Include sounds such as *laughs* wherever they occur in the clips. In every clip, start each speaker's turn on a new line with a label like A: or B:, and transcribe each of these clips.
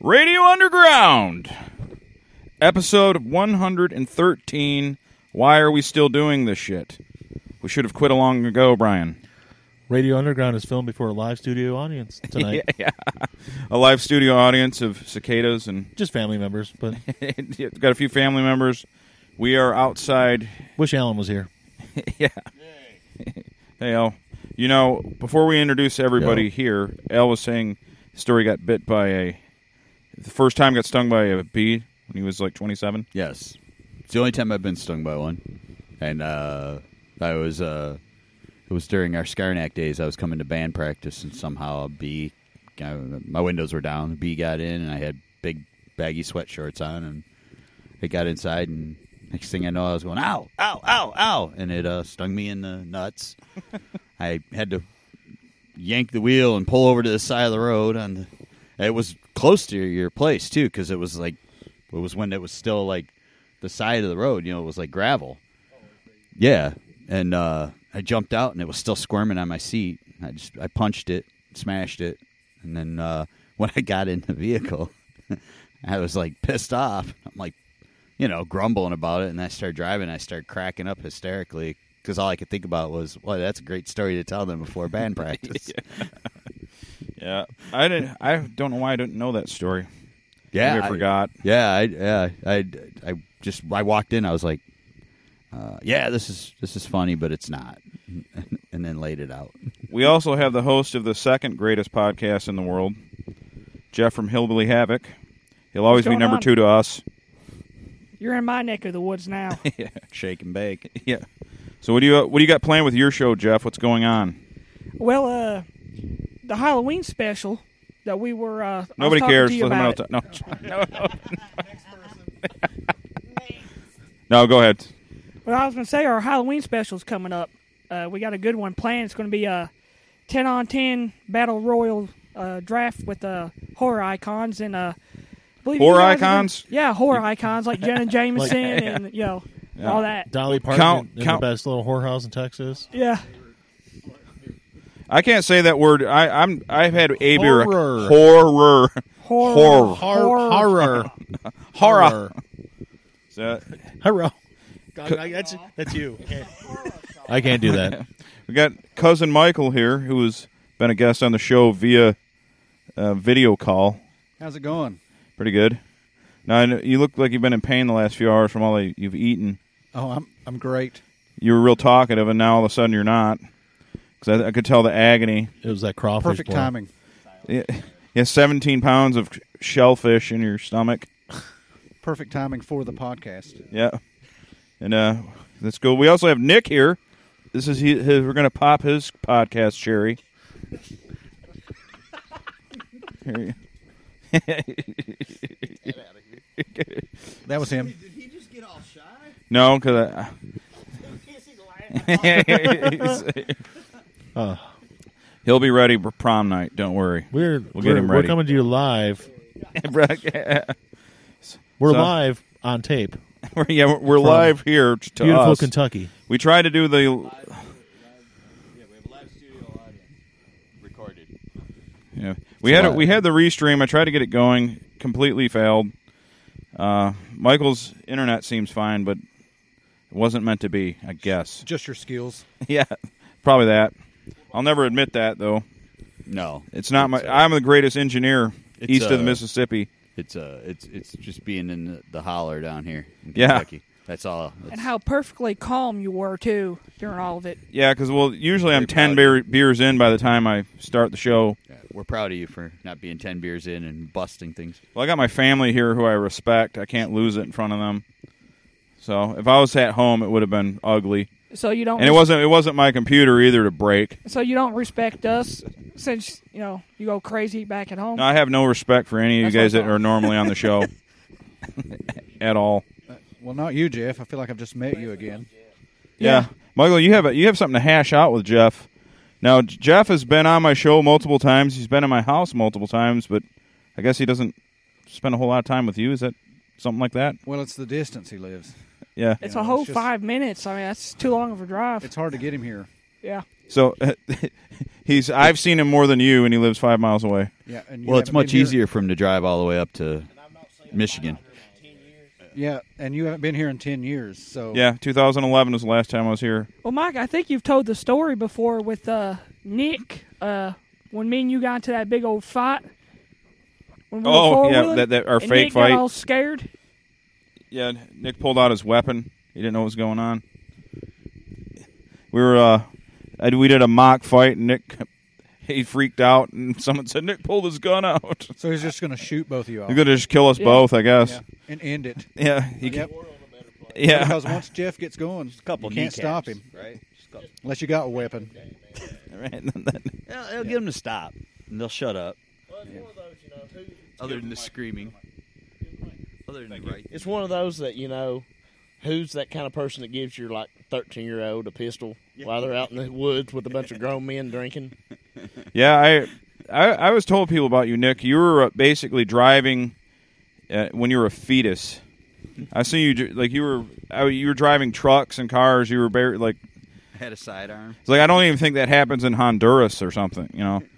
A: Radio Underground, episode 113. Why are we still doing this shit? We should have quit a long ago, Brian.
B: Radio Underground is filmed before a live studio
A: *laughs*
B: audience *laughs* tonight.
A: A live studio audience of cicadas and
B: Just family members, but
A: *laughs* got a few family members. We are outside.
B: wish Alan was here.
C: *laughs*
A: yeah. Hey, El. You know, before we introduce everybody
B: Yo.
A: here, El was saying his story got bit by a. The first time got stung by a bee when he was like 27.
D: Yes. It's the only time I've been stung by one. And uh, I was uh, it was during our Skarnak days. I was coming to band practice, and somehow a bee, I- my windows were down. A bee got in, and I had big baggy sweatshorts on, and it got inside. And next thing I know, I was going ow, ow, ow, ow, and it uh, stung me in the nuts. I had to yank the wheel and pull over to the side of the road on the it was close to your place too because it was like it was when it was still like the side of the road you know it was like gravel yeah and uh i jumped out and it was still squirming on my seat i just i punched it smashed it and then uh *laughs* when i got in the vehicle *laughs* i was like pissed off i'm like you know grumbling about it and i started driving i started cracking up hysterically because all i could think about was well that's a great story to tell them before
A: *laughs*
D: band practice
A: Yeah. I didn't. I don't know why I didn't know that story.
D: Yeah,
A: Maybe I forgot.
D: Yeah, I, yeah, I, I just I walked in. I was like, uh, "Yeah, this is this is funny, but it's not," *laughs* and then laid
A: *laughs*
D: it out.
A: We also have the host of the second greatest podcast in the world, Jeff from Hillbilly Havoc. He'll always be
E: going
A: number
E: on?
A: two to us.
E: You're in my neck of the woods now.
D: Shake and bake.
A: Yeah. So what do you what do you got planned with your show, Jeff? What's going on?
E: well, uh, the Halloween special that we were uh, I was
A: Nobody
E: talking to
A: cares.
E: you
A: Let someone
E: about
A: else
E: it.
A: talk. no,
B: *laughs*
A: no, no. *laughs* no, go ahead.
E: Well, I was going to say our Halloween special's coming up. Uh, we got a good one planned. It's going to be a ten on ten battle royal uh, draft with uh, horror icons and uh, I believe you
A: Horror
E: guys are gonna-
A: icons?
E: yeah, horror icons like
A: *laughs*
E: Jenna Jameson and you know all that.
B: Dolly Parton
A: Count-
B: in
A: count-
B: the best little whorehouse in Texas.
E: Yeah,
A: I can't say that word. I, I'm I've had a beer
B: Horror.
A: horror
E: horror,
A: Horror.
E: horror.
D: *laughs*
B: horror,
A: horror. So,
B: horror. God, I- that's, that's
A: *laughs*
B: you. I can't do that.
A: we got cousin Michael here, who has been a guest on the show via uh, video call.
D: How's it going?
A: Pretty good. Now I know, you look like you've been in pain the last few hours from all that you've eaten.
C: Oh, I'm I'm great.
A: You were real talkative, and now all of a sudden you're not. Because I, I could tell the agony.
B: It was that crawfish.
C: Perfect
B: boil.
C: timing.
A: Yeah, *laughs* yeah, 17 pounds of shellfish in your stomach.
C: Perfect timing for the podcast.
A: *laughs* Yeah. And uh, let's go. We also have Nick here. This is he, his, we're going to pop his podcast cherry. Here you-
B: *laughs*
C: That was him.
A: No, because I. He'll be ready for prom night. Don't worry.
B: We're
A: We'll get
B: we're,
A: him
B: we're
A: ready.
B: coming to you live. We're
A: So-
B: live on tape.
A: *laughs* yeah, *laughs* we're- we're live here to
B: Beautiful
A: us.
B: Kentucky.
A: We try to do the
D: Yeah, we have a live studio audience recorded.
A: Yeah, we had it.
D: lot.
A: We had the restream. I tried to get it going, completely failed. Uh, Michael's internet seems fine, but it wasn't meant to be. I guess. *laughs*
C: Just your skills.
A: yeah, probably that. I'll never admit that though.
D: No, uh,
A: It's not my. i I'm the greatest engineer
D: It's,
A: east of the
D: uh,
A: Mississippi.
D: it's uh, it's it's just being in the, the holler down here. In
A: Yeah.
D: Kentucky. that's all. That's,
E: and how perfectly calm you were too during all of it.
A: Yeah, because well, usually I'm
D: Very
A: ten beer,
D: proud
A: beers in by the time I start the show.
D: yeah, we're proud of you for not being ten beers in and
A: *laughs*
D: busting things.
A: Well, I got my family here who I respect. I can't lose it in front of them. So if I was at home, it would have been ugly.
E: So you don't
A: And it wasn't. It wasn't my computer either to break.
E: So you don't respect us since you know you go crazy back at home.
A: No, I have no respect for any of you guys
E: That's what I
A: that are normally on
E: *laughs*
A: the show at all.
C: Well, not you, Jeff. I feel like I've just met you again.
A: Yeah. Michael, you have a, you have something to hash out with Jeff. Now, J- Jeff has been on my show multiple times. He's been in my house multiple times, but I guess he doesn't spend a whole lot of time with you. Is that something like that?
C: Well, it's the distance he lives.
A: Yeah.
E: it's
C: Yeah,
E: a whole
C: it's just-
E: five minutes. I mean, that's too long of a drive.
C: It's hard to get him here.
E: yeah,
A: So *laughs* he's I've seen him more than you, and he lives five miles away.
C: Yeah, and you
D: Well, it's
C: haven't been
D: much
C: here-
D: easier for him to drive all the way up to Michigan.
C: Yeah, and you haven't been here in ten years, so
A: Yeah, 2011 was the last time I was here.
E: Well, Mike, I think you've told the story before with uh, Nick uh, when me and you got into that big old fight. When we were
A: Oh, yeah,
E: four-wheeling,
A: that- that- our
E: and
A: fake
E: Nick
A: fight.
E: Got all scared.
A: Yeah, Nick pulled out his weapon. He didn't know what was going on. We were uh, I- we did a mock fight, and Nick *laughs* he freaked out, and *laughs* someone said Nick pulled his gun out.
C: So he's just going to shoot both of you off
A: You're gonna just kill us
E: Yeah.
A: both, I guess.
C: yeah, and end it.
A: Yeah, he ca-
C: Yep.
A: yeah.
C: Because once Jeff gets going,
B: a couple
C: you can't
B: kneecaps,
C: stop him
B: Right?
C: unless you got a weapon.
B: They'll, they'll get them to stop, and they'll shut up.
D: Other than the screaming. Other than right.
F: It's one of those that you know, who's that kind of person that gives your like thirteen year old a pistol while they're out in the woods with a bunch
D: *laughs*
F: of grown men drinking?
A: Yeah, I, I I was told people about you, Nick. You were uh, basically driving uh, when you were a fetus. I see you dr- like you were I, you were driving trucks and cars. You were bar- like
D: Had a sidearm.
A: it's like I don't even think that happens in Honduras or something, you know. *laughs*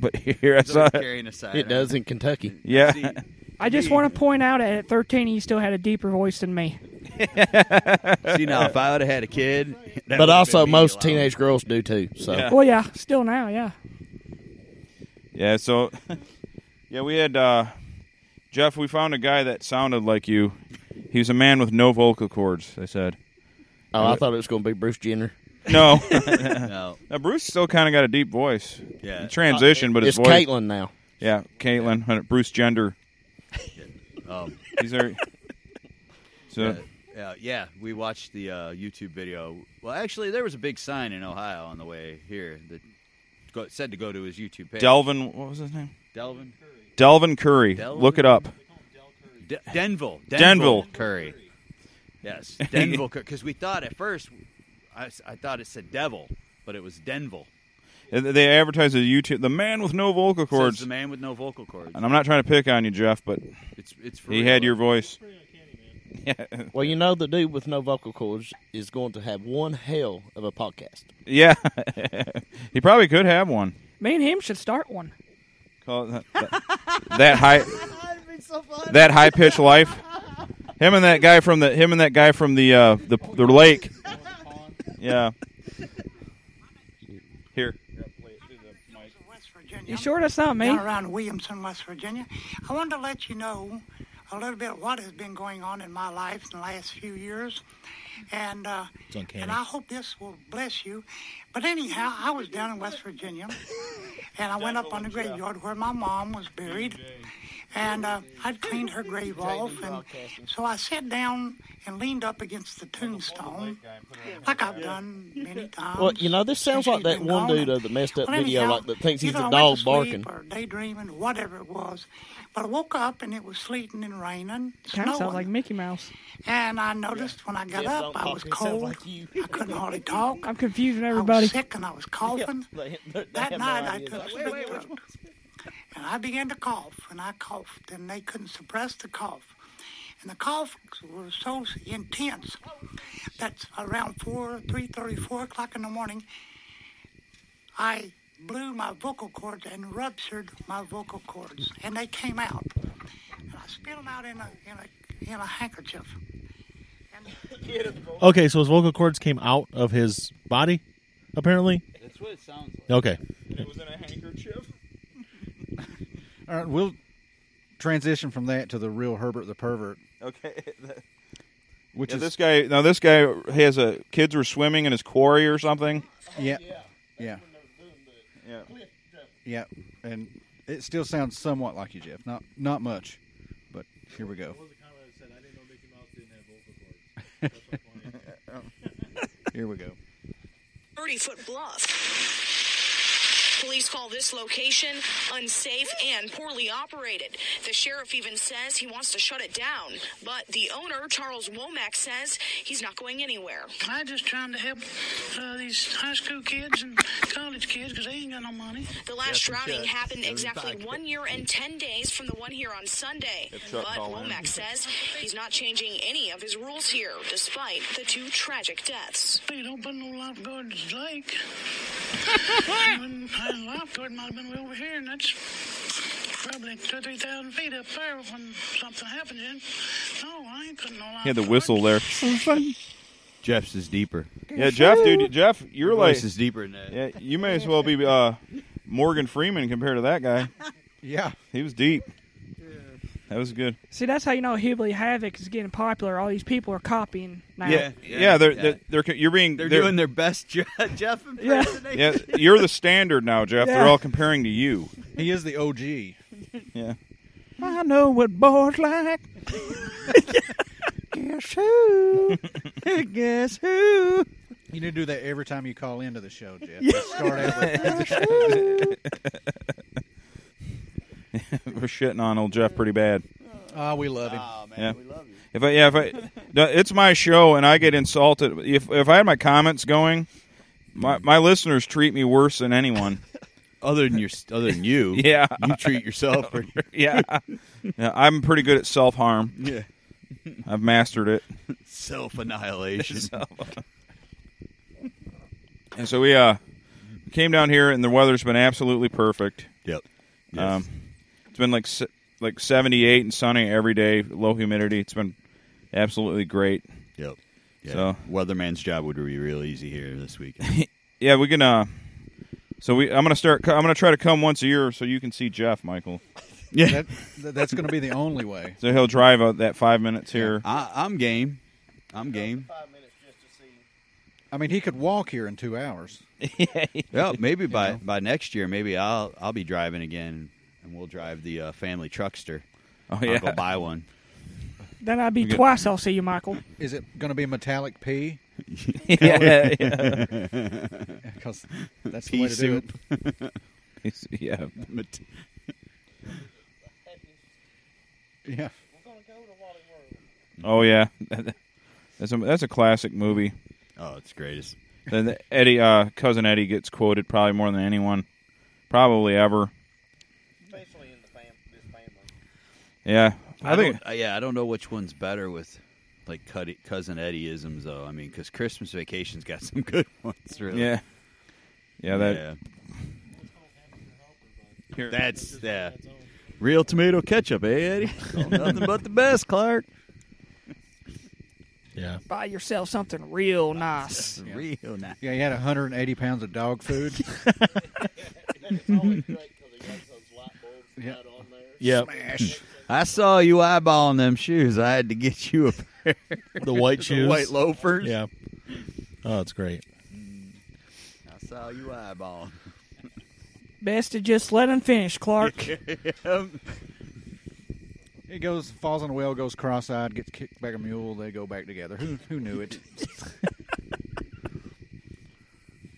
A: But here I saw it.
D: carrying a sidearm.
F: It does in
D: *laughs*
F: Kentucky.
A: Yeah,
E: I just want to point out at 13, he still had a deeper voice than me.
D: See now, if I would have had a *laughs* kid, that
F: But
D: would've
F: also,
D: been me
F: most
D: alone.
F: teenage girls do too. So
A: Yeah.
E: Well, yeah, still now, yeah.
A: yeah. So yeah, we had uh, Jeff. We found a guy that sounded like you. He was a man with no vocal cords. They said Uh,
F: oh, I thought it was going to be Bruce
A: *laughs*
F: Jenner. *laughs*
A: no.
D: No,
A: now Bruce still kind of got a deep voice.
D: Yeah.
A: He transitioned, but his
F: it's
A: voice.
F: Caitlin now.
A: Yeah, Caitlin, uh, Bruce Gender.
D: um,
A: These are. So
D: uh, yeah, yeah, we watched the uh, YouTube video. Well, actually, there was a big sign in Ohio on the way here that go, said to go to his YouTube page.
A: Delvin, what was his name?
D: Delvin,
A: Delvin Curry.
D: Delvin?
A: Look it up.
D: De- Denville,
A: Denville.
D: Curry.
A: *laughs*
D: Yes, Denville, because we thought at first, I, s- I thought it said devil, but it was Denville.
A: Uh, They advertise a YouTube. The man with no vocal
D: So it's
A: cords.
D: the man with no vocal cords.
A: And I'm not trying to pick on you, Jeff, but
D: It's it's. For
A: he
D: real.
A: had your voice.
F: Well, you know, the dude with no vocal cords is going to have one hell of a podcast.
A: Yeah, *laughs* he probably could have one.
E: Me and him should start one.
A: Call it that, that- that high. That high pitch life. Him and that guy from the him and that guy from the uh, the the lake. Yeah. Here.
G: West Virginia.
E: You sure that's not me?
G: Down around Williamson, West Virginia. I wanted to let you know a little bit what has been going on in my life in the last few years, and uh, and I hope this will bless you. But anyhow, I was down in West Virginia, and I went up on the graveyard where my mom was buried, and uh, I'd cleaned her grave off, and so I sat down and leaned up against the tombstone, like I've done many times.
F: Well, you know, this sounds
G: since
F: like
G: she's
F: that
G: been
F: one
G: gone.
F: dude of the messed up
G: Well,
F: video,
G: anyhow,
F: like that thinks
G: you
F: he's
G: know,
F: a
G: I went
F: dog
G: to
F: barking.
G: sleep Or daydreaming, whatever it was. But I woke up and it was sleeting and raining,
E: Kind of
G: snowing.
E: sounds like Mickey Mouse.
G: and I noticed when I got
F: Yeah,
G: up,
F: don't
G: I
F: talk
G: was
F: to me, sounds
G: cold.
F: like you.
G: I couldn't hardly talk.
E: I'm confusing
G: I
E: everybody.
G: was sick and I was coughing. that night I took a big drug. And I began to cough and I coughed and they couldn't suppress the cough. And the cough was so intense that around four, three thirty, four o'clock in the morning, I blew my vocal cords and ruptured my vocal cords, and they came out. And I spit them out in a in a in a handkerchief. And
B: Okay, so his vocal cords came out of his body, apparently.
D: That's what it sounds like.
B: Okay.
A: It was in a handkerchief.
C: *laughs* All right, we'll transition from that to the real Herbert the pervert,
A: *laughs* Okay.
C: which
A: Yeah,
C: is
A: this guy now this guy has a kids were swimming in his quarry or something.
C: yeah, yeah,
A: Yeah.
C: yeah, and it still sounds somewhat like you, Jeff. Not not much, but here we go. Here we go.
B: *laughs*
H: 30 foot bluff. Police call this location unsafe and poorly operated. The sheriff even says he wants to shut it down, but the owner, Charles Womack, says he's not going anywhere.
G: I'm just trying to help uh, these high school kids and college kids because they ain't got no money.
H: The last
F: Yes, we
H: drowning
F: could.
H: happened
F: It was
H: exactly
F: back.
H: one year and 10 days from the one here on Sunday.
A: If Chuck
H: But
A: call in.
H: Womack says he's not changing any of his rules here, despite the two tragic deaths.
G: Hey, don't put no lifeguard in this
H: *laughs*
G: lake. and when a lifeguard might have been over here, and that's probably two or three thousand feet up there when something happens. In. No, I ain't putting no lifeguard.
A: He had the whistle there.
D: Jeff's
A: *laughs*
D: is deeper.
A: Yeah, Jeff, dude, Jeff, you're
D: Your
A: like,
D: voice is deeper than that.
A: yeah, you may as well be uh, Morgan Freeman compared to that guy.
C: Yeah.
A: He was deep. That was good.
E: See, that's how you know Hubble Havoc is getting popular. All these people are copying now.
A: Yeah, yeah,
D: yeah,
A: they're,
D: yeah.
A: they're they're you're being
D: They're, doing their best Je- *laughs* Jeff impersonation.
A: yeah, you're the standard now, Jeff. They're
E: Yeah.
A: all comparing to you.
C: He is the OG.
A: Yeah. I know what boys
D: *laughs*
A: like.
D: Guess who? *laughs* Guess who?
C: You need to do that every time you call into the show, Jeff. Just Start
E: *laughs*
C: out with,
A: *laughs* We're shitting on old Jeff pretty bad.
C: oh, we love him.
A: yeah. If I yeah, if I no, it's my show and I get insulted if if I had my comments going, my my listeners treat me worse than anyone.
D: *laughs* Other than your, other than you,
A: *laughs* Yeah.
D: you treat yourself. Pretty,
A: *laughs* yeah. yeah. I'm pretty good at self-harm.
D: yeah,
A: I've mastered
D: *laughs*
A: it.
D: self annihilation.
A: And so we uh came down here and the weather's been absolutely perfect.
D: Yep. Yes.
A: Um, it's been like se- like 78 and sunny every day, low humidity. It's been absolutely great.
D: yep. Yeah.
A: so-
D: weatherman's job would be real easy here this week.
A: *laughs* Yeah, we can. Uh, so we, I'm gonna start. co- I'm gonna try to come once a year so you can see Jeff, Michael.
D: *laughs* yeah,
C: That, that- that's going to be the only way.
A: So he'll drive out that five minutes here.
D: I, I'm game. I'm game.
C: I mean, he could walk here in two hours.
D: *laughs* Yeah, maybe by by next year, maybe I'll I'll be driving again, and we'll drive the uh, family truckster.
A: Oh
D: I'll
A: yeah,
D: go buy one.
E: Then I'd be
A: Okay.
E: twice. I'll see you, Michael.
C: Is it going to be metallic pee?
A: *laughs* yeah, yeah.
C: *laughs*
D: *laughs*
A: *laughs*
C: Because that's
D: Pea
C: the way to do
D: soup.
C: it.
A: He's- yeah.
D: Mat-
C: *laughs* Yeah.
A: Oh yeah, that's a that's a classic movie.
D: Oh, it's greatest.
A: Then the- Eddie, uh, cousin Eddie, gets quoted probably more than anyone, probably ever.
F: Especially in the fam- this family.
A: Yeah,
D: I
A: I think.
D: don't- uh, yeah, I don't know which one's better with like Cuddy, cousin Eddie isms though. I mean, because Christmas Vacation's got *laughs* some good ones, really.
A: Yeah, yeah. That
D: Yeah.
A: Here.
D: That's yeah. Real tomato ketchup, eh, Eddie? Oh, nothing but the best, Clark.
B: Yeah.
E: Buy yourself something real nice.
D: Real nice.
C: Yeah, he had 180 pounds of dog food.
F: It's always great 'cause he likes those light bulbs
C: Yeah.
F: right on there.
B: *laughs* Yep.
D: I saw you eyeballing them shoes. I had to get you a pair
B: *laughs* The white
D: of
B: shoes.
D: white loafers. Mm.
B: Yeah. Oh, it's great.
D: I saw you eyeballing.
E: Best to just let him finish,
F: *laughs*
E: Clark.
C: It goes, falls in a well, goes cross-eyed, gets kicked by a mule. They go back together. Who who knew it?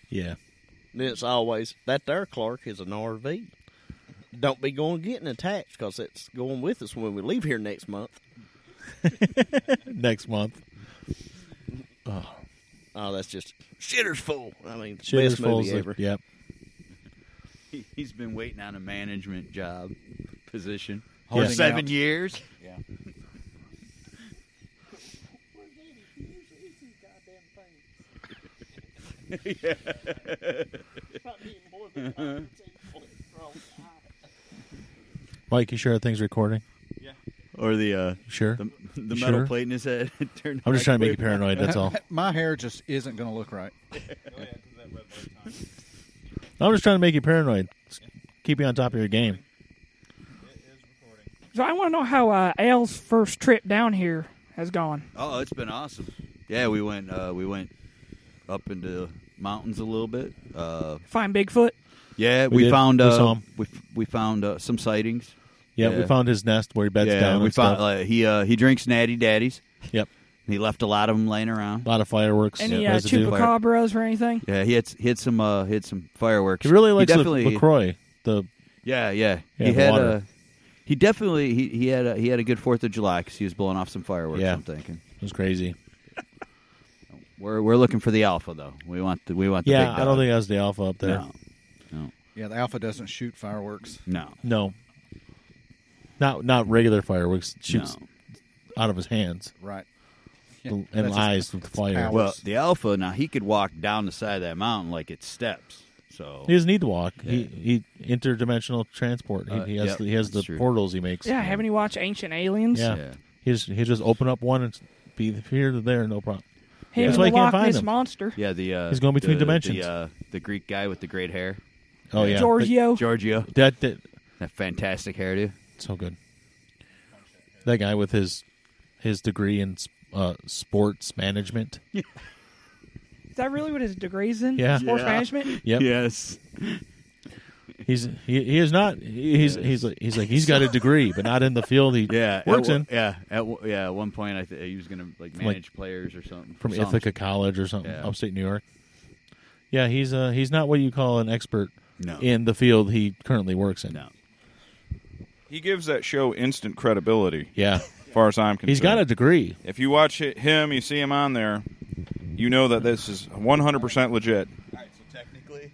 B: Yeah.
F: Then it's always that there Clark is an RV. Don't be going getting attached because it's going with us when we leave here next month.
B: Next month.
F: Oh, that's just shitters full. I mean,
B: Shitter's
F: best movie
B: Falls,
F: ever.
D: *laughs*
B: Yep.
D: He- He's been waiting on a management job position for
C: Holding
D: seven
C: out.
D: years.
B: Mike, you sure thing's recording?
D: Or the uh,
B: You sure?
D: the, the
B: You
D: metal
B: sure?
D: plate in his head turned.
B: I'm just
D: back
B: trying to make you
D: way-
C: *laughs*
B: paranoid. That's all.
C: My hair just isn't going to look right.
B: I'm just trying to make you paranoid. Just Keep you on top of your game.
E: So I want to know how uh, Al's first trip down here has gone.
D: Oh, it's been awesome. Yeah, we went uh, we went up into the mountains a little bit. Uh,
E: Find Bigfoot.
D: yeah,
B: We
D: we,
B: did.
D: found
B: We
D: uh,
B: saw 'em.
D: we f- we found uh, some sightings.
B: Yeah, we
D: Yeah.
B: found his nest where he beds
D: yeah,
B: down.
D: we
B: and
D: found
B: stuff.
D: uh, he uh, he drinks natty daddies.
B: Yep.
D: He left a lot of them laying around.
B: A lot of fireworks.
E: Any uh,
B: residue.
D: fire-
E: chupacabras or anything?
D: Yeah, he had he had some uh, he had some fireworks.
B: He really likes
D: he
B: the
D: definitely,
B: Lacroix. The
D: Yeah, yeah.
B: Yeah,
D: he
B: the
D: had
B: water.
D: a. He definitely he, he had a, he had a good Fourth of July because he was blowing off some fireworks.
B: Yeah.
D: I'm thinking
B: it was crazy.
D: we're we're looking for the alpha though. We want the we want the
B: Yeah,
D: big
B: I don't
D: dog.
B: think that was the alpha up there.
D: no
C: Yeah, the Alpha doesn't shoot fireworks.
D: no
B: No. Not not regular fireworks. It Shoots
D: no.
B: out of his hands
C: Right. Yeah,
B: and
C: that's just-
B: eyes with fire.
C: power.
D: Well, the alpha now he could walk down the side of that mountain like it's steps. So
B: He doesn't need to walk. He he interdimensional transport. He,
D: Uh,
B: he has
D: yep,
B: the, he has the
D: that's true.
B: portals he makes.
E: Yeah, haven't you watched Ancient Aliens?
B: Yeah.
D: Yeah.
B: He just he just open up one and be here to there, no problem.
E: Him and
B: That's why
E: the
B: you can't
E: Loch
B: find
E: Ness
B: him.
E: monster.
D: yeah, the uh,
B: He's going between
D: the-
B: dimensions.
D: The, uh, the Greek guy with the great hair,
B: Oh yeah,
E: Giorgio.
D: Giorgio,
B: That, that
D: that fantastic hairdo.
B: so good. That guy with his his degree in uh, sports management.
E: Is that really what his degree's in?
B: Yeah.
E: Sports
D: Yeah.
B: *laughs*
E: management?
B: Yep.
D: Yes,
B: He's he, he is not he- he's he's like he's like he's got a degree, but not in the field he
D: yeah, at
B: works in.
D: one- Yeah, at one- yeah. At one point, I th- he was gonna like manage players or something
B: From
D: Some-
B: Ithaca College or something,
D: Yeah.
B: upstate New York. Yeah, he's uh he's not what you call an expert
D: No.
B: in the field he currently works in.
D: No,
A: He gives that show instant credibility,
B: Yeah.
A: as far as I'm concerned.
B: He's got a degree.
A: If you watch it, him, you see him on there, you know that this is 100% legit.
D: Technically,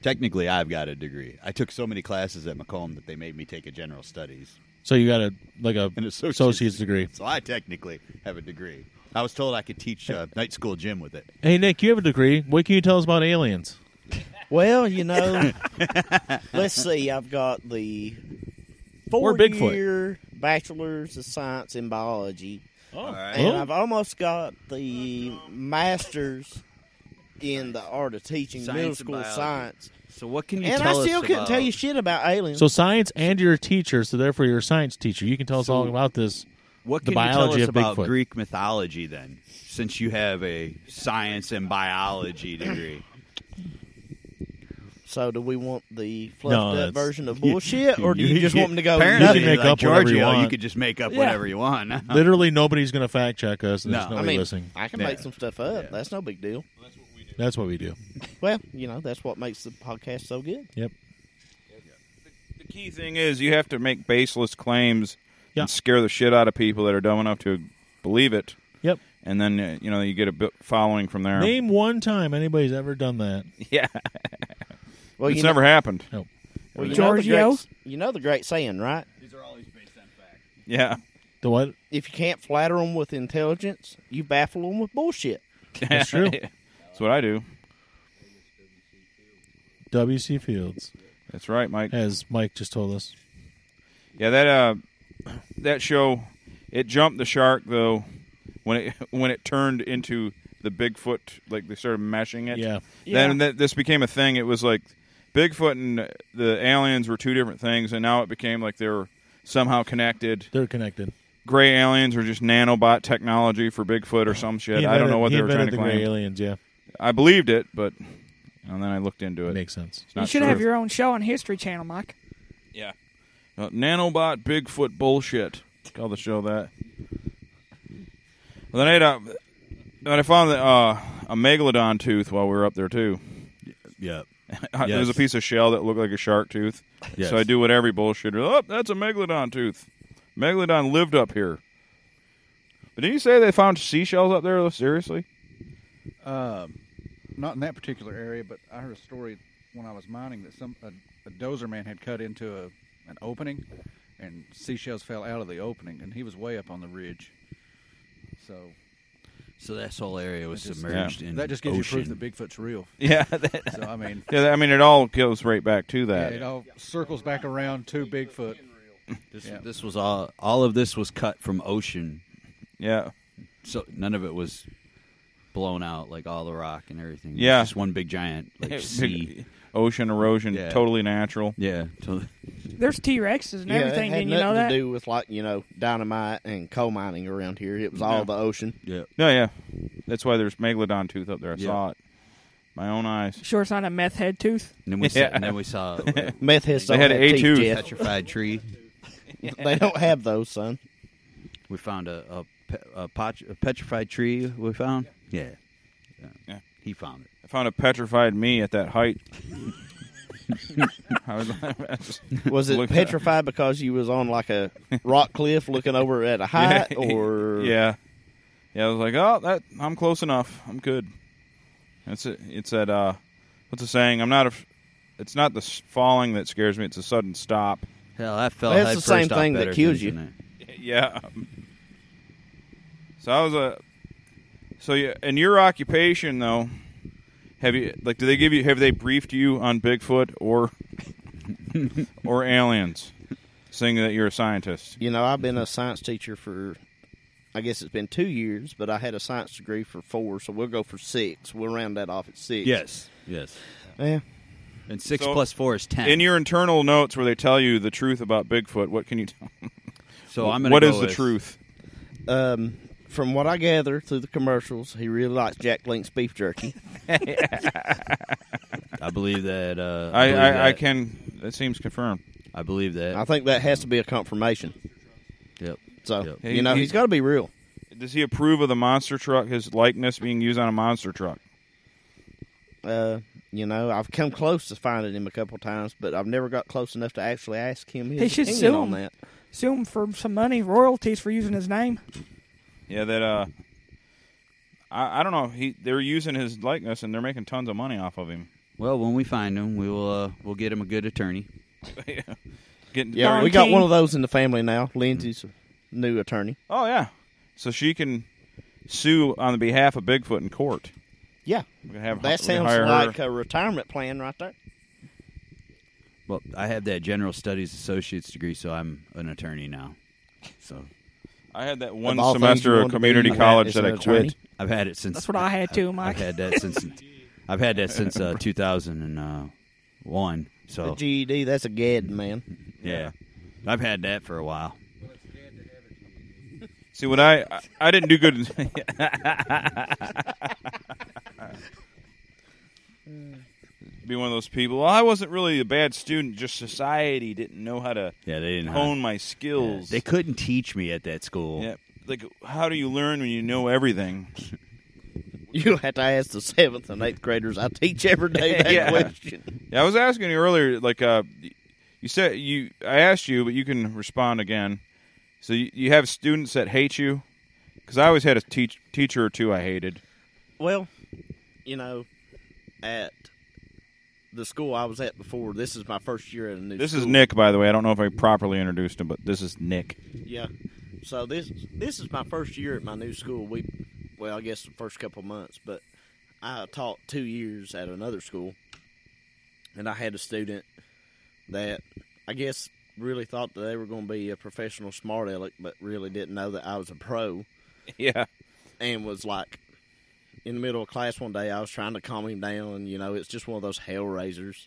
D: technically, I've got a degree. I took so many classes at Macomb that they made me take a general studies.
B: So you got a like a
D: An associate's
B: associate's degree.
D: So I technically have a degree. I was told I could teach
B: *laughs*
D: uh, night school gym with it.
B: Hey Nick, you have a degree. What can you tell us about aliens?
F: Well, you know, *laughs* let's see. I've got the
B: Or Bigfoot.
F: four-year bachelor's of science in biology,
B: Oh,
F: and I've almost got the master's in the art of teaching
D: Science
F: middle
D: and
F: school
D: biology.
F: science.
D: So what can you
F: And I
D: tell
F: still
D: us
F: couldn't
D: about-
F: tell you shit about aliens.
B: so science and your teacher, so therefore you're a science teacher. You can tell us
D: So-
B: all about this.
D: *laughs* What
B: the
D: can you tell
B: biology
D: us
B: of
D: about
B: Bigfoot.
D: Greek mythology then? Since you have a science and biology degree,
F: So do we want the
B: No,
F: fluffed
B: that's-
F: up version of bullshit, or do you just want me to go?
D: Apparently,
B: You can make
D: like
B: up whatever you
D: Giorgio,
B: want.
D: You could just make up
E: Yeah.
D: whatever you
B: *laughs*
D: want.
F: *laughs*
B: Literally nobody's gonna fact check us and there's
D: No.
F: I
B: nobody
F: mean,
B: listening.
F: I can
D: Yeah.
F: make some stuff up.
D: Yeah.
F: That's no big deal.
B: That's what we do.
F: Well, you know, that's what makes the podcast so good.
D: *laughs*
B: Yep.
A: The key thing is you have to make baseless claims
B: Yeah.
A: and scare the shit out of people that are dumb enough to believe it,
B: Yep.
A: and then uh, you know you get a bit following from there.
B: Name one time anybody's ever done that. Oh.
A: Yeah,
F: Well,
A: it's
F: you know-
A: never happened.
B: No.
F: well, you
E: Giorgio?
F: Know the great, you know the great saying, right?
A: Yeah,
B: The what?
F: If you can't flatter them with intelligence, you baffle them with bullshit.
B: That's
D: *laughs*
B: true.
A: that's what I do.
B: WC Fields,
A: That's right, Mike.
B: as Mike just told us.
A: Yeah, that uh, that show it jumped the shark though when it *laughs* when it turned into the Bigfoot like they started meshing it.
B: Yeah.
A: Then
E: Yeah.
A: that this became a thing. It was like Bigfoot and the aliens were two different things, and now it became like they were somehow connected.
B: They're connected.
A: Gray aliens or just nanobot technology for Bigfoot or some shit.
B: He
A: I don't
B: invented-
A: know what
B: he
A: they were trying
B: invented
A: to
B: the gray
A: claim.
B: aliens, yeah.
A: I believed it, but and then I looked into it.
B: Makes sense.
A: It's
E: You
A: not
E: should
A: true.
E: have your own show on History Channel, Mike.
A: Yeah. Uh, nanobot Bigfoot bullshit. Call the show that. Well, then I had a, then I found that, uh, a megalodon tooth while we were up there too. *laughs*
D: Yeah.
A: There was a
D: Yes.
A: piece of shell that looked like a shark tooth.
D: Yes.
A: So I do what every bullshitter. Oh, that's a megalodon tooth. Megalodon lived up here. But did you say they found seashells up there? Though seriously,
C: Um, not in that particular area, but I heard a story when I was mining that some a, a dozer man had cut into a an opening, and seashells fell out of the opening, and he was way up on the ridge. So
D: So that whole area was
C: That just-
D: submerged
A: Yeah.
D: in
C: that just gives you proof
D: ocean.
C: that Bigfoot's
D: *laughs*
C: real.
A: yeah, *laughs* that,
C: So I mean,
A: yeah. I mean, it all goes right back to that.
C: it all circles back around to Bigfoot.
D: *laughs* This,
C: Yeah.
D: this was all. All of this was cut from ocean,
A: yeah.
D: so none of it was blown out like all the rock and everything. It was
A: Yeah.
D: just one big giant
A: *laughs*
D: like sea.
A: Ocean erosion,
D: Yeah.
A: totally natural.
D: Yeah, totally.
E: There's T Rexes and
F: Yeah,
E: everything.
F: it had
E: Didn't you
F: nothing
E: know that?
F: to do with like you know dynamite and coal mining around here. It was all the ocean.
D: yeah.
A: No, yeah. That's
F: *laughs*
A: why there's megalodon tooth up there. I
D: Yeah.
A: saw it. My own eyes.
E: Sure, it's not a meth head tooth.
D: And then we
A: *laughs*
D: saw,
A: Yeah.
D: and then we saw a
F: Meth heads
A: They
F: don't
A: had
F: have
A: a
F: teeth,
A: tooth.
F: Jeff.
D: petrified tree.
F: They don't have those, son.
D: We found a, a pe- a, pot- a petrified tree we found? Yeah. Yeah.
A: Yeah.
D: He found it.
A: I found a petrified me at that height. *laughs* I was, I *laughs*
D: *laughs*
A: just
F: *laughs* Was it
A: looked at-
F: petrified because you was on like a rock cliff looking over
A: *laughs*
F: at a height, or
A: yeah, yeah. I was like, oh, that I'm close enough. I'm good. That's it. It's that. Uh, what's the saying? I'm not. A, it's not the s- falling that scares me. It's a sudden stop.
D: Hell, that fell.
F: That's
D: head
F: the same
D: first off
F: thing that
D: better
F: kills
D: than-
F: you.
D: than
A: *laughs* yeah. So I was a. So you, in your occupation though, have you like? Do they give you? Have they briefed you on Bigfoot or *laughs* or aliens, saying that you're a scientist?
F: You know, I've been a science teacher for, I guess it's been two years, but I had a science degree for four, so we'll go for six. We'll round that off at six.
D: Yes. Yes.
F: Yeah.
D: And six
A: So-
D: plus four is ten.
A: In your internal notes where they tell you the truth about Bigfoot, what can you tell?
D: *laughs* so I'm gonna
A: What
D: go
A: is the
D: with-
A: truth?
F: Um, from what I gather through the commercials, he really likes Jack Link's beef
A: *laughs*
F: jerky.
D: I believe that. Uh,
A: I,
D: believe
A: I, I
D: that.
A: can. That seems confirmed.
D: I believe that.
F: I think that has to be a confirmation.
D: yep.
F: So,
D: Yep.
F: you know,
A: He-
F: he's got to be real.
A: Does he approve of the monster truck? His likeness being used on a monster truck.
F: Uh, you know, I've come close to finding him a couple times, but I've never got close enough to actually ask him his
E: He should
F: opinion
E: sue
F: on
E: him.
F: that.
E: Sue him for some money, royalties for using his name.
A: Yeah, that. Uh, I, I don't know. He they're using his likeness and they're making tons of money off of him. *laughs*
D: Well, when we find him, we will. Uh, we'll get him a good attorney.
A: Getting
F: Yeah,
E: Darn
F: we got
E: king.
F: one of those in the family now.
D: Mm-hmm.
F: Lindsay's new attorney.
A: Oh yeah, so she can sue on the behalf of Bigfoot in court.
F: Yeah.
A: We can have we
F: That
A: can
F: sounds
A: hire her.
F: like a retirement plan right there.
D: Well, I have that general studies associate's degree, so I'm an attorney now. So
A: I had that
F: Of
A: one
F: all things you
A: semester
F: want
A: of
F: to be,
A: community
F: that
A: college
F: is
A: that
F: an
A: I quit.
F: attorney.
D: I've had it since.
E: That's what I had too, Mike.
D: I've had that since. I've had that
A: *laughs*
D: since uh, 2001.
F: The
D: So
F: GED, that's a gad, man.
D: yeah, Mm-hmm. I've had that for a while.
A: See what I I, I didn't do good.
F: *laughs*
A: in- Be one of those people. Well, I wasn't really a bad student. Just society didn't know how to
D: Yeah, they didn't
A: hone my
D: yeah,
A: skills.
D: They couldn't teach me at that school.
A: Yeah. Like, how do you learn when you know
F: *laughs*
A: everything?
F: You'll have to ask the seventh and eighth graders. I teach every day that
A: *laughs* Yeah.
F: question.
A: Yeah, I was asking you earlier. Like, uh, you said you. I asked you, but you can respond again. So you, you have students that hate you because I always had a teach, teacher or two I hated.
F: Well, you know, at the school I was at before, this is my first year at a new
A: This is
F: school.
A: Nick, by the way. I don't know if I properly introduced him, but this is Nick.
F: Yeah. So this this is my first year at my new school. We well, I guess the first couple months, but I taught two years at another school, and I had a student that I guess really thought that they were going to be a professional smart aleck, but really didn't know that I was a pro,
A: Yeah.
F: and was like. In the middle of class one day, I was trying to calm him down. You know, it's just one of those hell raisers.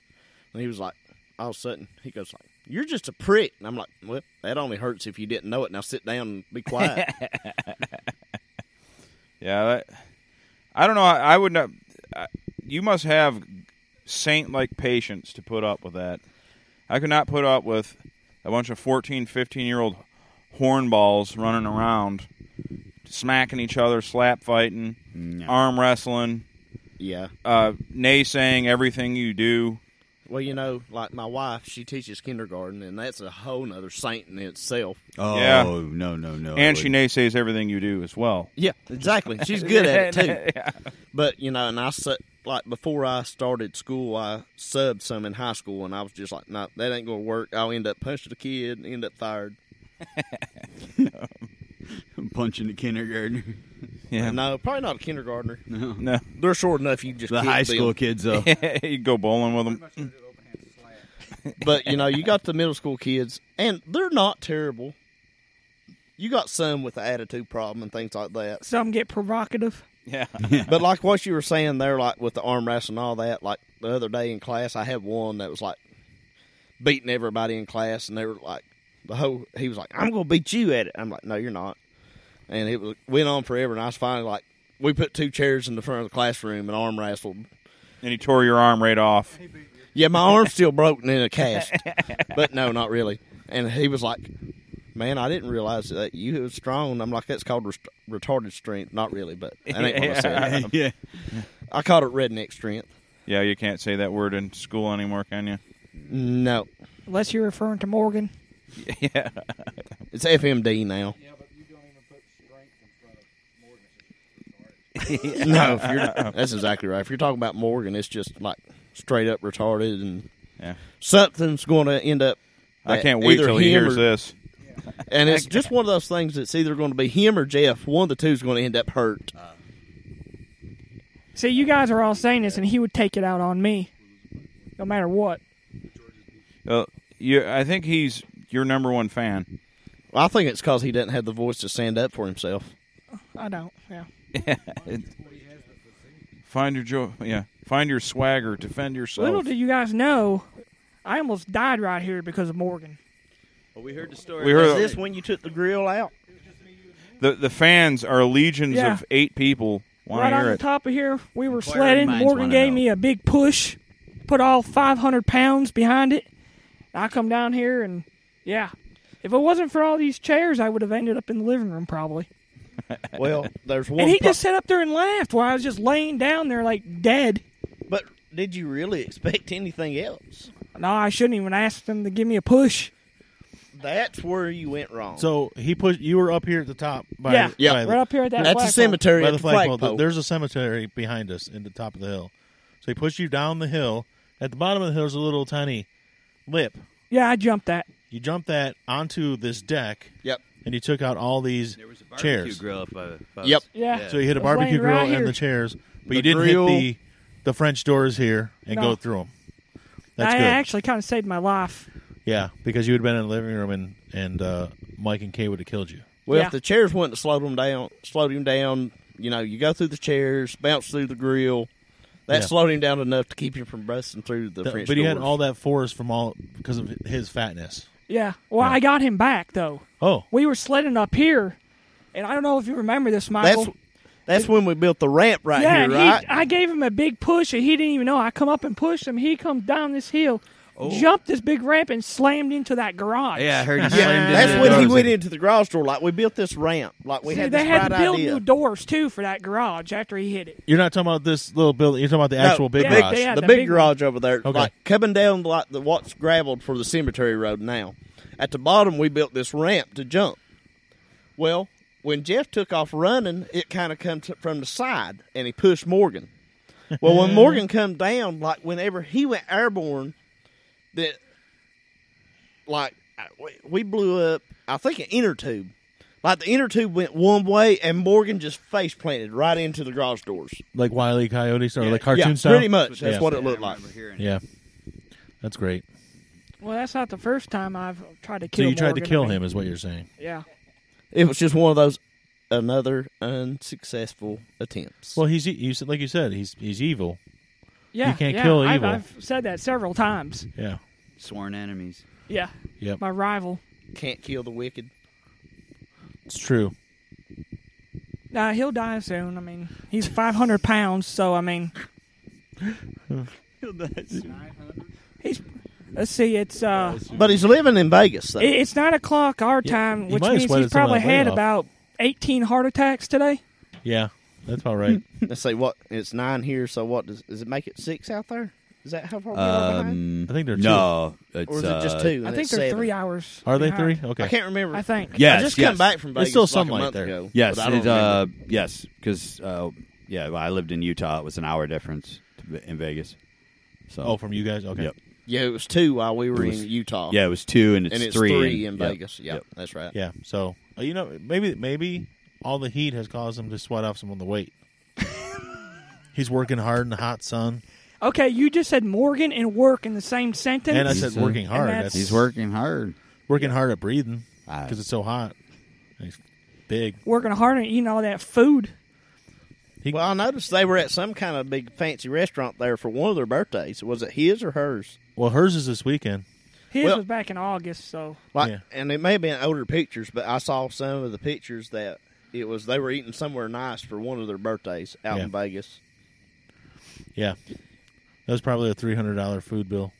F: And he was like, all of a sudden, he goes like, "You're just a prick." And I'm like, "Well, that only hurts if you didn't know it." Now sit down and be quiet.
A: Yeah, that, I don't know. I, I would not. I, you must have saint-like patience to put up with that. I could not put up with a bunch of 14, 15-year-old hornballs running around, smacking each other, slap fighting, arm wrestling,
F: yeah.
A: uh, naysaying everything you do.
F: Well, you know, like my wife, she teaches kindergarten, and that's a whole nother saint in itself.
D: Oh
A: Yeah.
D: no no no!
A: and she naysays everything you do as well.
F: Yeah, exactly. She's good at
A: *laughs*
F: it too. But you know, and I su- like before I started school, I subbed some in high school, and I was just like, "No, that ain't gonna work. I'll end up punching the kid, end up fired."
D: *laughs* punching the kindergarten.
A: *laughs* Yeah.
F: No, probably not a kindergartner.
A: No.
F: They're short enough. You just
D: The
F: kick
D: high
F: them.
D: school
A: *laughs*
D: kids though.
A: you go bowling with them.
F: But you know, you got the middle school kids, and they're not terrible. You got some with the attitude problem and things like that.
E: Some get provocative.
A: *laughs* Yeah.
F: But like what you were saying there, like with the arm wrestling and all that, like the other day in class, I had one that was like beating everybody in class, and they were like, the whole he was like, "I'm gonna beat you at it." I'm like, "No, you're not." And it was, went on forever, and I was finally like, we put two chairs in the front of the classroom and arm wrestled.
A: And he tore your arm right off.
F: Yeah, my arm's still broken in a cast, but no, not really. And he was like, Man, I didn't realize that you was strong. I'm like, that's called rest- retarded strength. Not really, but that ain't what I
A: *laughs*
F: said. *laughs*
D: yeah.
F: I called it redneck strength.
A: Yeah, you can't say that word in school anymore, can you?
F: No,
E: Unless you're referring to
F: *laughs*
E: Morgan.
F: it's FMD now.
C: Yeah, but you don't even put strength in front of
F: *laughs*
C: Morgan.
F: no, if you're, that's exactly right. If you're talking about Morgan, it's just like straight up retarded, and
A: Yeah.
F: something's going to end up.
A: I
F: that
A: can't wait
F: either
A: till he
F: him
A: hears
F: or-
A: this.
F: And it's just one of those things that's either going to be him or Jeff. One of the two is going to end up hurt.
E: See, you guys are all saying this, and he would take it out on me, no matter what.
A: Uh, you, I think he's your number one fan.
F: I think it's because he doesn't have the voice to stand up for himself.
E: I don't. Yeah.
A: Find your joy. Yeah. Find your swagger. Defend yourself.
E: Little do you guys know, I almost died right here because of Morgan.
F: we heard the story.
A: We heard- Is this
F: when you took the grill out?
A: the the fans are legions
E: Yeah.
A: of eight people. Want
E: right
A: to
E: on
A: hear
E: the
A: it?
E: top of here, we were
D: Inquiring
E: sledding.
D: minds
E: Morgan
D: wanna
E: gave
D: know.
E: me a big push, put all 500 pounds behind it. I come down here, and yeah. If it wasn't for all these chairs, I would have ended up in the living room probably.
F: Well, there's one.
E: And he
F: pro-
E: just sat up there and laughed while I was just laying down there like dead.
F: but did you really expect anything else?
E: No, I shouldn't even ask them to give me a push.
F: That's where you went wrong.
B: So he pushed. You were up here at the top. By,
E: yeah,
F: Yeah.
B: by the-
E: right up here at that.
F: that's a
E: flagpole.
F: cemetery
B: by
F: at
B: the
F: the flagpole.
B: flagpole. There's a cemetery behind us in the top of the hill. So he pushed you down the hill. At the bottom of the hill is a little tiny lip.
E: Yeah, I jumped that.
B: You jumped that onto this deck,
F: yep.
B: and you took out all these
I: There was a barbecue
B: chairs.
I: grill. If I, if I was-
F: Yep.
E: Yeah.
B: So you hit a
E: It was
B: barbecue
E: laying
B: grill
E: right here.
B: and the chairs, but
F: The
B: you didn't
F: grill-
B: hit the the French doors here and
E: No.
B: go through them. That's
E: I
B: good.
E: actually kind of saved my life.
B: yeah, because you would have been in the living room and and uh, Mike and Kay would have killed you.
F: Well,
E: Yeah.
F: if the chairs wouldn't have slowed him down, slowed him down. You know, you go through the chairs, bounce through the grill. That
B: Yeah.
F: slowed him down enough to keep him from busting through the
B: Th-
F: French
B: but he had
F: doors.
B: all that force from all because of his fatness.
E: Yeah. Well, I got him back though.
B: Oh,
E: We were sledding up here, and I don't know if you remember this, Michael.
F: That's that's when we built the ramp right
E: yeah,
F: here,
E: and
F: right?
E: he, I gave him a big push, and he didn't even know. I come up and pushed him. He comes down this hill,
F: Oh.
E: jumped this big ramp, and slammed into that garage.
I: Yeah, I heard you slammed into
F: that's
I: the
F: when he
I: doors.
F: went into the garage door. Like we built this ramp. Like we
E: See,
F: had
E: they
F: this
E: had
F: bright
E: to build
F: idea.
E: new doors too for that garage after he hit it.
B: you're not talking about this little building. You're talking about the
F: No,
B: actual big
E: yeah,
B: garage.
E: they had-
F: the
E: the
F: big,
E: big
F: garage over there,
B: Okay.
F: like coming down like the what's gravelled for the cemetery road now. At the bottom, we built this ramp to jump. Well, when Jeff took off running, it kind of comes from the side, and he pushed Morgan. Well,
A: *laughs*
F: when Morgan come down, like whenever he went airborne, that like I- we- we blew up. I think an inner tube. Like the inner tube went one way, and Morgan just face planted right into the garage doors.
B: like Wiley Coyotes or like
F: Yeah,
B: cartoon style.
F: pretty much. That's
B: Yeah.
F: what it looked like.
B: Yeah, that's great.
E: Well, that's not the first time I've tried to
B: So
E: kill.
B: you tried to
E: Morgan, I
B: kill
E: mean.
B: him, is what you're saying?
E: Yeah.
F: It was just one of those another unsuccessful attempts.
B: Well, he's e- you said like you said he's he's evil.
E: Yeah.
B: can't
E: yeah,
B: kill
E: I've,
B: evil.
E: I've said that several times.
B: Yeah.
D: Sworn enemies.
E: Yeah.
B: Yep.
E: My rival.
F: can't kill the wicked.
B: It's true.
E: Nah, he'll die soon. I mean, he's 500 pounds, so I mean, he's. Let's see, it's uh,
F: But he's living in Vegas though.
E: it- it's nine o'clock our
B: Yeah,
E: time,
B: you
E: which
B: might as
E: means
B: well
E: he's
B: let some of
E: probably
B: that weight
E: had
B: off.
E: about 18 heart attacks today.
B: Yeah, that's all right.
F: *laughs* Let's say what it's nine here, so what does does it make it six out there? Is that how far we are behind?
D: Um,
B: I think they're two.
D: no. It's,
F: Or is it just
D: uh,
F: two?
E: I
F: and
E: think
F: it's
E: they're
F: seven?
E: three hours.
B: Are they three?
E: behind.
B: Okay.
F: I can't remember.
E: I think.
D: Yes.
F: I just
D: yes.
F: come back from Vegas.
B: There's still
F: like
B: some
F: a
B: light
F: month
B: there.
F: Ago,
D: Yes.
F: but I don't
D: It, uh,
F: remember.
D: yes. Because uh, yeah, well, I lived in Utah. It was an hour difference to, Ve- in Vegas. So
B: Oh, from you guys. Okay.
D: Yep.
F: yeah, it was two while we were
D: It was-
F: in Utah.
D: yeah, it was two, and it's
F: and it's
D: three,
F: in
D: yep,
F: Vegas. Yeah,
D: yep.
F: that's right.
B: Yeah. So uh, you know, maybe maybe all the heat has caused him to sweat off some of
F: *laughs*
B: the weight. He's working hard in the hot sun,
E: Okay, you just said Morgan and work in the same sentence.
B: and I said
D: He's, uh,
B: working
E: And
B: hard. That's,
E: that's-
D: He's working hard.
B: working hard at breathing
D: Ah.
B: because it's so hot. He's big.
E: working hard and eating all that food.
F: Well, I noticed they were at some kind of big fancy restaurant there for one of their birthdays. Was it his or hers?
B: Well, hers is this weekend.
E: His
F: Well-
E: was back in August, so
F: Like,
B: Yeah.
F: and it may have been older pictures, but I saw some of the pictures that it was they were eating somewhere nice for one of their birthdays out
B: Yeah.
F: in Vegas.
B: Yeah. That was probably a three hundred dollar food bill.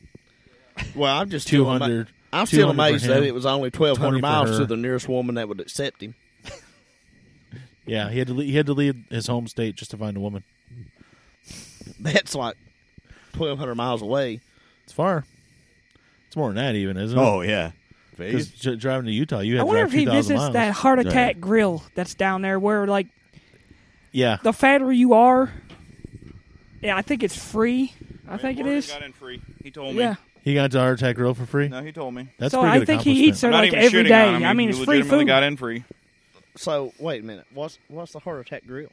F: Well, I'm just
B: Two
F: doing my-
B: hundred
F: I'm still
B: 200 for
F: amazed that
B: him,
F: it was only 1,200
B: 20 for
F: miles
B: her.
F: to the nearest woman that would accept him. *laughs*
B: Yeah, he had to le- he had to leave his home state just to find a woman.
F: That's like 1,200 miles away.
B: It's far. It's more than that, even, isn't it?
D: Oh yeah,
B: 'Cause
D: Vegas.
B: j- driving to Utah, you had
E: I
B: to
E: wonder
B: drive
E: if he
B: 2,000
E: visits
B: miles.
E: that heart attack
D: Yeah.
E: grill that's down there where like
B: Yeah,
E: the fatter you are. Yeah, I think it's free. I think it is.
A: Got in free. He told me.
E: Yeah.
B: he got into heart attack grill for free.
A: No, he told me.
B: That's
E: so
B: pretty good
E: I think he
B: accomplishment.
E: eats there
A: I'm not
E: like
A: even
E: every
A: shitting
E: day.
A: on him.
E: I mean,
A: he
E: it's free
A: legitimately
E: food.
A: got in free.
F: So, wait a minute. What's what's the heart attack grill?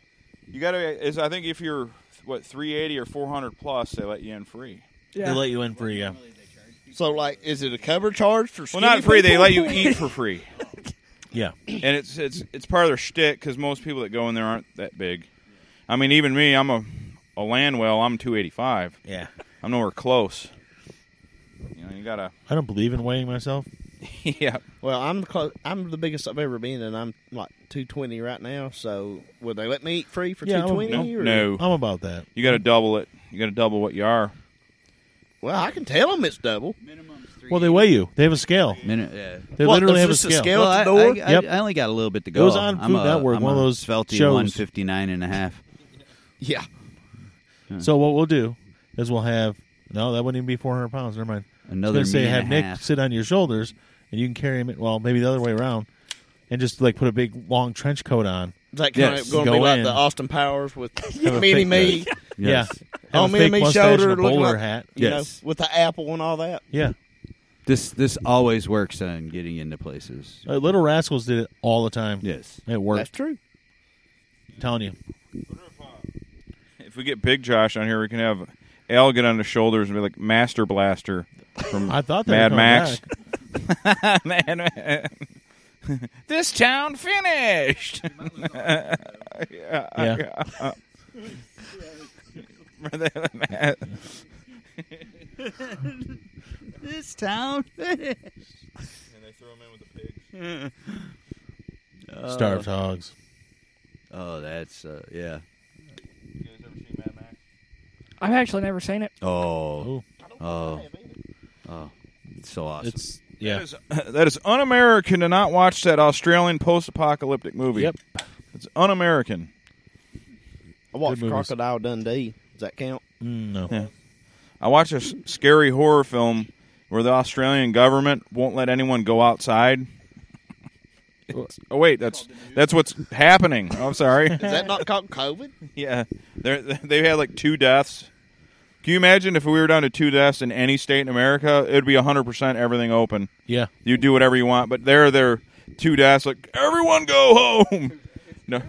A: You got to. Is I think if you're what 380 or 400 plus, they let you in free.
B: They
E: Yeah.
B: let you in free, yeah.
F: So, like, is it a cover charge for
A: Well,
F: skinny
A: not free. They
F: people?
A: let you eat for free,
B: *laughs* Yeah.
A: and it's it's it's part of their shtick because most people that go in there aren't that big. I mean, even me, I'm a a land well. I'm 285.
B: Yeah.
A: I'm nowhere close. You know, you gotta.
B: I don't believe in weighing myself.
A: yeah.
F: Well, I'm close, I'm the biggest I've ever been, and I'm like 220 right now. So, would they let me eat free for
B: Yeah, I would-
F: 220?
A: No.
F: or-
A: No.
B: I'm about that.
A: You gotta double it. You gotta double what you are.
F: Well, I can tell them it's double.
B: Well, they weigh you. They have a scale.
D: Minute, yeah.
B: They
F: What,
B: literally
F: there's
B: have a
F: just a scale?
B: scale.
D: I,
F: door?
D: I- I-
B: Yep.
D: I only got a little bit to go.
B: was on
D: I'm
B: Food
D: a,
B: Network,
D: I'm
B: one of
D: a
B: those
D: Felty
B: shows.
D: 159 and a half.
F: Yeah.
B: So what we'll do is we'll have no, that wouldn't even be 400 pounds. Never mind. I was
D: Another
B: gonna say
D: meat and
B: have
D: a
B: Nick
D: half.
B: sit on your shoulders and you can carry him. in- Well, maybe the other way around, and just like put a big long trench coat on.
F: Is that kind
B: Yes.
F: of going to
B: Go
F: be like
B: in.
F: the Austin Powers
B: *laughs*
F: with
B: a
F: Mini
B: fake
F: Me? *laughs*
D: Yes.
B: Yeah. Have
F: Oh,
B: a
F: Mini
B: fake
F: Me
B: mustache
F: shoulder,
B: and a
F: looking
B: bowler
F: like-
B: hat.
F: You
D: Yes.
F: know, with the apple and all that.
B: Yeah.
D: This this always works on getting into places.
B: Uh, Little Rascals did it all the time.
D: Yes.
B: It worked.
F: That's true.
B: I'm telling you.
A: If we get Big Josh on here, we can have Al get on his shoulders and be like Master Blaster
B: *laughs*
A: from
B: I thought they were
A: Mad
B: coming
A: Max.
B: back.
A: *laughs* Mad Max. *laughs* this town finished. *laughs*
B: Yeah.
F: *laughs*
D: This town.
F: Uh,
B: Starved hogs.
D: Oh, that's uh, yeah.
E: I've actually never seen it.
D: Oh.
B: Ooh.
D: Oh. Oh. It's So awesome.
B: It's yeah.
A: that is un-American to not watch that Australian post-apocalyptic movie.
B: Yep.
A: it's un-American.
F: I watched
B: movies.
F: Crocodile Dundee. Does that count?
B: Mm, no.
A: I watched a s- scary horror film where the Australian government won't let anyone go outside. oh wait, that's that's what's happening. I'm sorry.
F: Is
B: Uh,
F: that not called COVID?
A: Yeah, they they had like two deaths. Can you imagine if we were down to two deaths in any state in America? It'd be 100 percent everything open.
B: Yeah.
A: You do whatever you want, but there they're two deaths. Like everyone go home. No.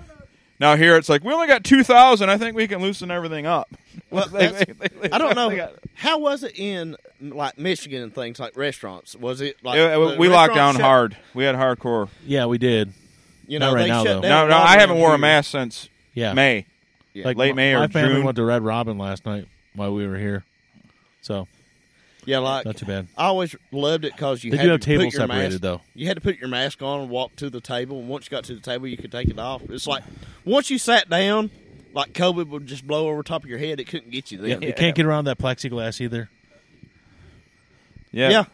A: Now here it's like we only got two thousand. I think we can loosen everything up.
F: Well,
A: *laughs* They-
F: that's-
A: they- they-
F: I
B: *laughs*
F: don't
A: they
F: know.
A: got-
F: How was it in like Michigan and things like restaurants? Was it like
A: Yeah,
F: the
A: we locked
F: restaurants
A: down
F: shut-
A: hard. We had hardcore.
B: Yeah, we did.
F: You
B: Not
F: know,
B: right
F: they
B: now,
F: shut
B: though.
F: down
A: No, no,
F: all
A: I haven't
F: around
A: worn a
F: here.
A: mask since
B: Yeah.
A: May.
F: Yeah.
B: Like
A: late
B: my-
A: May or
B: my family
A: June.
B: went to Red Robin last night while we were here. So
F: Yeah, like
B: not too bad.
F: I always loved it because you
B: They
F: had
B: do
F: to
B: have tables
F: put your
B: separated,
F: mask,
B: though.
F: You had to put your mask on and walk to the table. And once you got to the table, you could take it off. It's like once you sat down, like COVID would just blow over top of your head. It couldn't get you
B: Yeah,
F: then.
B: you can't get around that plexiglass either.
A: Yeah.
F: Yeah.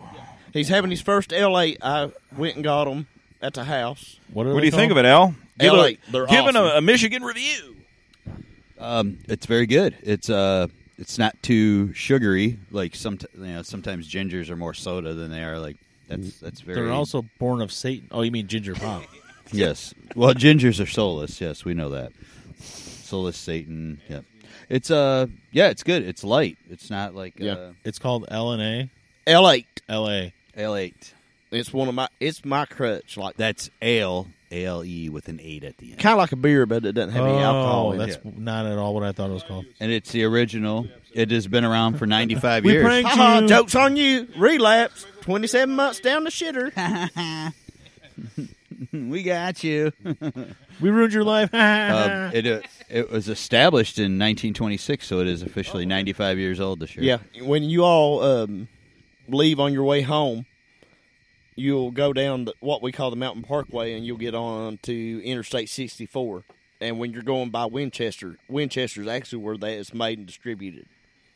F: He's having his first LA. I went and got him at the house.
B: What, are
A: What
B: they
A: do you think of
B: called?
A: it, Al? Give
F: LA,
A: a,
F: they're
A: giving a,
F: awesome.
A: a Michigan review.
D: Um, it's very good. It's uh, it's not too sugary. Like some, you know, sometimes gingers are more soda than they are. Like that's that's very.
B: They're also born of Satan. Oh, you mean ginger pop?
D: yes. Well, gingers are soulless. Yes, we know that. Soulless Satan. Yeah. It's uh, yeah, it's good. It's light. It's not like uh,
B: it's called LNA.
F: LA.
B: LA.
D: L eight.
F: It's one of my. It's my crutch. Like that.
D: That's ale, A L E with an eight at the end.
F: Kind of like a beer, but it doesn't have any alcohol.
B: oh,
F: in
B: that's
F: it.
B: not at all what I thought it was called.
D: And it's the original. It has been around for ninety five
B: We
D: years.
B: pranked
F: Haha,
B: you.
F: jokes on you. Relapse. Twenty-seven months down the
B: *laughs*
F: shitter.
D: *laughs* we got you.
B: *laughs* We ruined your life. *laughs*
D: *laughs* Um, it, uh, it was established in 1926, so it is officially 95 years old this year.
F: *laughs* Yeah, when you all um, leave on your way home, you'll go down the, what we call the Mountain Parkway, and you'll get on to Interstate 64. And when you're going by Winchester, Winchester's actually where that is made and distributed.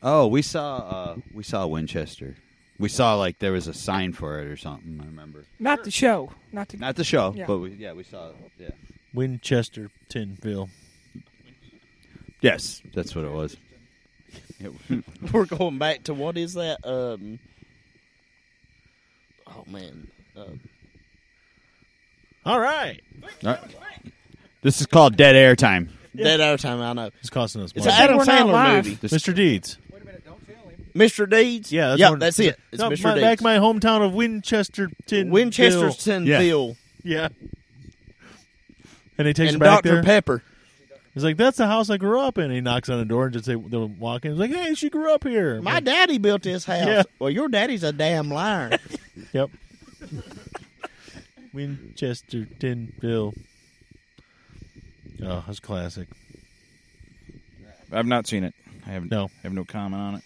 D: Oh, we saw uh, we saw Winchester We saw like there was a sign for it or something. I remember
E: Not the show. Not the.
D: not the show,
E: Yeah.
D: but we, yeah, we saw it. Yeah.
B: Winchester Tinville.
D: Yes, that's what it was.
F: *laughs* We're going back to what is that? Um, oh man, uh,
B: All right.
D: This is called dead air time.
F: Dead Air Time. I know.
B: It's costing us
F: It's
B: money.
F: an Adam
E: we're not
F: Sandler
E: live.
F: movie.
B: Mr. Deeds.
F: Mr. Deeds.
B: Yeah, that's,
F: yeah,
B: one-
F: that's it. It's
B: No,
F: Mr.
B: my-
F: Deeds.
B: Back my hometown of Winchester Tin.
F: Winchester
B: Bill.
F: Tinville
B: Yeah. And he takes her
F: and
B: back
F: Dr.
B: there.
F: Pepper.
B: He's like, "That's the house I grew up in." He knocks on the door and just they they'll walk in. He's like, "Hey, she grew up here."
F: My daddy built this house.
B: *laughs* Yeah.
F: *laughs* Well, your daddy's a damn liar.
B: *laughs* Yep. Winchester Tinville. Oh, that's classic.
A: I've not seen it. I have
B: No.
A: I have no comment on it.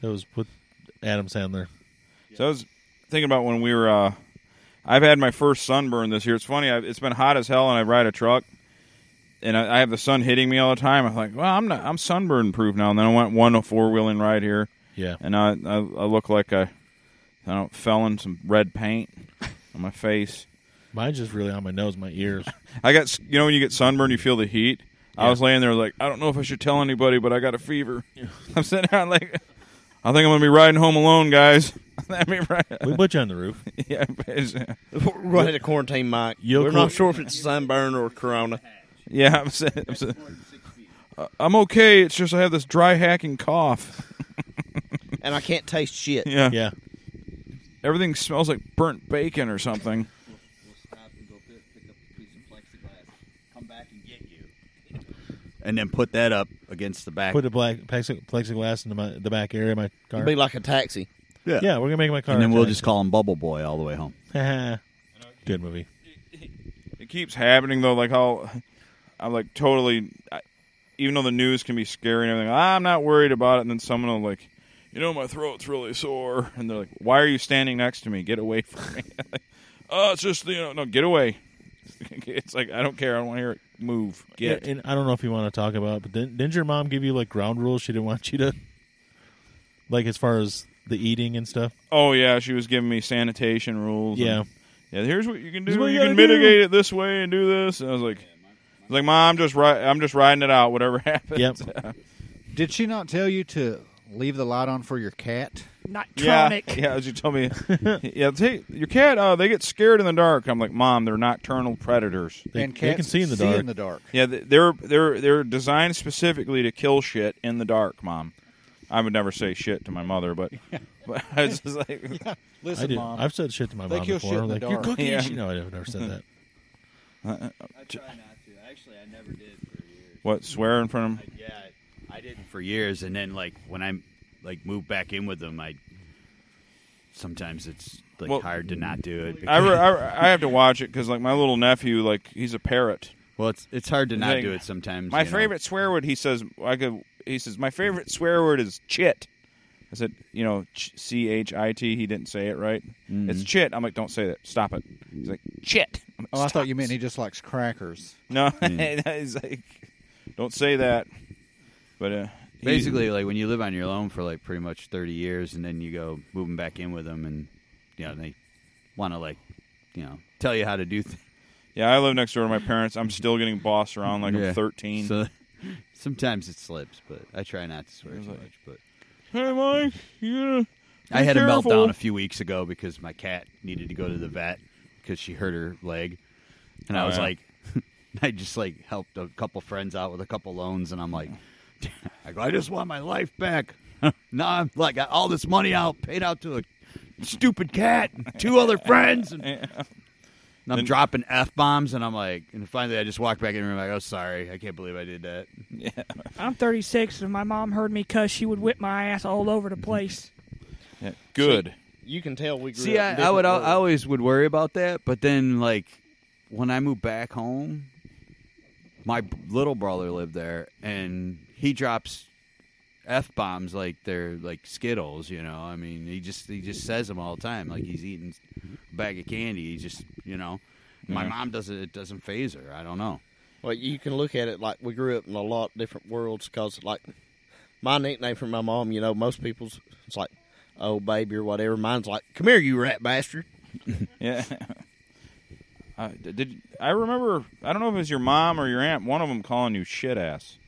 B: That was with Adam Sandler.
A: So I was thinking about when we were. Uh, I've had my first sunburn this year. It's funny. I, it's been hot as hell, and I ride a truck, and I, I have the sun hitting me all the time. I'm like, well, I'm not. I'm sunburn proof now. And then I went one four wheeling ride here,
B: Yeah.
A: and I I, I look like I, I don't fell in some red paint on my face.
B: Mine's just really on my nose, my ears.
A: *laughs* I got s- you know when you get sunburned, you feel the heat. I was laying there like I don't know if I should tell anybody, but I got a fever. *laughs* I'm sitting out like I think I'm gonna be riding home alone, guys. *laughs* I mean, right?
B: *laughs* we put you on the roof.
A: *laughs* Yeah, it's-
F: *laughs* We're going to quarantine Mike.
B: Yo,
F: We're
B: cool.
F: not sure if it's sunburn or corona.
A: Yeah, I'm saying, I'm, saying, Uh, I'm okay. It's just I have this dry hacking cough.
F: And I can't taste shit.
A: Yeah.
B: Yeah.
A: everything smells like burnt bacon or something.
D: And then put that up against the back.
B: Put a black plexi- plexiglass in the, my, the back area of my car.
F: It'd be like a taxi.
D: yeah.
B: yeah, we're gonna make my car.
D: And then we'll just call him Bubble Boy all the way home.
B: *laughs* Good movie.
A: It keeps happening though. Like I'll, I'm like totally. I, even though the news can be scary and everything, I'm not worried about it. And then someone will like, you know, my throat's really sore, and they're like, "Why are you standing next to me? Get away from me!" *laughs* like, oh, it's just you know, no, get away. *laughs* it's like I don't care. I don't want to hear it. Move. Get.
B: And I don't know if you want to talk about, it, but didn't, didn't your mom give you like ground rules? She didn't want you to, like, as far as the eating and stuff.
A: Oh yeah, she was giving me sanitation rules. and-
B: Yeah.
A: yeah. Here's what you can
B: Here's
A: do.
B: what
A: you
B: you
A: can
B: gotta do.
A: mitigate it this way and do this. And I was like, I was like, Mom, I'm just ri- I'm just riding it out. Whatever *laughs* happens.
B: Yep.
C: Did she not tell you to leave the light on for your cat?
E: Not
A: yeah.
D: *laughs*
E: tronic.
A: Yeah. As you
C: *laughs*
A: told me. yeah. Take, your cat. Uh, they get scared in the dark. I'm like, Mom, they're nocturnal predators.
B: They-
C: and
B: they can
C: cats
B: see in the dark.
C: in the dark.
A: Yeah. th- They're they're they're designed specifically to kill shit in the dark, Mom. I would never say shit to my mother, but, *laughs* but I was just
I: *laughs*
A: like,
B: I
A: *laughs*
C: Listen,
B: did.
C: mom.
B: I've said shit to my
C: They
B: mom
C: kill
B: before.
C: shit in
B: I'm
C: the
B: like, you're
C: dark."
B: cooking.
A: Yeah.
B: shit." No, I've never said
C: *laughs*
B: that.
A: Uh,
D: I try not to. Actually, I never did for years.
A: what? Swear in front of him?
D: Yeah, I didn't for years, and then like when I like moved back in with them, I sometimes it's like
A: Well-
D: hard to not do it.
A: I,
D: because-
A: re- I, re- I have to watch it because like my little nephew, like he's a parrot.
D: well, it's *laughs* it's hard to not
A: Like,
D: do it sometimes.
A: My
D: you know.
A: favorite swear word, he says. I could. He says my favorite swear word is chit. I said, you know, ch- c h i t. He didn't say it right.
D: Mm-hmm.
A: It's chit. I'm like, don't say that. Stop it. He's like, chit. I'm like,
C: Oh, I thought you
A: "Stop."
C: meant he just likes crackers.
A: No,
B: Hmm.
C: *laughs*
A: he's like, don't say that. But uh, he-
D: Basically, like when you live on your own for like pretty much thirty years, and then you go moving back in with them, and you know they want to like you know tell you how to do things.
A: yeah, I live next door to my parents. I'm still getting bossed around like
D: *laughs* Yeah.
A: I'm 13.
D: So sometimes it slips, but I try not to swear too much. But
A: hey, Mike, you gonna-
D: I had
A: careful.
D: a meltdown a few weeks ago because my cat needed to go to the vet because she hurt her leg, and I
A: Oh,
D: was
A: yeah.
D: like, *laughs* I just like helped a couple friends out with a couple loans, and I'm like, I go, I just want my life back. *laughs* now I'm like, got all this money out paid out to a stupid cat, and two other friends, and, and I'm dropping f bombs, and I'm like, and finally I just walked back in the room. I go, sorry, I can't believe I did
A: *laughs*
D: that.
E: I'm 36, and my mom heard me cuss. She would whip my ass all over the
A: *laughs*
E: place.
A: Yeah, good.
F: You can tell we grew
D: See,
F: up. in
D: I, I would,
F: different
D: al-
F: worlds.
D: I always would worry about that, but then like when I moved back home, my b- little brother lived there, and he drops f bombs like they're like Skittles. You know, I mean, he just he just says them all the time, like he's eating a bag of candy. He just you know, my
B: Mm-hmm.
D: mom doesn't it doesn't phase her. I don't know.
F: Well, you can look at it like we grew up in a lot of different worlds because, like, my nickname for my mom, you know, most people's, it's like, oh baby or whatever. Mine's like, come here, you rat bastard.
A: *laughs* Yeah. *laughs* Uh, d- did I remember? I don't know if it was your mom or your aunt. One of them calling you shit ass.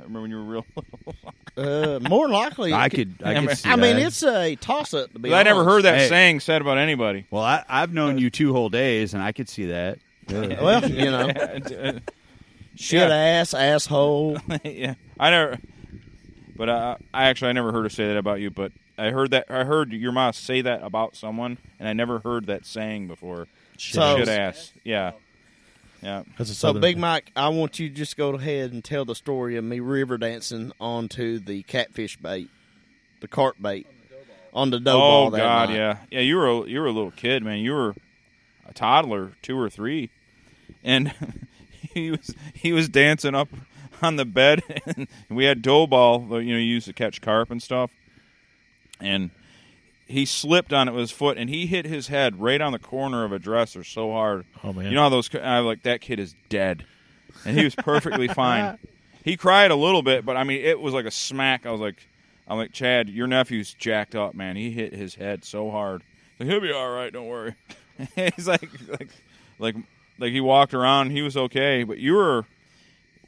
A: I remember when you were real *laughs* little.
F: Uh, more likely,
D: I could, I could.
F: *laughs*
D: See
F: I mean,
D: that.
F: it's a toss up to be.
A: I never
F: honest.
A: heard that
D: Hey.
A: saying said about anybody.
D: Well, I, I've known you two whole days, and I could see that.
F: *laughs*
D: *laughs*
F: Well, you
A: *laughs*
F: know, shit
A: Yeah.
F: ass
A: *laughs*
F: asshole.
A: yeah, I never. But I, I actually I never heard her say that about you. But I heard that I heard your mom say that about someone, and I never heard that saying before.
F: So-
A: shit ass. Yeah, yeah.
B: That's a
F: So,
B: southern
F: Big Mike, I want you to just go ahead and tell the story of me river dancing onto the catfish bait, the cart bait, on the dough ball.
A: oh
F: that
A: God,
F: night.
A: yeah, yeah. You were a, you were a little kid, man. You were a toddler, two or three, and *laughs* he was he was dancing up on the bed, *laughs* and we had dough ball. that, You know, you used to catch carp and stuff, and he slipped on it with his foot, and he hit his head right on the corner of a dresser so hard.
B: Oh, man.
A: You know how those? I was like that kid is dead, and he was
B: *laughs*
A: perfectly fine. He cried a little bit, but I mean, it was like a smack. I was like, I'm like, Chad, your nephew's jacked up, man. He hit his head so hard. He's like, He'll be all right. Don't worry. *laughs* He's like, like, like, like he walked around. He was okay, but you were.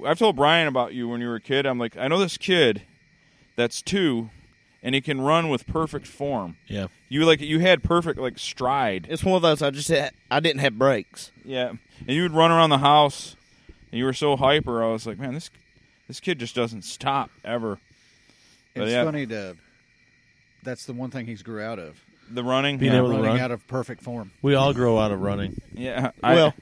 A: I've told Brian about you when you were a kid. I'm like, I know this kid that's two, and he can run with perfect form.
B: Yeah.
A: You like you had perfect like stride.
F: It's one of those I just had, I didn't have brakes.
A: Yeah, and you would run around the house, and you were so hyper. I was like, man, this this kid just doesn't stop ever. But
C: It's
A: yeah,
C: funny to. That's the one thing he's grew out of.
A: the running.
B: Being
A: yeah,
B: able to
C: running
B: run.
A: *laughs*
C: out of perfect form.
B: We all grow out of running.
A: yeah.
F: well,
A: well,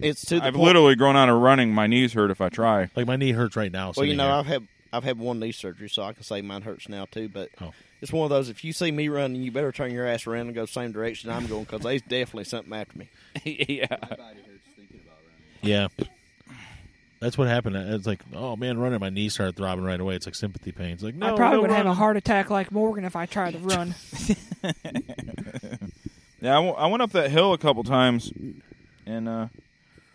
F: it's to the
A: I, have
F: point.
A: literally grown out of running. My knees hurt if I try.
B: Like my knee hurts right
A: Oh,
B: now.
F: well, you
B: sitting
F: know,
B: here.
F: I've had I've had one knee surgery, so I can say mine hurts now too. But
B: Oh.
F: it's one of those. If you see me running, you better turn your ass around and go the same direction I'm going because there's definitely something after
A: *laughs*
F: me.
A: yeah,
B: yeah. That's what happened. It's like, oh man, running. My knee started throbbing right away. It's like sympathy pain. It's like, no,
E: I probably
B: no
E: would have a
B: running.
E: heart attack like Morgan if I tried to
A: *laughs*
E: run.
A: yeah. I w- I went up that hill a couple times, and uh,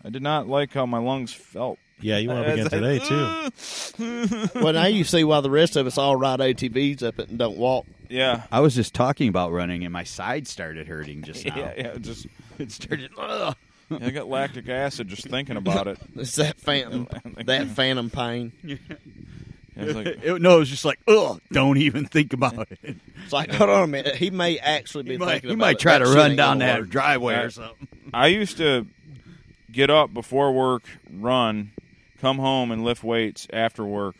A: I did not like how my lungs felt.
B: Yeah, you
A: *laughs*
B: went up again today too.
F: well, now you see why the rest of us all ride ATVs up it and don't walk.
A: Yeah,
D: I was just talking about running, and my side started hurting just
A: *laughs*
D: now.
A: yeah, yeah. Just *laughs*
D: It started. Ugh.
A: I got lactic acid just thinking
F: *laughs*
A: about it.
F: It's that
A: *laughs*
F: phantom, that phantom pain.
A: I was like,
D: *laughs* It- no, it was just like, ugh, don't even think about it.
F: It's like, *laughs* hold on a minute. He may actually be
D: You might,
F: thinking
D: you
F: about
D: might
F: it.
D: try to
F: shit
D: run
F: ain't
D: down
F: gonna
D: that
F: work.
D: driveway or something.
A: I used to get up before work, run, come home and lift weights after work.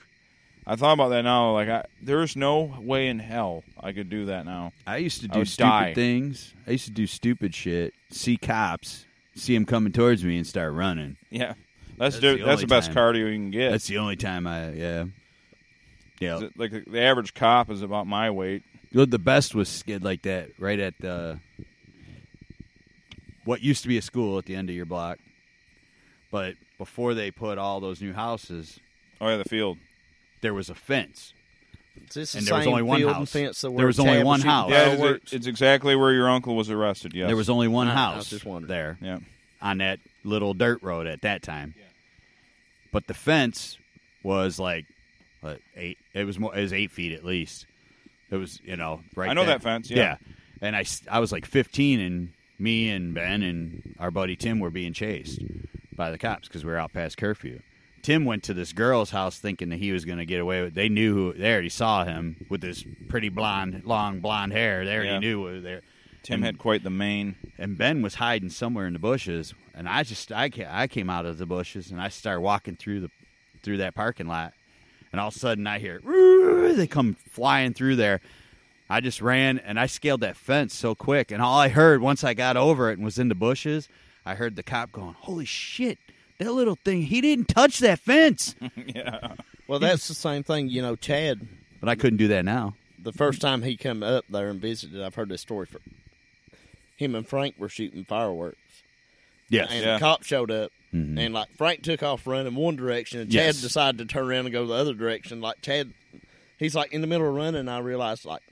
A: I thought about that now. Like, I, there's no way in hell I could do that now.
D: I used to
A: I
D: do
A: would
D: stupid
A: die.
D: things. I used to do stupid shit. See cops, see them coming towards me, and start running.
A: Yeah, that's
D: That's
A: do-
D: the
A: that's the
D: only
A: best
D: time.
A: cardio you can get.
D: That's the only time I, yeah, yeah.
A: Is it- like the average cop is about my weight.
D: Well, the best was skid like that, right at the what used to be a school at the end of your block, but before they put all those new houses,
A: Oh yeah, the field.
D: there was a fence.
F: It's just the
D: And there was
F: same
D: only one
F: field
D: house.
F: and fence that
D: There
F: where
D: was only
F: Tab
D: one
F: shooting
D: house.
A: Yeah,
D: Well,
A: it's,
F: fireworks.
A: it's exactly where your uncle was arrested. Yes,
D: There was only one
F: I- I was
D: house
F: just wondering.
D: there
A: Yeah,
D: on that little dirt road at that time. But the fence was like what, eight. It was more. It was eight feet at least. It was you know right.
A: I know
D: there.
A: that fence, yeah.
D: and I s- I was like 15, and me and Ben and our buddy Tim were being chased by the cops because we were out past curfew. Tim went to this girl's house thinking that he was going to get away with. They knew who. They already saw him with this pretty blonde, long blonde hair. They already
A: Yeah.
D: knew who there
A: Tim had quite the mane.
D: and Ben was hiding somewhere in the bushes, and I just I ca- I came out of the bushes and I started walking through the through that parking lot, and all of a sudden I hear "Roo!" they come flying through there. I just ran and I scaled that fence so quick, and all I heard once I got over it and was in the bushes, I heard the cop going, "Holy shit!" That little thing, he didn't touch
A: *laughs*
D: that fence.
F: Well, that's the same thing. You know, Chad,
D: But I couldn't do that now.
F: the first time he come up there and visited, I've heard this story. For him and Frank were shooting fireworks,
D: Yes.
F: and
A: Yeah.
F: the cop showed up,
D: Mm-hmm.
F: and like Frank took off running one direction, and Chad
D: Yes.
F: decided to turn around and go the other direction. Like Chad, he's like in the middle of running. I realized like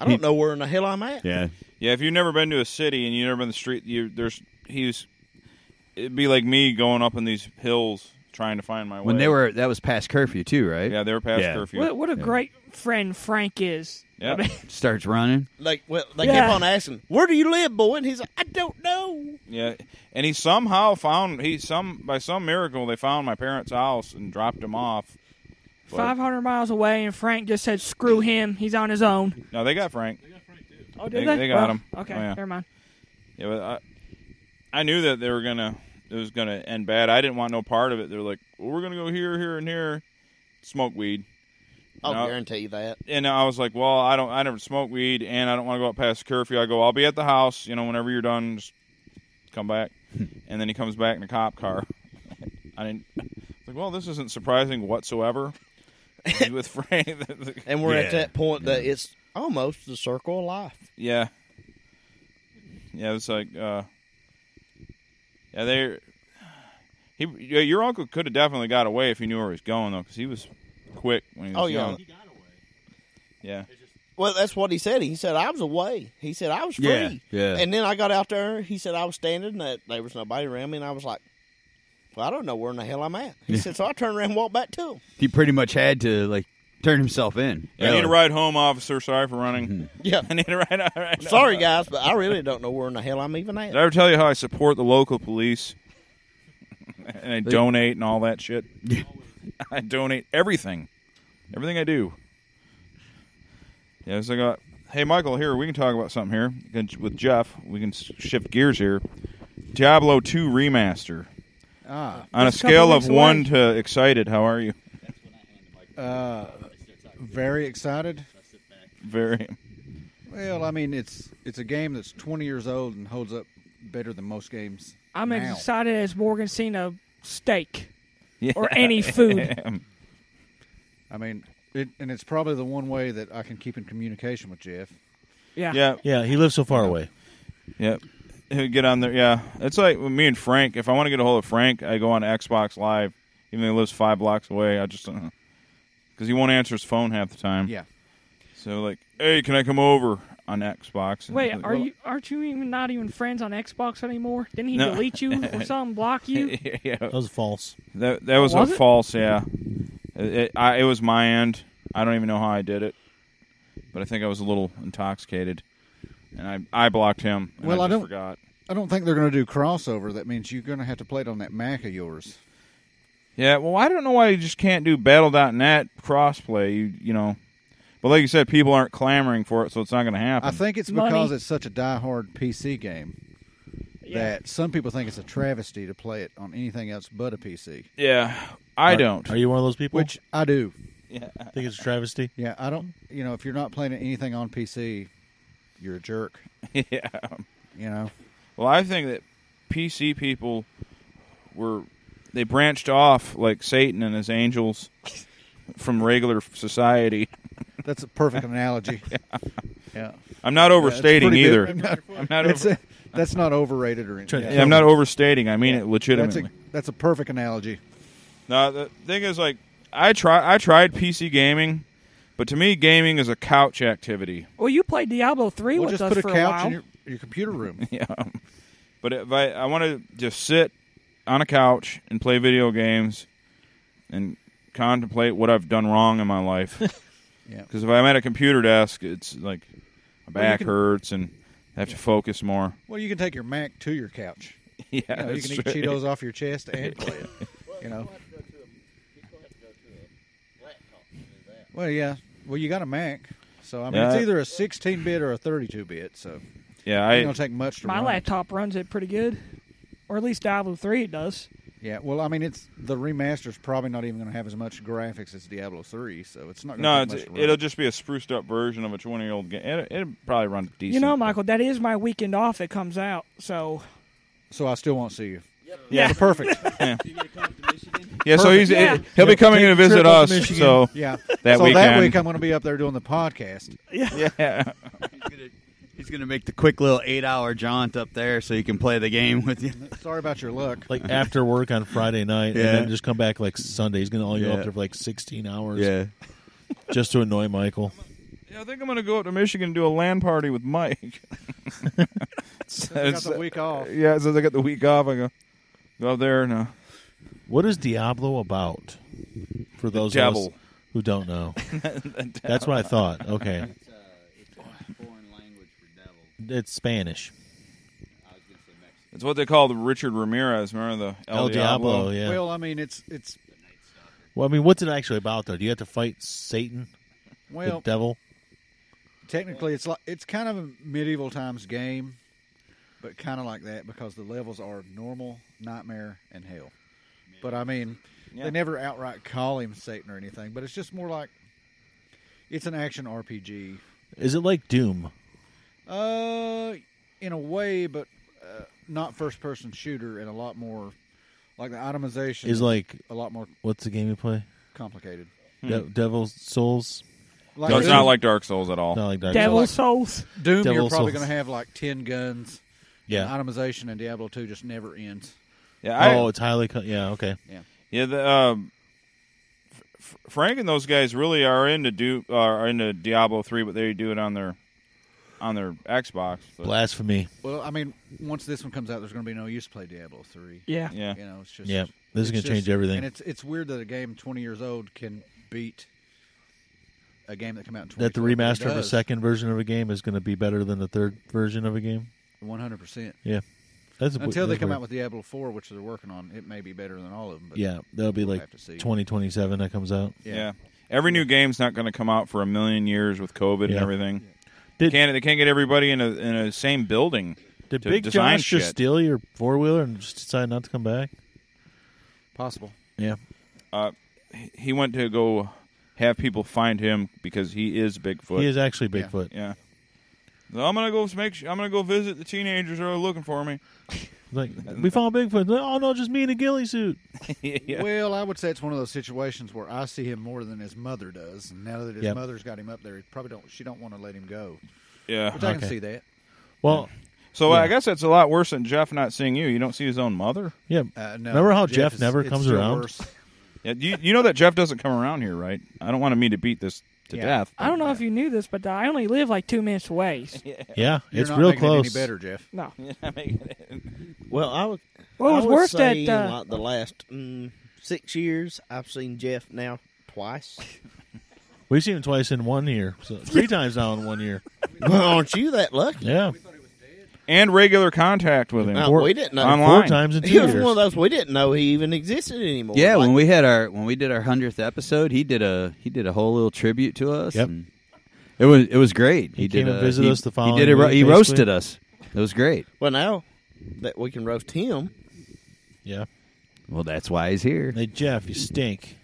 F: I don't
D: He-
F: know where in the hell I'm at.
D: Yeah.
A: Yeah, if you've never been to a city and you've never been to the street, you there's he's. It'd be like me going up in these hills trying to find my way.
D: When they were, that was past curfew too, right?
A: yeah, they were past
D: Yeah.
A: curfew.
E: What, what a great friend Frank is.
A: Yeah.
E: I mean,
D: Starts running.
F: Like, well, they
E: Yeah.
F: kept on asking, "Where do you live, boy?" And he's like, "I don't know."
A: Yeah, and he somehow found he some by some miracle they found my parents' house and dropped him off. But-
E: 500 miles away, and Frank just said, "Screw him. He's on his own."
A: No, they got Frank.
E: Oh, did
A: They-
E: they?
A: they got
E: Well,
A: him.
E: Okay,
A: Oh, yeah.
E: never mind.
A: Yeah, but I, I knew that they were gonna it was gonna end bad. I didn't want no part of it. They're like, well, we're gonna go here, here, and here, smoke weed.
F: I'll
A: No.
F: guarantee
A: *laughs*
F: you that.
A: And I was like, well, I don't, I never smoke weed, and I don't want to go out past curfew. I go, I'll be at the house. You know, whenever you're done, just
F: *laughs*
A: come back. and then he comes back in a cop car. *laughs* I didn't. I was like, well, this isn't surprising whatsoever. With Frank, *laughs* the- the-
F: And we're
D: Yeah.
F: at that point that it's almost the circle of life.
A: Yeah. Yeah, it's like uh Yeah, they he yeah, your uncle could have definitely got away if he knew where he was going though cuz he was quick when he was
F: Oh, yeah.
A: young. Yeah.
F: Well, that's what he said. He said I was away. He said I was free.
D: Yeah, yeah.
F: And then I got out there. He said I was standing. and That there was nobody around me, and I was like, "Well, I don't know where in the hell I'm at." He said, "So I turned around and walked back to him."
D: He pretty much had to like turn himself in.
A: I need a ride home, officer. Sorry for
D: Mm-hmm.
A: running.
F: *laughs* Yeah.
A: I need a ride. all right.
F: Sorry, guys, but I really don't know where in the hell I'm even
A: Did
F: at.
A: I ever tell you how I support the local police? *laughs* and I donate and all that
D: *laughs*
A: shit. I donate everything, everything I do. Yeah, so I got. Hey, Michael, here we can talk about something here Can- with Jeff. We can s- shift gears here. Diablo Two Remaster
C: Ah,
A: on a
E: Just a couple
A: scale of
E: weeks away.
A: one to excited. How are you? *laughs*
C: uh, very excited.
A: Very.
C: Well, I mean, it's it's a game that's 20 years old and holds up better than most games.
E: I'm
C: now.
E: as excited as Morgan seen a steak
A: Yeah.
E: or
B: *laughs*
E: any
A: *laughs*
E: food.
C: I mean, it, and it's probably the one way that I can keep in communication with Jeff.
E: Yeah.
A: yeah.
B: Yeah, he lives so far away.
A: Yep. He'll Get on there. Yeah. It's like when me and Frank. If I want to get a hold of Frank, I go on Xbox Live, even though he lives five blocks away. I just because he won't answer his phone half the time.
C: Yeah.
A: So like, hey, can I come over on Xbox? And
E: Wait,
A: he's like,
E: are
A: "Well-"
E: you aren't you even not even friends on Xbox anymore? Didn't he
A: No.
E: delete you
A: *laughs*
E: or something? Block you?
A: *laughs* yeah.
B: That was false.
A: uh, That that was,
E: Was
A: a
E: it?
A: false. Yeah. It, it, I, it was my end. I don't even know how I did it, but I think I was a little intoxicated, and I I blocked him. and
C: Well, I
A: I, just
C: don't-
A: forgot.
C: I don't think they're going to do crossover. That means you're going to have to play it on that Mac of yours.
A: Yeah, well, I don't know why you just can't do Battle.net crossplay. You you know, but like you said, people aren't clamoring for it, so it's not going to happen.
C: I think it's
E: Money.
A: *laughs*
C: because it's such a die-hard PC game that some people think it's a travesty to play it on anything else but a PC.
A: yeah, I
B: Are-
A: don't.
B: Are you one of those people?
C: Which I do.
B: think it's a travesty.
C: Yeah, I don't. You know, if you're not playing anything on PC, you're a jerk.
A: yeah.
C: You know.
A: Well, I think that PC people were they branched off like Satan and his angels from regular society.
C: That's a perfect
A: *laughs*
C: analogy. yeah.
A: I'm not overstating
C: pretty
A: either.
C: good.
A: I'm not.
C: That's,
A: Over,
C: a, that's not overrated or anything.
B: Trying to
A: *laughs* yeah, I'm not overstating. I mean it
C: That's
A: legitimately.
C: a, that's a perfect analogy.
A: No, the thing is, like, I try, I tried PC gaming, but to me, gaming is a couch activity.
E: Well, you played Diablo three
C: We'll
E: with
C: just
E: us
C: put a
E: for a
C: couch
E: while.
C: in your, your computer room.
A: *laughs* Yeah. But if I, I want to just sit on a couch and play video games, and contemplate what I've done wrong in my life.
C: Yeah.
A: Because if I'm at a computer desk, it's like my
C: you
A: back
C: can-
A: hurts and I have to focus more.
C: Well, you can take your Mac to your couch.
A: *laughs* Yeah,
C: You, know, you
A: that's
C: can eat
A: right.
C: Cheetos off your chest
A: *laughs*
C: and play it. You know. Well, yeah. Well, you got a Mac, so I mean,
A: Yeah.
C: it's either a 16-bit or a 32-bit. So
A: Yeah,
C: it
A: I
C: don't take much to
E: My
C: run.
E: laptop runs it pretty good, or at least Diablo three it does.
C: Yeah. Well, I mean, it's the remaster's probably not even going to have as much graphics as Diablo 3, so it's not.
A: no,
C: Gonna take
A: it's,
C: much to run.
A: it'll just be a spruced up version of a 20 year old game. It, it'll probably run decent.
E: You know, Michael, that is my weekend off. It comes out, so
C: So I still won't see you.
A: Yeah.
C: Perfect.
A: *laughs*
C: *laughs*
A: Yeah, so he's
E: Yeah.
A: he'll be coming in to visit
B: trip up
A: us.
B: to Michigan.
A: So
C: Yeah. so
A: That
C: that
A: weekend.
C: week I'm going to be up there doing the podcast.
A: *laughs* yeah,
D: He's gonna, he's gonna make the quick little eight-hour jaunt up there so he can play the game with you.
C: Sorry about your luck.
A: *laughs*
B: Like after work on Friday night,
D: Yeah.
B: and then just come back like Sunday. He's gonna only go
D: Yeah.
B: up there for like sixteen hours, just to annoy Michael.
A: yeah. I think I'm gonna go up to Michigan and do a land party
C: *laughs*
A: with Mike.
C: I got the week off.
A: *laughs* Yeah, since I got the week off, I go go up there and uh,
B: What is Diablo about? For those of us
A: devil.
B: who don't
A: *laughs*
B: know, that's what I thought. Okay,
D: It's, uh, it's a foreign language for devil.
B: it's Spanish.
D: I was going to say Mexican.
A: It's what they call the Richard Ramirez. Remember the El,
B: El Diablo. Oh, yeah. Well,
C: Well, I mean, it's it's
B: I mean, what's it actually about though? Do you have to fight Satan,
C: well
B: the devil?
C: technically it's like it's kind of a medieval times game, but kind of like that because the levels are normal, nightmare, and hell. But I mean,
A: Yeah.
C: they never outright call him Satan or anything. But it's just more like it's an action RPG.
B: Is it like Doom?
C: Uh, in a way, but uh, not first person shooter, and a lot more like the itemization
B: Is like
C: a lot more
B: what's the game you play?
C: complicated.
B: De- Devil Souls.
C: Like
A: No, it's
C: Doom-
A: not like Hmm. Dark Souls at all.
B: Not like Dark
E: Devil
B: Souls.
E: Souls.
C: Doom.
B: Devil
C: you're probably
B: Souls.
C: going to have like ten guns.
B: Yeah.
C: And itemization and Diablo two just never ends.
A: Yeah, I,
B: oh, it's highly. Co- yeah. Okay.
A: yeah. The, um, F- F- Frank and those guys really are into do are into Diablo three, but they do it on their on their Xbox. but-
B: Blasphemy.
C: Well, I mean, once this one comes out, there's going to be no use to play Diablo three.
E: Yeah.
A: yeah,
C: You know, it's just
B: Yeah. This is
C: it's
B: gonna change
C: just-
B: everything.
C: And it's it's weird that a game 20 years old can beat a game that came out in 20
B: That the remaster of a second version of a game is going to be better than the third version of a game.
C: 100. percent
B: Yeah. That's a-
C: Until they
B: that's
C: come
B: weird.
C: out with Diablo 4, which they're working on, it may be better than all of them. But
B: Yeah, that'll be
C: we'll
B: like
C: have to see.
B: 2027 that comes out.
A: yeah, Every new game's not going to come out for a million years with COVID and
B: Yeah.
A: everything.
B: Did-
A: Can't they can't get everybody in a in a same building?
B: Did
A: to
B: Big
A: design
B: Josh just
A: shit.
B: steal your four wheeler and just decide not to come back?
C: possible.
B: Yeah.
A: Uh, He went to go have people find him because he is Bigfoot.
B: He is actually Bigfoot.
A: Yeah. So I'm gonna go make. Sure, I'm gonna go visit the teenagers who are looking for me. *laughs*
B: Like we found Bigfoot. Like, oh no, just me in a ghillie suit.
A: *laughs*
C: Well, I would say it's one of those situations where I see him more than his mother does. And now that his
B: Yep.
C: mother's got him up there, he probably don't. She don't want to let him go.
A: Yeah.
C: Which I can
B: Okay.
C: see that.
B: Well,
A: So I guess that's a lot worse than Jeff not seeing you. You don't see his own mother.
B: yeah.
C: Uh, no,
B: Remember how Jeff
C: is-
B: never
C: it's
B: comes
C: still
B: around?
C: worse.
A: Yeah. You, you know that Jeff doesn't come around here, right? I don't want me to beat this to
C: Yeah.
A: death.
E: I don't know if you knew this, but I only live like two minutes
A: *laughs*
E: away.
B: yeah,
C: You're
B: it's
C: not
B: real
C: making it
B: close.
C: any better, Jeff.
E: No.
F: Well, I would.
E: Well, it
F: I
E: was
F: would
E: worse
F: say
E: that,
F: in
E: uh,
F: like the last mm, six years, I've seen Jeff now twice.
B: We've seen him twice in one year, so
C: *laughs*
B: three times now in one year.
F: Aren't you that lucky?
B: Yeah,
A: And regular contact with him.
F: Well,
B: Or-
F: we didn't know.
A: Online.
B: four times in
F: *laughs*
B: two
F: He was
B: years.
F: one of those we didn't know he even existed anymore.
D: *laughs* Yeah,
F: Like,
D: when we had our when we did our hundredth episode, he did a he did a whole little tribute to us.
B: Yep.
D: and it was it was great. He,
B: came
D: did
B: and
D: a-
B: visited
D: he-
B: us the
D: He did
B: following
D: a, ro-
B: week,
D: he
B: basically.
D: roasted us. It was great.
F: well, now that we can roast him,
B: yeah.
D: Well, that's why he's here.
B: Hey Jeff, you stink.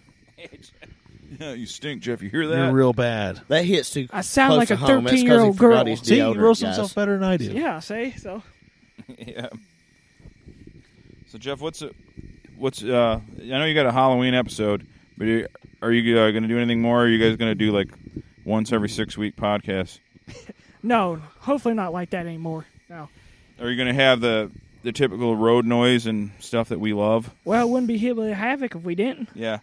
A: Yeah, you stink, Jeff. You hear
B: You're
A: that?
B: real bad.
F: that hits too.
E: I sound
F: close
E: like
F: to
E: a
F: home. That's 'cause he
E: 13-year-old girl.
F: forgot his
B: See, he
F: deodorant,
B: roasts
F: guys.
B: himself better than I
A: *laughs*
B: do.
E: Yeah, see? So
A: yeah. So Jeff, what's a, what's uh? I know you got a Halloween episode, but you- are you uh, going to do anything more? Or are you guys going to do like once every six week podcast?
E: no, hopefully not like that anymore. No.
A: Are you going to have the the typical road noise and stuff that we love?
E: Well, it wouldn't be Hillbilly Havoc if we didn't.
A: Yeah.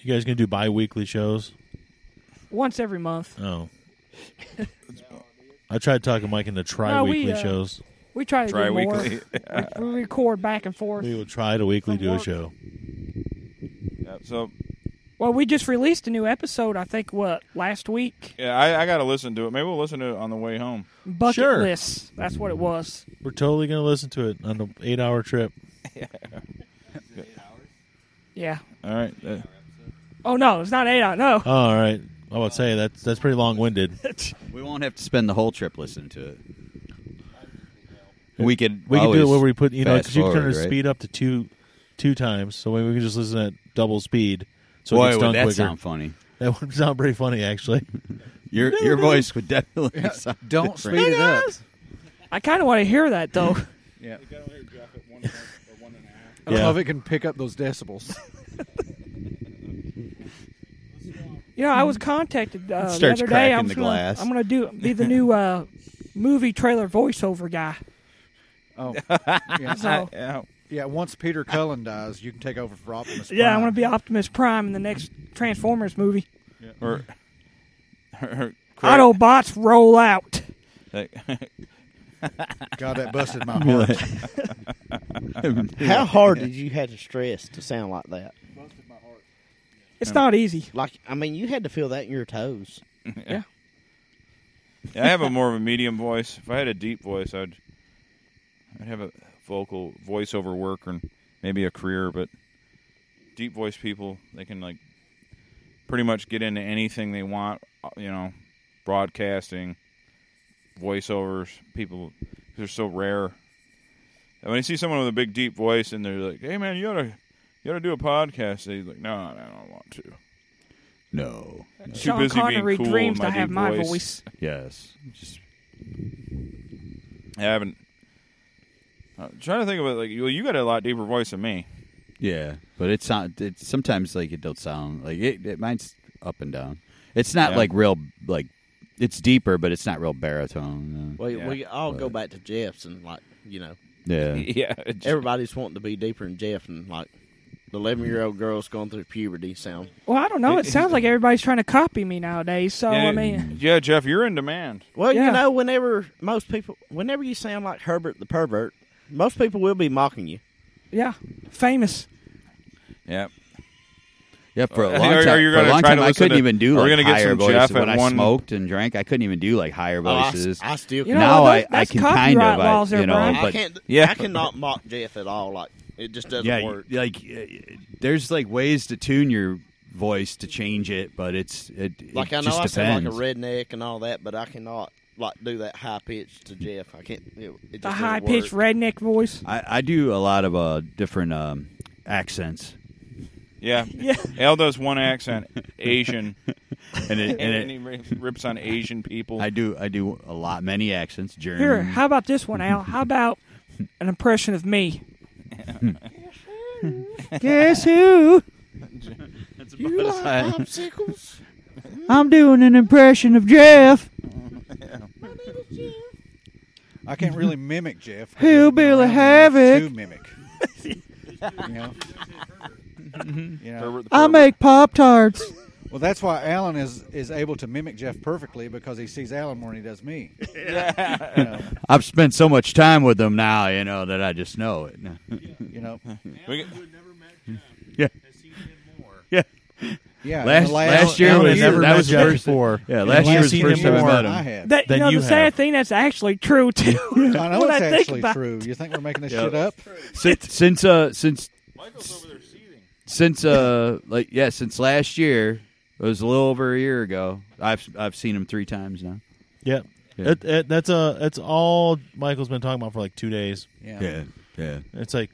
B: You guys gonna do bi-weekly shows?
E: Once every month.
B: Oh. I tried talking Mike into
E: No,
B: tri-weekly
E: we, uh,
B: shows.
E: We try to do more.
A: Tri-weekly.
E: *laughs* We, we record back and forth.
B: We would try to weekly
E: From
B: do a
E: work.
B: show.
A: Yeah, so
E: Well, we just released a new episode, I think, what, last week?
A: yeah, I, I got to listen to it. Maybe we'll listen to it on the way home.
E: Bucket
B: Sure.
E: lists. That's what
A: *laughs*
E: it was.
B: We're totally gonna listen to it on an eight-hour trip.
E: Yeah.
A: All right. Uh,
E: Oh, no, it's not 8 out. No.
B: Oh, all right. I would say that's that's pretty long-winded.
D: *laughs* We won't have to spend the whole trip listening to it. We could
B: We can do it where we put you know
D: fast
B: because you can turn
D: forward,
B: the
D: right?
B: speed up to two two times, so maybe we can just listen at double speed. So it
D: Boy,
B: gets
D: would
B: done
D: that
B: quicker.
D: sound funny?
B: *laughs* that would sound pretty funny actually.
D: Your your voice *laughs* would definitely sound
C: Don't
D: different.
C: speed it up.
E: I kind of want to hear that,
D: *laughs*
E: though.
C: Yeah. I
B: Yeah.
C: don't know if it can pick up those decibels.
E: You know, I was contacted uh, the
D: Starts
E: other day. I'm
D: cracking the
E: gonna,
D: glass.
E: I'm gonna do be
D: *laughs*
E: the new uh, movie trailer voiceover guy.
C: *laughs* Oh,
E: So
A: yeah.
C: yeah. Once Peter Cullen dies, you can take over for Optimus.
E: yeah, I'm
C: Prime. *laughs*
E: gonna be Optimus Prime in the next Transformers movie.
A: Or, or,
E: Autobots roll out.
A: *laughs* Craig,
C: God, that busted
A: *laughs*
C: my heart.
F: *laughs* How hard did you have to stress to sound like that?
E: It's not easy.
F: Like, I mean, you had to feel that in your
A: *laughs*
F: toes.
E: Yeah.
A: Yeah, I have a more of a medium voice. If I had a deep voice, I'd I'd have a vocal voiceover work and maybe a career. But deep voice people, they can like pretty much get into anything they want. uh, You know, broadcasting, voiceovers. People they're so rare. And when I see someone with a big deep voice and they're like, "Hey man, you oughta you oughta do a podcast," they like, "No, no, I don't want to."
D: No.
A: Too
E: Sean
A: busy being
E: Connery
A: cool with
E: dreams
A: my
E: to have
A: deep
E: my
A: voice.
E: voice.
D: Yes. Just
A: I haven't. I'm trying to think about like well, you got a lot deeper voice than me.
D: yeah, but it's not. It's sometimes like it don't sound like it. it mine's up and down. It's not
A: Yeah.
D: like real like. It's deeper, but it's not real baritone. uh. no.
F: We
A: Yeah.
F: we all go back to Jeff's and like you know
D: Yeah.
A: Yeah,
F: everybody's wanting to be deeper than Jeff and like the eleven year old girls going through puberty sound.
E: Well, I don't know.
A: *laughs*
E: It sounds like everybody's trying to copy me nowadays. So I mean,
A: yeah, Jeff, you're in demand.
F: Well,
E: Yeah.
F: you know, whenever most people, whenever you sound like Herbert the pervert, most people will be mocking you.
E: yeah, famous.
A: Yeah,
D: Yeah, for a
A: Uh, Are-
D: long
A: are- are
D: time,
A: you
D: for
A: gonna
D: a long
A: try
D: time
A: to
D: I
A: listen
D: couldn't
A: to-
D: even do
A: are we
D: like
A: gonna get
D: higher
A: some
D: voices.
A: Jeff
D: when
A: at
D: I
A: one-
D: smoked and drank, I couldn't even do like higher
F: Oh, I,
D: voices.
F: I still
E: You
F: can't.
E: know,
D: now
E: those-
D: I, I
E: that's
D: can kind
E: copyright
D: of, I,
E: laws there,
D: you know,
E: Brian.
F: I
D: but *laughs*
F: can't.
A: yeah.
F: I cannot mock Jeff at all. Like it just doesn't
D: yeah,
F: work.
D: you- like uh, there's like ways to tune your voice to change it, but it's it, it
F: Like I know
D: just
F: I sound like a
D: depends.
F: redneck and all that, but I cannot like do that high pitch to Jeff. I can't. It, it just
E: The
F: doesn't
E: high pitched
F: work.
E: redneck voice.
D: I, I do a lot of uh, different um, accents,
A: yeah,
E: Yeah.
A: Al does one accent, Asian,
D: *laughs* and
A: and,
D: it, and
A: he
D: it,
A: ri- rips on Asian people.
D: I do I do a lot many accents. German.
E: Here, how
A: *laughs*
E: about this one, Al? How about an impression of me? Guess who?
F: You like popsicles?
D: I'm doing an impression of Jeff.
C: I can't really mimic Jeff. 'cause he hasn't been
E: Hillbilly
C: around
E: Havoc.
C: To mimic. you know? You know?
A: Pervert the pervert.
D: pop tarts.
C: Well, that's why Alan is, is able to mimic Jeff perfectly because he sees Alan more than he does
A: *laughs*
C: me. You know,
D: *laughs* I've spent so much time with them now, you know, that I just know *laughs* it.
C: you know?
A: We get-
D: yeah, yeah.
C: Yeah.
D: Last-
C: in the
D: last year
B: Alan
D: was-
B: had never
D: that
B: met
D: was
B: Jeff
D: first-
B: before.
D: yeah,
B: And
D: last
B: he's
D: year was the
B: seen
D: first
B: him
D: time I
B: more
D: met
C: than
D: him.
C: I have.
E: That you
B: Then
E: know
B: you
E: the sad
B: have.
E: thing that's actually true too.
C: *laughs* I know
E: when
C: it's
E: I think
C: actually
E: about
C: true. You think we're making this
D: Yeah.
C: shit up?
D: since since uh since since uh like yeah since last year it was a little over a year ago i've i've seen him three times now
B: Yeah.
D: Yeah.
B: It, it, that's uh, that's all Michael's been talking about for like two days.
D: yeah
B: It's like,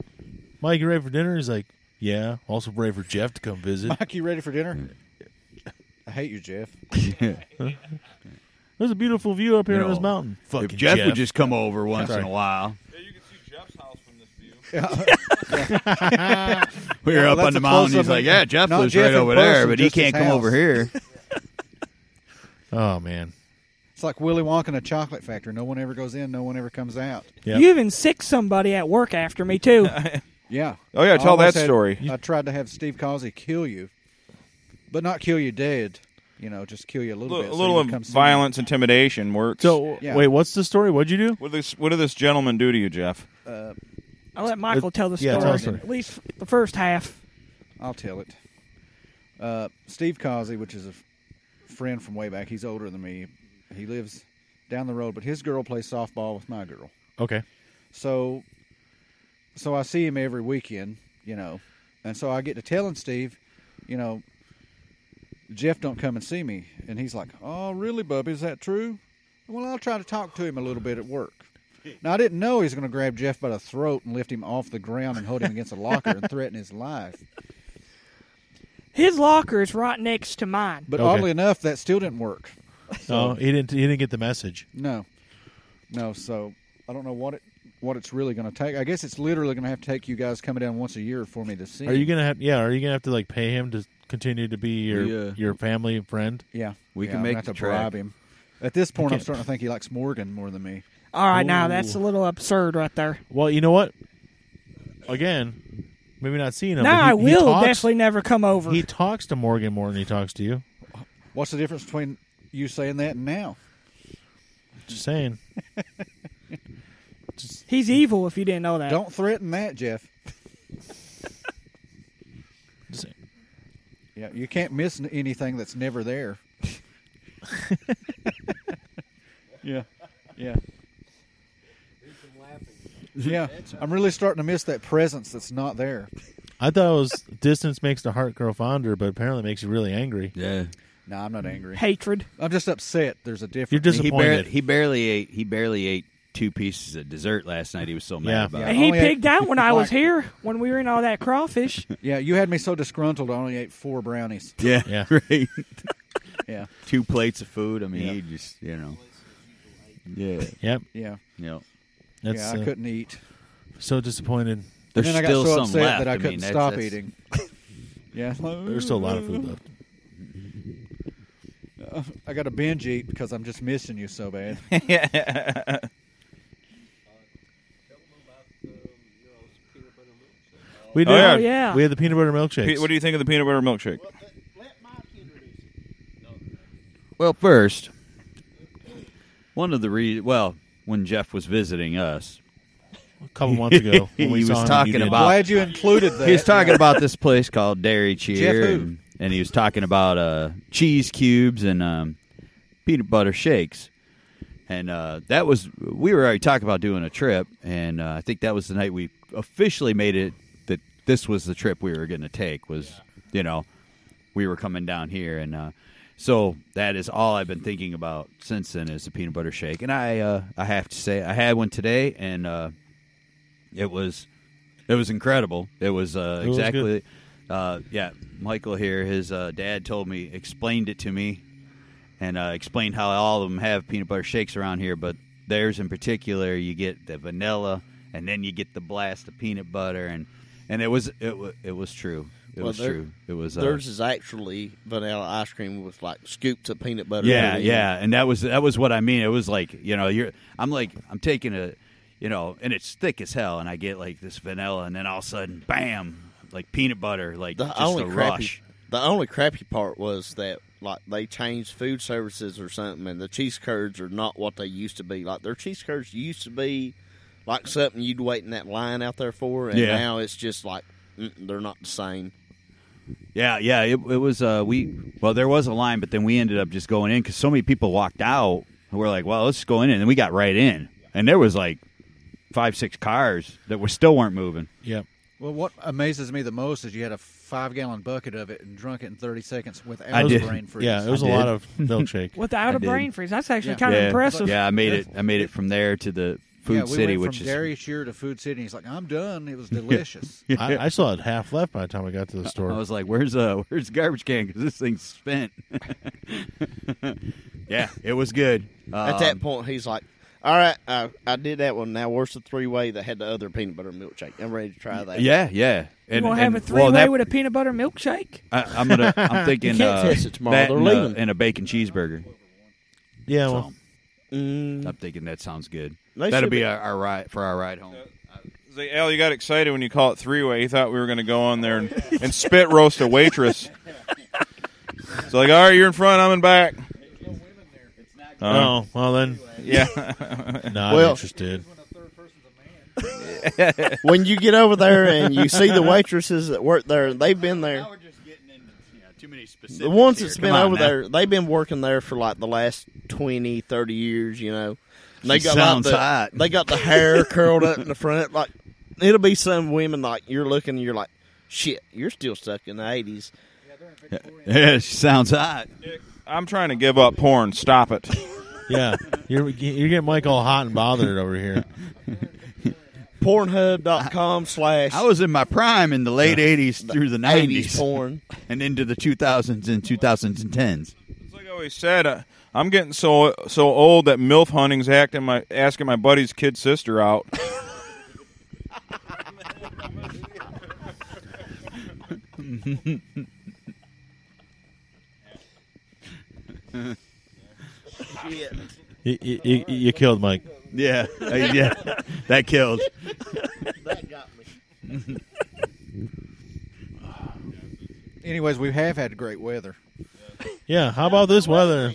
B: Mike, you ready for dinner? He's like, yeah. Also ready for Jeff to come visit.
C: *laughs* Mike, you ready for dinner?
A: Mm.
C: I hate you, Jeff. *laughs*
B: There's a beautiful view up here
D: You
B: on this
D: know,
B: mountain. Fucking
D: if jeff, would just come over once in
B: Sorry.
D: a while
C: Yeah.
D: we were up
C: that's
D: on the
C: a
D: mountain he's
C: close-up
D: like yeah jeff
C: not
D: lives
C: Jeff
D: right
C: in
D: over there
C: person,
D: but he
C: just his
D: can't come over
C: house." *laughs*
D: here
B: Oh man.
C: It's like Willy Wonka in a chocolate factory. No one ever goes in, no one ever comes out.
B: Yep.
E: You even sick somebody at work after me
C: *laughs*
E: too.
C: Yeah.
A: Oh, yeah,
C: I
A: tell
C: almost
A: that
C: had-
A: story.
C: I tried to have Steve Causey kill you, but not kill you dead. You know, just kill you a
A: a
C: little bit. so
A: little, a
C: you
A: little
C: would come see me.
A: violence, intimidation works.
B: So
C: Yeah.
B: wait, what's the story? What'd you do?
A: what did this what did this gentleman do to you, Jeff?
E: I'll let Michael tell the
B: yeah,
E: story.
B: tell the story.
E: At least the first half.
C: I'll tell it. Uh, Steve Causey, which is a f- friend from way back, he's older than me. He lives down the road, but his girl plays softball with my girl.
D: *laughs*
B: Okay.
C: So, so I see him every weekend, you know, and so I get to telling Steve, you know, Jeff don't come and see me, and he's like, "Oh, really, Bubby? Is that true?" Well, I'll try to talk to him a little bit at work. Now I didn't know he was going to grab Jeff by the throat and lift him off the ground and hold him against a locker and threaten his life.
E: His locker is right next to mine.
C: But
B: Okay.
C: oddly enough, that still didn't work.
B: No, he didn't. He didn't get the message.
C: No, no. So I don't know what it what it's really going to take. I guess it's literally going to have to take you guys coming down once a year for me to see.
B: Are you
C: him.
B: gonna have? Yeah. Are you gonna have to like pay him to continue to be your
D: Yeah.
B: your family and friend?
C: Yeah,
D: We
C: Yeah,
D: can
C: I'm
D: make
C: gonna have
D: the
C: to
D: track.
C: bribe him. At this point, I'm starting to think he likes Morgan more than me.
E: All right, now that's a little absurd right there.
B: Well, you know what? Again, maybe not seeing him.
E: now
B: but he,
E: I
B: he
E: will
B: talks,
E: definitely never come over.
B: He talks to Morgan more than he talks to you.
C: What's the *laughs* difference between you saying that and now?
B: Just saying. Just-
E: He's evil. If you didn't know that,
C: Don't threaten that, Jeff.
B: *laughs* just saying.
C: Yeah, you can't miss n- anything that's never
B: *laughs*
C: there. yeah, yeah, yeah. I'm really starting to miss that presence that's not there.
B: I thought it was *laughs* distance makes the heart grow fonder, but apparently it makes you really angry.
D: Yeah.
C: No, I'm not angry.
E: hatred.
C: I'm just upset. There's a difference.
B: You're just-
D: He
B: Disappointed.
D: barely, he barely ate. He barely ate two pieces of dessert last night. He was so mad
B: Yeah.
D: about.
C: Yeah.
E: And he
C: only ate-
E: pigged
D: *laughs*
E: out when I was
C: Like-
E: here when we were in all that crawfish.
C: yeah, you had me so disgruntled. I only ate four brownies.
D: it. Yeah,
B: Yeah.
D: *laughs* right.
C: Yeah,
D: two plates of food. I mean,
C: Yeah.
D: he just you know. Yeah,
B: Yep.
C: yeah,
D: you know.
B: That's
C: yeah. I
B: uh,
C: couldn't eat.
B: so disappointed.
D: There's
C: and then
D: still
C: I got so
D: some
C: upset
D: left.
C: that I,
D: mean,
C: couldn't
D: that's-
C: stop
D: that's- *laughs*
C: eating. yeah,
B: There's still a lot of food left.
C: Uh, I got to binge eat because I'm just missing you so
D: *laughs*
C: bad.
B: We did.
A: Oh, yeah.
E: Oh yeah,
B: We had the peanut butter
A: Pete,
B: milkshakes.
A: what do you think of the peanut butter milkshake?
D: Well, first, one of the re well, when Jeff was visiting us,
B: a
D: *laughs*
B: couple months ago when we
D: He
B: saw
D: was
B: him,
D: talking
B: you did.
D: about-
C: Glad you included that.
D: *laughs* he was talking about this place called Dairy
C: *laughs*
D: Cheer,
C: Jeff who?
D: and, and he was talking about uh, cheese cubes and um, peanut butter shakes. And uh, that was we were already talking about doing a trip, and uh, I think that was the night we officially made it that this was the trip we were going to take. Was you know we were coming down here, and uh, so that is all I've been thinking about since then is the peanut butter shake. And I uh, I have to say I had one today, and uh, it was it was incredible. It was uh,
B: It was
D: exactly
B: good.
D: uh, yeah, Michael here, his uh, dad told me, explained it to me, and uh, explained how all of them have peanut butter shakes around here, but theirs in particular, you get the vanilla, and then you get the blast of peanut butter, and and it was it was it was true. It
F: Well,
D: was
F: there-
D: true. It was uh,
F: Theirs is actually vanilla ice cream with like scoops of peanut butter.
D: yeah,
F: in it.
D: yeah, and that was that was what I mean. It was like you know, you're I'm like I'm taking a, you know, and it's thick as hell, and I get like this vanilla, and then all of a sudden, bam, like peanut butter, like
F: The
D: just
F: Uh, only
D: a
F: crappy,
D: rush.
F: the only crappy part was that like they changed food services or something, and the cheese curds are not what they used to be. Like their cheese curds used to be like something you'd wait in that line out there for, and
D: Yeah.
F: now it's just like mm, they're not the same.
D: Yeah, yeah. It, it was uh, we. Well, there was a line, but then we ended up just going in because so many people walked out. And we're like, well, let's go in, and then we got right in, and there was like five, six cars that were still weren't moving.
B: Yep.
C: Well, what amazes me the most is you had a five gallon bucket of it and drunk it in 30 seconds without
D: I did.
C: brain freeze.
B: Yeah, it was a
D: I
B: lot of
D: did.
E: *laughs*
B: milkshake.
E: without
D: I
E: a
D: did.
E: brain freeze. That's actually
C: Yeah.
E: kind of
D: yeah.
E: impressive.
D: Yeah, I made it. I made it from there to the food
C: Yeah, we
D: city,
C: went
D: which
C: from
D: is
C: Dairy Shear to Food City. He's like, I'm done.
D: *laughs*
C: It was delicious.
B: *laughs* I, I still had half left by the time I got to the store.
D: I was like, "Where's uh, *laughs* where's the garbage can? Because this thing's spent." *laughs* yeah, it was good.
F: At
D: Um,
F: that point, he's like, "All right, I, I did that one. Now where's the three way that had the other peanut butter milkshake? I'm ready to try that."
D: yeah, yeah.
E: You
D: And,
E: want to have
D: and-
E: a
D: well,
E: three-way
D: that-
E: with a peanut butter milkshake?
D: I, I'm gonna.
E: *laughs*
D: I'm thinking
F: You can't
D: uh,
F: test it tomorrow.
D: that
F: They're
D: and,
F: leaving.
D: A, and a bacon cheeseburger.
B: yeah,
D: So
B: well,
F: Mm,
D: I'm thinking that sounds good.
F: They
D: That'll
F: should
D: be
F: be-
D: our, our ride for our ride home.
A: It's like, Al, you got excited when you call it three way. You thought we were going to go on there and, and spit roast a waitress. It's like, all right, you're in front, I'm in back. Uh,
D: Uh-huh.
B: oh well
D: *laughs*
B: then,
A: yeah.
B: not
F: Well-
B: interested.
F: when you get over there and you see the waitresses that work there, and they've been there.
D: we're just getting into too many specifics.
F: The ones that's been over there, they've been working there for like the last 20, 30 years, you know. And they
D: She
F: like,
D: sounds
F: the,
D: hot.
F: They got the hair curled up in the front. Like it'll be some women like you're looking, and you're like, shit, you're still stuck in the eighties.
D: *laughs* Yeah, she sounds hot.
A: I'm trying to give up porn. Stop it.
B: Yeah, you're you're getting Mike all hot and bothered over here.
F: Pornhub.com slash
D: I was in my prime in the late '80s through the
F: eighties
D: '90s,
F: porn.
D: *laughs* and into the 2000s and 2010s.
A: It's like I always said, uh, I'm getting so
D: *laughs*
A: so old that MILF hunting's acting my, asking my buddy's kid sister out.
F: Shit.
B: You, you- you- you killed Mike.
D: Yeah, uh, yeah, *laughs*
B: *laughs*
D: that killed. *laughs*
F: That got me.
C: Anyways, we have had great weather.
B: Yeah, how about this weather?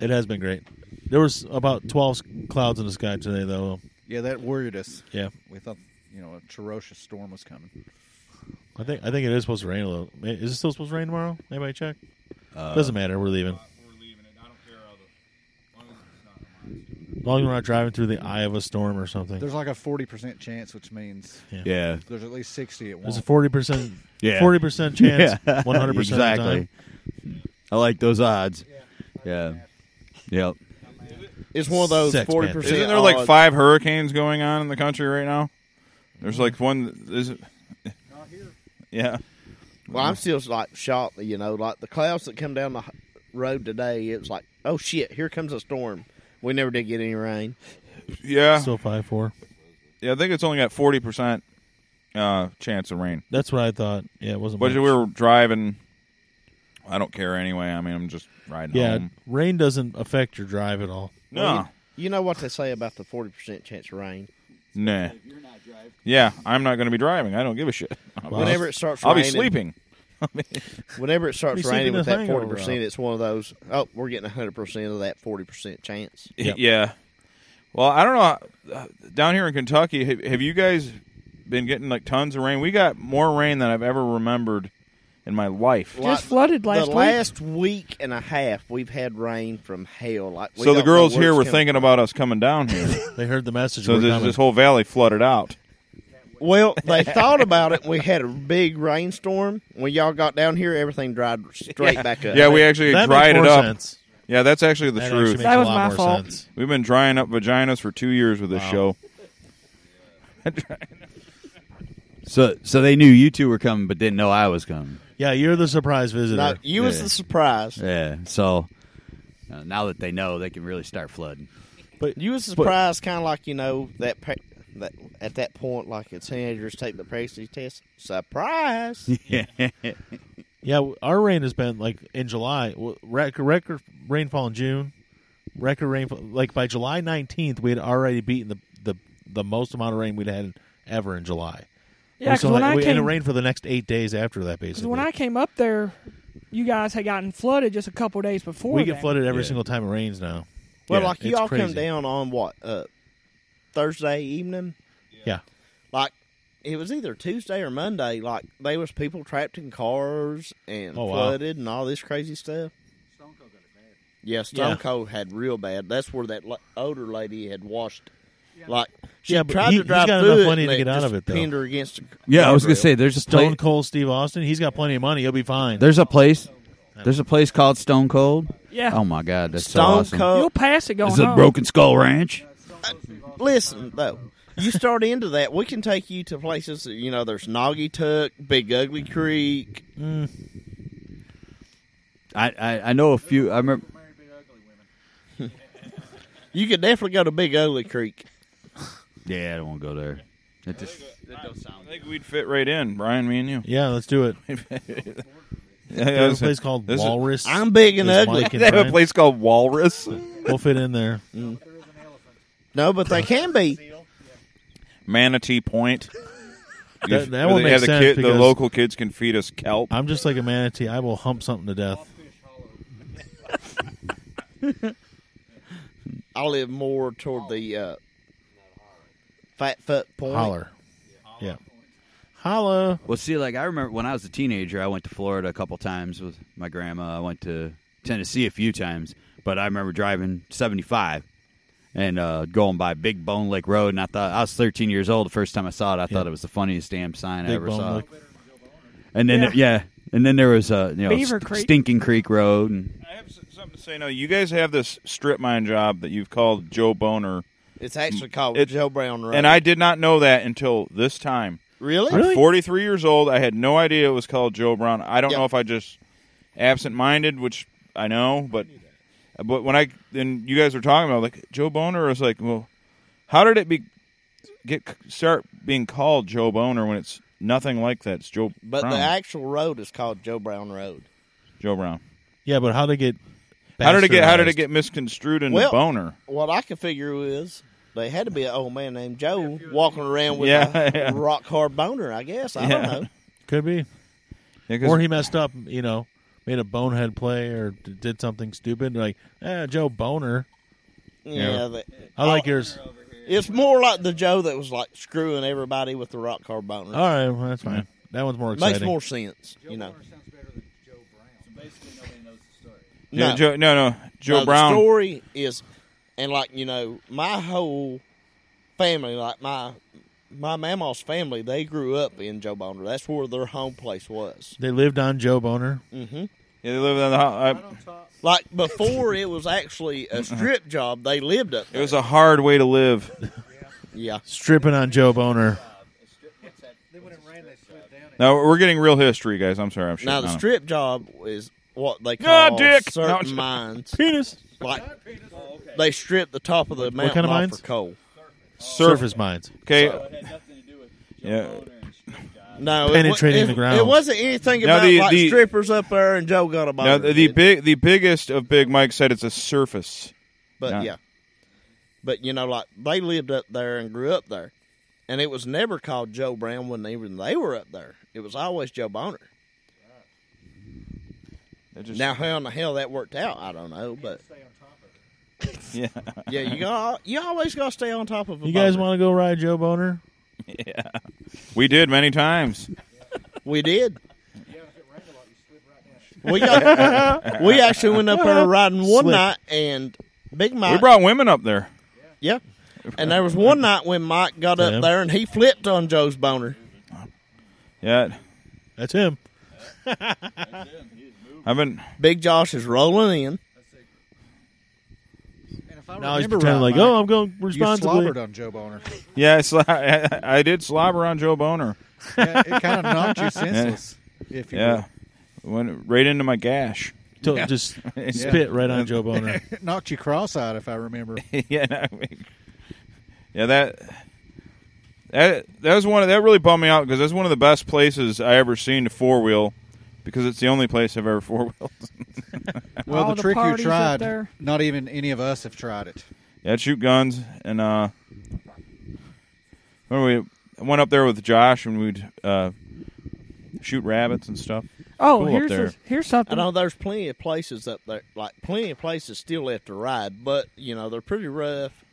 B: It has been great. There was about twelve clouds in the sky today, though.
C: Yeah, that worried us.
B: Yeah,
C: We thought, you know, a ferocious storm was coming.
B: I think I think it is supposed to rain a little. Is it still supposed to rain tomorrow? Anybody check? Doesn't matter. Uh, We're leaving. As long as we're not driving through the eye of a storm or something.
C: There's like a 40% chance, which means
D: Yeah.
C: there's at least 60 at
B: There's
C: once.
B: a forty percent,
D: *laughs* Yeah.
B: forty percent chance, one hundred percent
D: Exactly. I like those odds. Yeah. Yep.
F: It's one of those
B: Sex
F: forty percent.
B: Panthers.
A: Isn't there like five hurricanes going on in the country right now? There's like one. Is it? Yeah.
F: Well, I'm still like shocked. You know, like the clouds that come down the h- road today. It was like, oh shit, here comes a storm. We never did get any rain.
A: Yeah.
B: Still five four.
A: yeah. I think it's only got 40% uh, chance of rain.
B: That's what I thought. Yeah, it wasn't.
A: But
B: much.
A: we were driving. I don't care anyway. I mean, I'm just riding
B: yeah,
A: home.
B: rain doesn't affect your drive at all.
A: No.
F: You know what they say about the forty percent chance of rain.
A: Nah. Yeah, I'm not going to be driving. I don't give a shit. *laughs*
F: Whenever it starts,
A: I'll be
F: raining,
A: sleeping.
F: Whenever it starts
B: Be sleeping
F: raining with
B: in a
F: that forty
B: hangover,
F: percent,
B: Rob.
F: it's one of those. Oh, we're getting hundred percent of that forty percent chance.
B: Yep.
A: *laughs* Yeah. Well, I don't know. uh, Down here in Kentucky, have, have you guys been getting like tons of rain? We got more rain than I've ever remembered in my life.
F: Like,
E: flooded last
F: the
E: week.
F: last week and a half. We've had rain from hell. Like we
A: so
F: don't
A: the
F: know
A: girls
F: where
A: here
F: it's
A: were
F: coming
A: thinking
F: from.
A: about us coming down here.
B: *laughs* They heard the message.
A: so
B: we're
A: this,
B: coming.
A: this whole valley flooded out.
F: Well,
A: *laughs*
F: they thought about it. We had a big rainstorm. When y'all got down here, everything dried straight back
A: *laughs*
F: up.
A: Yeah, we actually
B: that
A: dried
B: makes
A: it
B: more
A: up.
B: Sense.
A: Yeah, that's actually the
B: That actually
A: truth.
B: makes
E: That
B: a
E: was
B: lot
E: my
B: more
E: fault.
B: sense.
A: We've been drying up vaginas for two years with this
B: Wow.
A: show.
D: So so they knew you two were coming, but didn't know I was coming.
B: Yeah, you're the surprise visitor.
F: Now, you was the surprise.
D: Yeah. So uh, now that they know, they can really start flooding.
F: You was the surprise, kind of like you know that. Pre- that at that point, like the teenagers take the pregnancy test. Surprise!
D: *laughs* Yeah.
B: Yeah, w- our rain has been like in July, w- rec- record rainfall in June, record rainfall. Like by July nineteenth, we had already beaten the, the the most amount of rain we'd had ever in July.
E: Yeah,
B: We
E: 'cause
B: still
E: when
B: had-
E: I
B: we- and it
E: came-
B: rained for the next eight days after that.
E: 'Cause
B: Basically,
E: when I came up there, you guys had gotten flooded just a couple days before.
B: we get
E: that.
B: flooded every
D: Yeah.
B: single time it rains now.
F: Well,
B: Yeah,
F: like you
B: it's
F: all come
B: crazy.
F: down on what uh, Thursday evening.
B: Yeah,
F: Like it was either Tuesday or Monday. Like there was people trapped in cars and
B: Oh, wow.
F: flooded and all this crazy stuff. Yeah, Stone
B: Yeah.
F: Cold had real bad. That's where that l- older lady had washed. Like she
B: Yeah, but
F: tried
B: he-
F: to
B: he's
F: drive
B: got
F: through
B: enough
F: it
B: money
F: and
B: to get out
F: just
B: of it, though.
F: Pinned her against. a
D: Yeah, I was gonna
F: guardrail.
D: say there's a
B: Stone
D: place,
B: Cold Steve Austin, he's got plenty of money. He'll be fine.
D: there's a place there's a place called Stone Cold.
E: Yeah.
D: Oh my God, that's so
F: Stone
D: awesome.
F: Cold.
E: You'll pass it going
D: Is it
E: home.
D: Broken Skull Ranch?
F: *laughs* Listen though, you start into that, we can take you to places. that, You know, there's Noggy Tuck, Big Ugly Creek. Mm.
D: I, I I know a few. I remember.
F: You could *laughs* definitely go to Big Ugly Creek.
D: *laughs* Yeah, I don't want to go there. It just
A: I think we'd fit right in, Brian, me and
B: *laughs*
A: you.
B: yeah, let's do it.
A: Yeah,
B: There's a
A: listen,
B: place called
A: this is-
B: Walrus.
F: I'm big and
B: There's
F: ugly.
B: Mike and
A: They have a
B: Brian.
A: place called Walrus. Mm.
B: We'll fit in
A: *laughs*
B: there.
F: No, but they can be.
A: Manatee Point.
B: *laughs* That- that
A: Where
B: will
A: they-
B: make
A: yeah, the
B: sense
A: Kid, the
B: because-
A: local kids can feed us kelp.
B: I'm just like a manatee. I will hump something to death.
F: I live more toward the uh, Fat Foot Point.
B: Holler. Yeah. Holla.
D: well, see, like I remember when I was a teenager, I went to Florida a couple times with my grandma. I went to Tennessee a few times, but I remember driving 75 and uh, going by Big Bone Lake Road, and I thought I was 13 years old the first time I saw it. I thought it was the funniest damn sign I
B: Big
D: ever
B: Bone
D: saw.
B: Lake.
D: And then yeah.
E: Yeah.
D: and then there was uh, you know
E: Beaver
D: St-
E: Creek.
D: Stinking Creek Road, and
A: I have s- something to say. No, you guys have this strip mine job that you've called Joe Boner,
F: It's actually called
A: It-
F: Joe Brown Road.
A: and I did not know that until this time.
F: really,
A: I'm 43 years old. I had no idea it was called Joe Brown. I don't
F: Yeah.
A: know if I just absent-minded, which I know, but but when I and you guys were talking about like Joe Boner, I was like, well, how did it be get start being called Joe Boner when it's nothing like that? It's Joe,
F: but
A: Brown.
F: the actual road is called Joe Brown Road.
A: Joe Brown.
B: Yeah, but how to get?
A: How did it get? How did
B: bastardized.
A: it get misconstrued into
F: Well-
A: Boner?
F: What I can figure is they had to be an old man named Joe walking around with
A: Yeah,
F: a
A: *laughs* yeah.
F: rock hard boner. I guess I don't
A: Yeah. *laughs*
F: know.
B: Could be.
A: Yeah, 'cause-
B: Or he messed up. You know, made a bonehead play or d- did something stupid. Like, eh, Joe Boner.
A: Yeah.
F: Yeah, that-
B: I like yours.
F: it's more like the Joe that was like screwing everybody with the rock hard boner.
B: All right, well, that's fine. That one's more exciting.
F: Makes more sense, you know.
C: sounds better than Joe Brown. So basically, nobody knows the story.
A: Yeah,
F: no,
A: Joe, no, no, Joe
F: no,
A: Brown.
F: Uh, The story is, and like you know, my whole family, like my my mama's family, they grew up in Joe Boner. That's where their home place was. Mm-hmm.
B: They lived on Joe Boner.
A: Yeah, they live on the. ho- uh, I,
F: Like before, it was actually a
A: *laughs*
F: strip job. They lived up.
A: it
F: There.
A: was a hard way to live.
F: yeah.
B: Stripping on Joe Boner.
C: Then when it rained, they slid down.
A: Now we're getting real history, guys. I'm sorry, I'm
F: Now
A: shitting
F: the
A: on 'em.
F: strip job is what they
A: Ah,
F: call
A: dick! No,
F: certain
A: it's-
F: mines.
B: Penis.
F: Like they strip the top of the mountain
B: kind of
F: off
B: mines?
F: for coal.
A: Surf.
B: Surface mines.
A: Okay. Yeah.
F: No, it wa-
B: Penetrating
F: it-
B: the ground.
F: It wasn't anything
A: Now,
F: about
A: the-
F: like
A: the-
F: strippers up there and Joe got a
A: Now
F: boner.
A: the, the big, the biggest of Big Mike said it's a surface.
F: But
A: Yeah.
F: yeah.
A: *laughs*
F: But you know, like they lived up there and grew up there. And it was never called Joe Brown when even they were up there. It was always Joe Boner.
A: It just-
F: Now how in the hell that worked out, I don't know. But
A: yeah,
F: yeah, you got you always gotta stay on top of a
B: You guys
F: boner.
B: want to go ride Joe Boner?
A: we did many times.
F: We
A: *laughs*
F: did. *laughs* We
A: *laughs*
F: got, we actually went up there riding one
B: Slip.
F: night and Big Mike
A: We brought women up there.
F: Yeah. And there was one night when Mike got
B: Yeah.
F: up there and he flipped on Joe's boner.
A: Yeah,
B: That's him.
A: *laughs* I've been.
F: Big Josh is rolling in.
C: And if I
B: Now he's
C: remember
B: pretending
C: right,
B: like, oh,
C: Mike,
B: I'm going
C: you
B: responsibly.
C: slobbered on Joe Boner. *laughs*
A: Yeah, I, sla- *laughs* I did slobber on Joe Boner.
C: yeah, it kind of
A: *laughs*
C: knocked you senseless. If you
A: Yeah, went right into my gash.
B: To-
A: *laughs*
B: Just spit right on Joe
C: *laughs*
B: Boner.
C: It knocked you cross-eyed, if I remember.
A: *laughs* yeah, no, I mean- yeah, that that that was one of, that really bummed me out because that's one of the best places I ever seen to four wheel because it's the only place I've ever *laughs* four wheeled.
C: *laughs* Well,
E: All
C: the
E: the
C: trick you
E: parties up
C: tried,
E: there.
C: not even any of us have tried it.
A: yeah, I'd shoot guns and uh, when we I went up there with Josh and we'd uh, shoot rabbits and stuff.
E: Oh,
A: Cool up
E: here's
A: there.
E: a, here's
F: I
E: something.
F: know there's plenty of places up there, like plenty of places still left to ride, but you know they're pretty rough,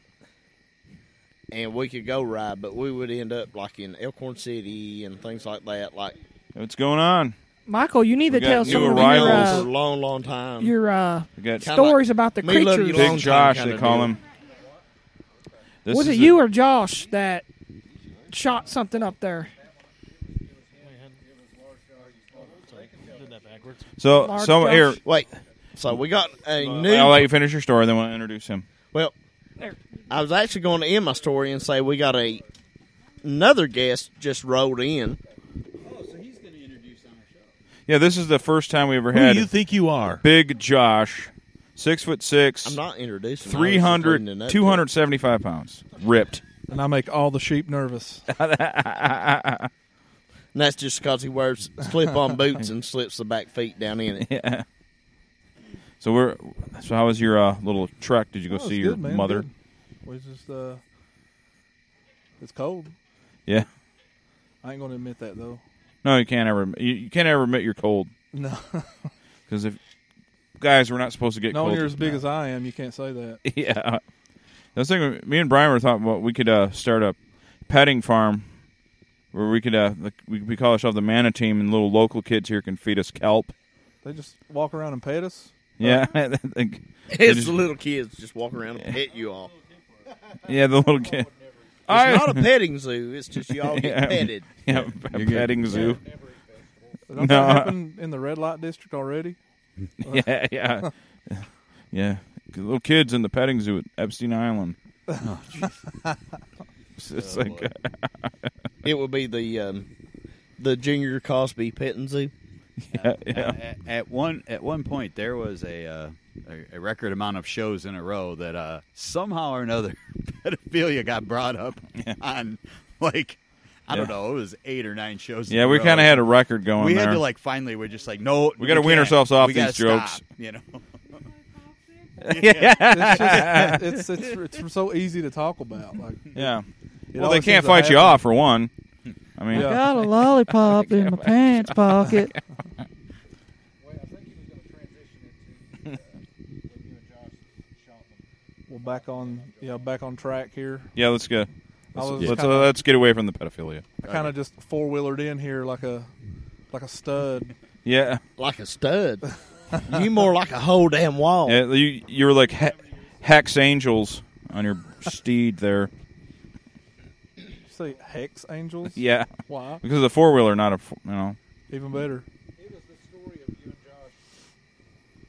F: and we could go ride, but we would end up like in Elkhorn City and things like that, like
A: What's going on?
E: Michael, you need
A: We
E: to
A: got
E: tell
A: new
E: someone
F: for
A: arrivals.
F: a
E: your uh,
F: long, long time.
E: your uh,
A: We got
F: Kinda
E: stories
F: like
E: about the
F: me love you
E: creatures.
F: long
A: Big
F: time
A: Josh, they
F: kinda
A: call
F: deal.
A: him. This
E: Was it
A: is
E: you
A: a-
E: or Josh that shot something up there?
A: so
E: Large
A: so
E: Josh?
A: here?
F: Wait, so we got a new.
A: I'll let you finish your story, then we'll introduce him.
F: well,
E: There.
F: I was actually going to end my story and say we got a another guest just rolled
A: *laughs*
F: in.
A: Yeah, this is the first time we ever
B: Who
A: had
B: do you think you are?
A: Big Josh, six foot 6
F: I'm not introducing. I was just leading it up to
A: 300,
F: it.
A: 275 pounds, ripped.
I: and I make all the sheep nervous.
F: And that's just because he wears slip-on boots and slips the back feet down in
A: *laughs*
F: it.
A: So we're. So how was your uh, little trek? Did you go
I: Oh, it's
A: see your
I: good, man,
A: mother?
I: good. We just uh, it's cold.
A: Yeah.
I: I ain't gonna admit that though.
A: No, you can't ever. You, you can't ever admit you're cold
I: No,
A: because if guys, we're not supposed to get
I: no,
A: cold.
I: when you're as big as I am, you can't say that.
A: *laughs* yeah. I was thinking. Me and Brian were talking about we could uh, start a petting farm where we could uh, like, we, we call ourselves the Mana Team, and little local kids here can feed us kelp.
I: They just walk around and
A: *laughs*
I: pet us.
A: Yeah, I think-
F: It's the little kids just walk around and pet you all.
A: yeah, the little kid.
F: It's
A: *laughs*
F: not a petting zoo. It's just y'all get
A: Yeah.
F: petted.
A: yeah, a petting zoo.
I: Don't
A: No.
I: that happen in the red light district already?
A: *laughs* Yeah,
I: *laughs*
A: yeah, *laughs* yeah. Little kids in the petting zoo at Epstein Island. it's *laughs* it's like uh,
F: Oh, It would be the um, the Junior Cosby petting zoo.
A: *laughs* yeah, yeah.
D: at, at one at one point there was a, uh, a a record amount of shows in a row that uh, somehow or another *laughs* pedophilia got brought *laughs* up on like I don't
A: Yeah.
D: know it was eight or nine shows. in
A: Yeah,
D: a
A: we
D: row.
A: kind of had a record going.
D: we
A: there.
D: had to like finally we're just like no
A: We gotta wean
D: can't.
A: ourselves off
D: We gotta
A: these jokes.
D: stop, *laughs* you know.
A: *laughs*
I: It's just it's, it's it's so easy to talk about. Like,
A: yeah.
I: it
A: Well, they
I: always
A: can't
I: seems to
A: fight you
I: happen.
A: off for one. I mean,
I: Yeah.
E: Got a lollipop in my pants
I: *laughs*
E: pocket.
C: Wait, I think he was going to transition into uh, when you and Josh shot them.
I: Well, back on you know back on track here.
A: Yeah, let's go.
I: I
A: Let's,
I: was
A: let's, uh,
I: kinda-
A: let's get away from the pedophilia.
I: I kind of just four wheelered in here like a like a stud.
A: Yeah,
F: Like a stud. *laughs* you more like a whole damn wall.
A: yeah you you were like he- hex angels on your steed
I: *laughs*
A: there.
I: You *laughs* say hex angels?
A: Yeah,
I: Why?
A: because of the four wheeler, not a f- you know.
I: Even better.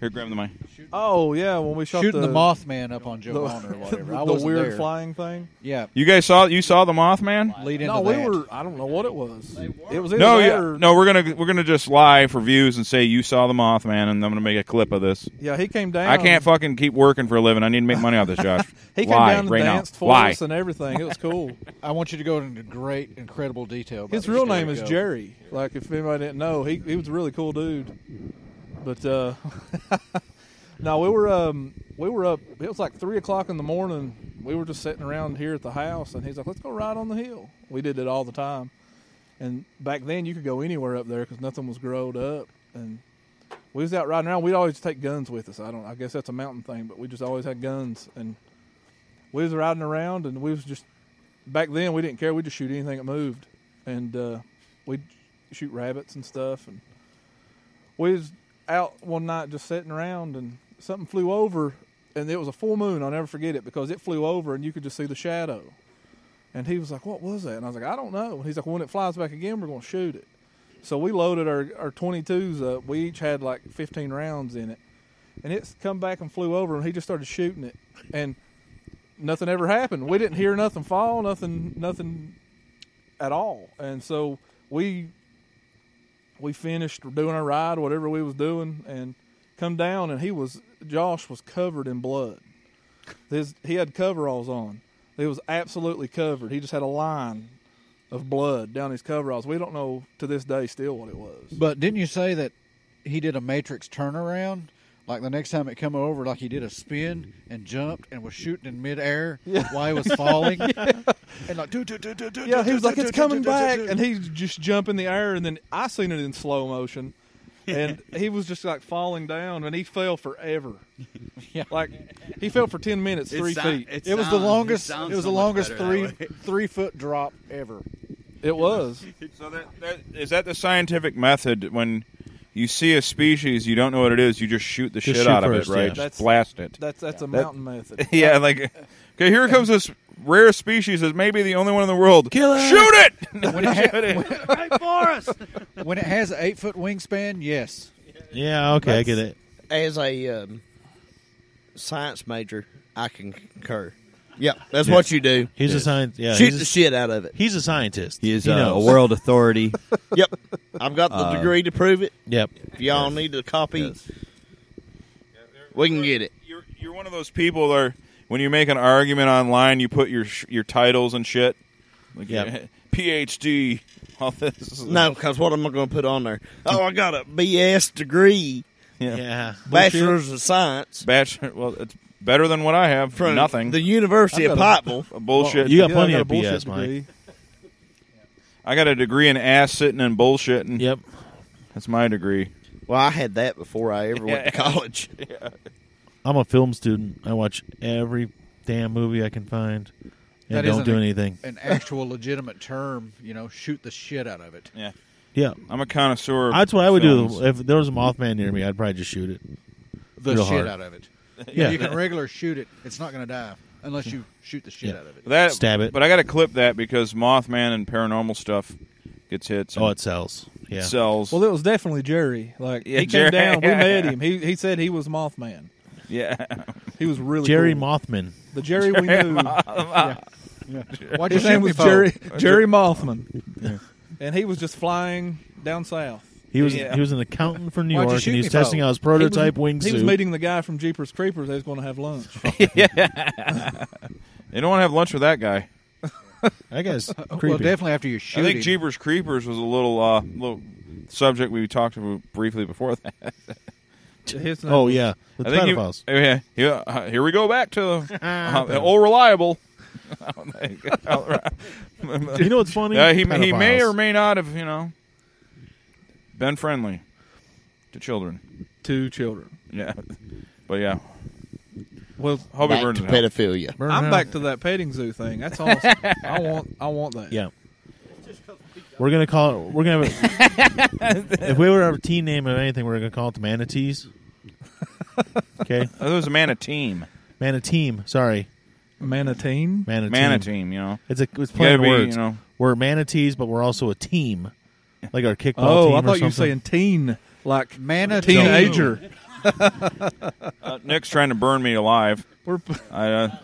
A: Here, grab the mic.
I: Oh yeah, when we shot
C: Shooting the,
I: the
C: Mothman up on Joe Bonner
I: *laughs*
C: or whatever. I
I: the
C: was
I: weird
C: there.
I: flying thing.
C: Yeah,
A: You guys saw you saw the Mothman?
C: lead into
I: No, we
C: that.
I: were. I don't know what it was. It was either
A: No,
I: that
A: yeah,
I: or-
A: no. We're gonna we're gonna just lie for views and say you saw the Mothman, and I'm gonna make a clip of this.
I: Yeah, he came down.
A: I can't fucking keep working for a living. I need to make money off this, Josh.
I: *laughs* He came
A: lie
I: down and
A: right
I: danced
A: now.
I: for
A: Lie.
I: us and everything. It was cool.
C: *laughs* I want you to go into great, incredible detail. about
I: His
C: the
I: real
C: story,
I: name is
C: Joe.
I: Jerry. Like if anybody didn't know, he he was a really cool dude. But uh *laughs* no, we were um we were up it was like three o'clock in the morning. We were just sitting around here at the house and he's like, Let's go ride on the hill. We did it all the time. And back then you could go anywhere up there because nothing was growed up and we was out riding around. We'd always take guns with us. I don't. I guess that's a mountain thing, but we just always had guns, and we was riding around, and we was just back then we didn't care. We just shoot anything that moved, and uh, we'd shoot rabbits and stuff. And we was out one night just sitting around, and something flew over, and it was a full moon. I'll never forget it because it flew over, and you could just see the shadow. And he was like, "What was that?" And I was like, "I don't know." And he's like, "When it flies back again, we're gonna shoot it." So we loaded our our 22s up. We each had like 15 rounds in it, and it's come back and flew over, and he just started shooting it, and nothing ever happened. We didn't hear nothing fall, nothing, nothing at all. And so we we finished doing our ride, whatever we was doing, and come down, and he was Josh was covered in blood. His, he had coveralls on. It was absolutely covered. He just had a line of blood down his coveralls. We don't know to this day still what it was.
C: But didn't you say that he did a Matrix turnaround? Like the next time it come over, like he did a spin and jumped and was shooting in
I: *laughs*
C: midair while he was falling, and like Uh, do do do do do. do,
I: Yeah, he was
C: do,
I: like,
C: do,
I: "It's
C: do,
I: coming
C: do, do,
I: back,"
C: do.
I: and he just jumped in the air, and then I seen it in slow motion, and he was just like falling down, and he fell forever.
D: *laughs*
C: Yeah.
I: like he fell for ten minutes, three feet.
D: It,
C: It was the longest. It, was the longest three *laughs* three foot drop ever.
I: It was.
A: So that, that is that the scientific method when you see a species you don't know what it is, you just shoot the
B: Just
A: shit
B: shoot
A: out
B: first,
A: of it, right?
B: yeah.
A: Just
I: That's-
A: blast it.
I: That's that's a mountain method.
A: *laughs* yeah, like okay, here comes this rare species that's maybe the only one in the world. Kill it. Shoot it.
C: When it, ha-
F: Right for us.
C: *laughs* when it has an eight foot wingspan, yes.
B: Yeah, okay, I get it.
F: As a um, science major, I can concur. Yep, that's what you do.
B: He's a scientist. Yeah,
F: Shoot
B: he's,
F: the
B: a,
F: shit out of it.
B: he's a scientist.
D: He is
B: He
D: uh, a
B: knows.
D: world authority.
F: Yep, I've got the
D: Uh,
F: degree to prove it.
B: Yep.
F: If y'all need a copy,
D: Yes.
F: *laughs* we can get it.
A: You're you're one of those people that are, when you make an argument online, you put your sh- your titles and shit. Like *laughs*
B: Yep.
A: PhD. All this.
F: No, because what am I going to put on there? Oh, I got a BS degree,
A: Yeah.
B: Yeah.
F: Bachelor's of Science
A: Bachelor. Well, it's better than what I have.
F: from
A: Nothing.
F: the University of
A: *laughs*
F: Pikeville.
A: bullshit.
B: You got
I: Yeah, I
B: plenty
I: got a
B: of
I: bullshit
B: BS, Mike.
I: degree.
A: I got a degree in ass sitting and bullshitting.
B: Yep.
A: That's my degree.
F: Well, I had that before I ever
A: *laughs*
F: went to college.
B: *laughs* I'm a film student. I watch every damn movie I can find and
C: That
B: don't
C: isn't
B: do
C: a-
B: anything.
C: An actual legitimate term, you know, shoot the shit out of it.
A: Yeah.
B: Yeah.
A: I'm a connoisseur. of
B: That's what I would
A: films.
B: do. If there was a Mothman near me, I'd probably just shoot it.
C: The
B: Real
C: shit
B: hard.
C: out of it.
A: *laughs*
B: Yeah. *laughs*
C: You can regular shoot it; it's not going to die unless you shoot the shit
B: Yeah.
C: out of it.
A: that,
B: Stab it.
A: But I got to clip that because Mothman and paranormal stuff gets hits.
B: Oh,
A: and
B: it sells. Yeah.
A: sells.
I: Well, it was definitely Jerry. Like
A: Yeah,
I: he
A: Jerry.
I: came down, we met him. He he said he was Mothman.
A: yeah.
I: He was really
B: Jerry
I: cool.
B: Mothman.
I: the Jerry we knew.
C: Why'd you
I: His
C: shoot
I: name
C: me
I: was
C: for?
I: Jerry
B: *laughs*
I: Jerry Mothman, and he was just flying down south.
B: He was
A: Yeah.
B: he was an accountant from New
C: Why'd you
B: York,
C: shoot
B: and he
C: me,
B: was testing
C: Paul?
B: out his prototype wingsuit.
I: He was meeting the guy from Jeepers Creepers. They was going to
B: *laughs*
I: have lunch.
A: *laughs* They don't want to have lunch with that guy.
B: That guy's creepy.
C: Well, definitely after you shoot
A: I think
C: him.
A: Jeepers Creepers was a little uh, little subject we talked about briefly before that.
I: His name
B: oh
I: was-
B: yeah, the
A: I think he-
B: pedophiles.
A: oh, yeah, yeah, uh, here we go back to
I: *laughs*
A: uh, the
B: *laughs*
A: old *laughs* reliable.
B: You know what's funny?
A: Yeah, he, he may
B: Pedophiles.
A: or may not have, you know, been friendly to children.
I: two children.
A: Yeah, but yeah, Well, Hobie
J: back
A: Burns
J: to
A: and Hel-
J: pedophilia.
B: Burn
I: I'm
B: hell.
I: back to that petting zoo
B: *laughs*
I: thing. That's awesome. I want I want that.
B: Yeah. We're gonna call it. We're gonna. Have
A: *laughs*
B: a, if we were to have a team name of anything, we're gonna call it the Manatees. Okay,
A: Oh, there was a man
B: *laughs*
A: a team,
B: Manateam. Sorry,
I: Manatine.
B: Manateam.
A: man a team. You know,
B: It's a it's
A: gotta
B: playing
A: be,
B: words.
A: you know.
B: We're manatees, but we're also a team, like our kickball
I: Oh,
B: team.
I: I
B: or
I: thought you were
B: something.
I: saying teen, like
C: Manatee.
I: teenager.
B: *laughs*
A: uh, Nick's trying to burn me alive.
I: We're
A: I, uh,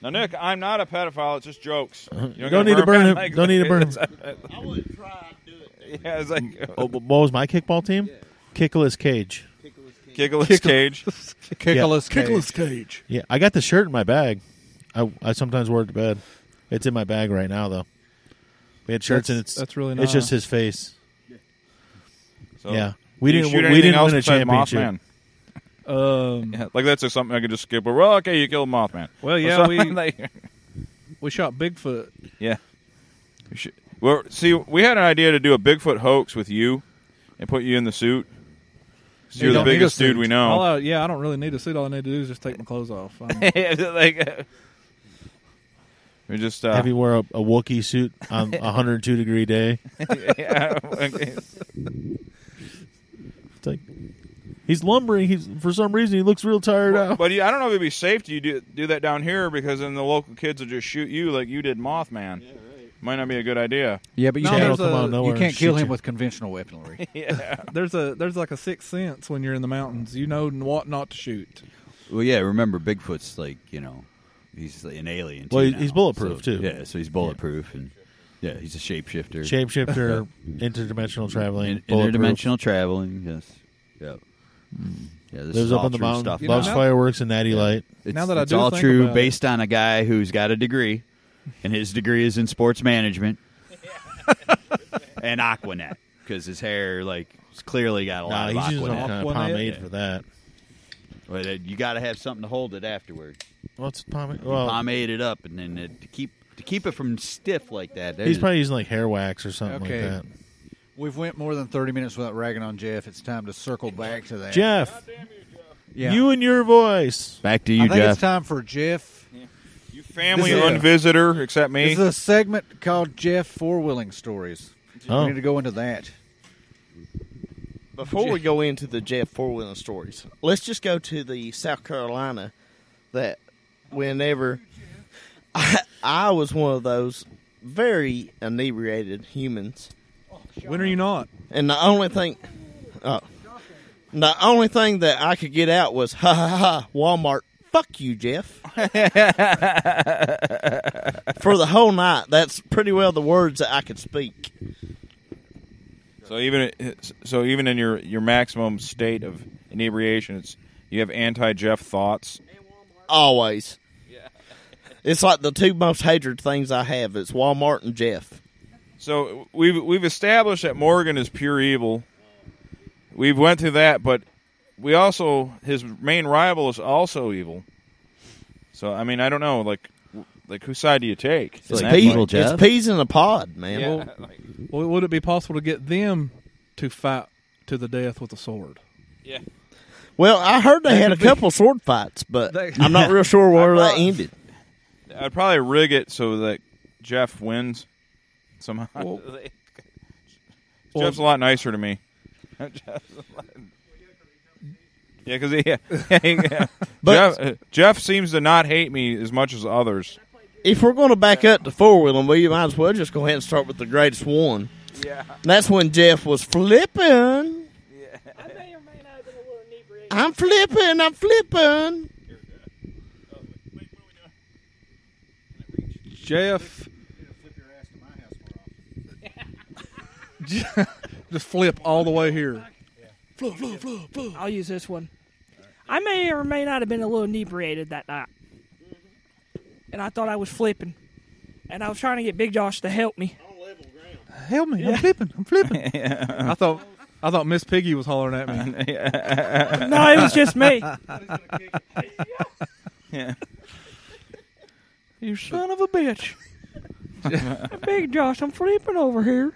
A: now, Nick, I'm not a pedophile. It's just jokes. You
B: Uh-huh. Don't
A: gotta
B: need to burn
A: me
B: him. Don't need to burn him.
A: that.
F: I wouldn't try to do it.
A: yeah, it's like
B: *laughs*
A: *laughs*
B: Oh, what was my kickball team? Kickless Cage.
A: Giggleless
B: *laughs*
A: Cage.
C: Kickless Cage.
I: Nicholas Cage.
B: Yeah, I got the shirt in my bag. I, I sometimes wear it to bed. It's in my bag right now, though. We had shirts, and
I: That's-
B: it's
I: that's really
B: It's
I: nice.
B: just his face.
A: So,
B: yeah, we
A: you
B: didn't.
A: shoot
B: We
A: anything
B: didn't
A: else
B: win a
A: besides
B: championship.
A: Mothman?
I: Um,
A: Yeah, like that's just something I could just skip. over. Well, okay, you killed Mothman.
I: Well,
A: Or
I: yeah,
A: something
I: *laughs* we-
A: like-
I: we shot Bigfoot.
A: yeah. We should- well, see, we had an idea to do a Bigfoot hoax with you, and put you in the suit. 'Cause You're the
I: Don't need a
A: biggest dude
I: suit.
A: we know.
I: All I- yeah, I don't really need a suit. All I need to do is just take my clothes
A: *laughs*
I: off. I'm-
A: like, uh, we just uh,
B: Have you wear a, a Wookiee suit
A: *laughs*
B: on a 102 degree day?
A: yeah, okay.
B: It's like he's lumbering. He's for some reason he looks real tired out.
A: but you, I don't know if it'd be safe to you do do that down here because then the local kids will just shoot you like you did Mothman. Might not be a good idea.
C: Yeah, but you,
I: No,
C: can't-
B: Chad
I: there's
B: will come
I: a-
B: out of nowhere
C: you can't
B: and
C: kill
B: shoot
C: him
B: you.
C: with conventional
A: *laughs*
C: weaponry.
I: *laughs* there's a there's like a sixth sense when you're in the mountains. You know what not to shoot.
D: Well, yeah. Remember, Bigfoot's like you know, he's like an alien.
B: Well,
D: too
B: he- he's
D: now,
B: bulletproof,
D: so-
B: too.
D: Yeah, so he's bulletproof, and yeah, he's a shapeshifter. *laughs*
B: Shapeshifter, *laughs* interdimensional traveling,
D: In-
B: bulletproof.
D: interdimensional traveling. Yes. Yep.
B: Mm.
D: Yeah, this
B: lives
D: is
B: up
D: all
B: on the
D: true
B: mountain,
D: Stuff.
I: You know,
B: loves
I: now-
B: fireworks and natty light.
D: It's,
I: Now that I
D: it's
I: do
D: all
I: think
D: true,
I: about it.
D: based on a guy who's got a degree, and his degree is in
I: *laughs*
D: sports management and Aquanet because his hair like it's clearly got a
B: Nah,
D: lot
B: he's
D: of
B: using all
D: Aquanet.
B: kind of
I: Aquanet.
B: pomade for that.
D: But uh, you got to have something to hold it afterward.
B: What's pomade? Well,
D: Pomade it up, and then it, to keep to keep it from stiff like that.
B: he's probably using like hair wax or something
C: Okay.
B: like that.
C: We've went more than thirty minutes without ragging on Jeff. It's time to circle back to that.
B: Jeff,
C: yeah.
B: you and your voice.
D: back to
C: I
D: you,
C: think it's
D: Jeff.
C: time for Jeff.
A: You family
C: This is-
A: one visitor except me.
C: This is a segment called Jeff Four Wheeling Stories.
B: Oh.
C: We need to go into that.
F: Before
I: *laughs*
F: we go into the Jeff Forwilling stories, let's just go to the South Carolina that whenever *laughs* I, I was one of those very inebriated humans,
I: When are you not?
F: and the only thing, oh, the only thing that I could get out was ha ha ha Walmart. Fuck you,
I: *laughs*
F: Jeff. For the whole night, that's pretty well the words that I could speak.
A: So even so, even in your your maximum state of inebriation, it's you have anti Jeff thoughts.
F: Always. It's like the two most hatred things I have. It's Walmart and Jeff.
A: So we've we've established that Morgan is pure evil. We've went through that, but we also his main rival is also evil. So I mean, I don't know, like like whose side do you take?
F: It's,
A: In
D: like
A: that
F: pea-
D: evil,
A: fight?
D: Jeff.
F: it's peas in a pod, man.
A: Yeah, *laughs* like-
I: Well, would it be possible to get them to fight to the death with
A: *laughs*
I: a sword?
F: Well, I heard they had a couple sword fights, but
I: They-
F: I'm *laughs* not real sure where that ended.
A: I'd probably rig it so that Jeff wins somehow. Jeff's a lot nicer to me. Jeff's a lot... Yeah, because he. *laughs* yeah.
F: *laughs* But-
A: Jeff, uh, Jeff seems to not hate me as much as others.
F: If we're going to back up to four wheeling, we might as well just go ahead and start with the greatest one. Yeah. That's when Jeff was flipping.
E: I may or may not have been a little inebriated.
F: I'm flipping. I'm flipping.
I: Jeff, *laughs* just flip all the
A: *laughs*
I: way here.
E: I'll use this one. I may or may not have been a little inebriated that night. And I thought I was flipping. And I was trying to get Big Josh to help me.
I: Help me! I'm flipping. I'm flipping. I thought I thought Miss Piggy was hollering at me.
A: *laughs*
E: No, it was just me. you son of a
I: *laughs*
E: bitch. Big Josh, I'm flipping over here.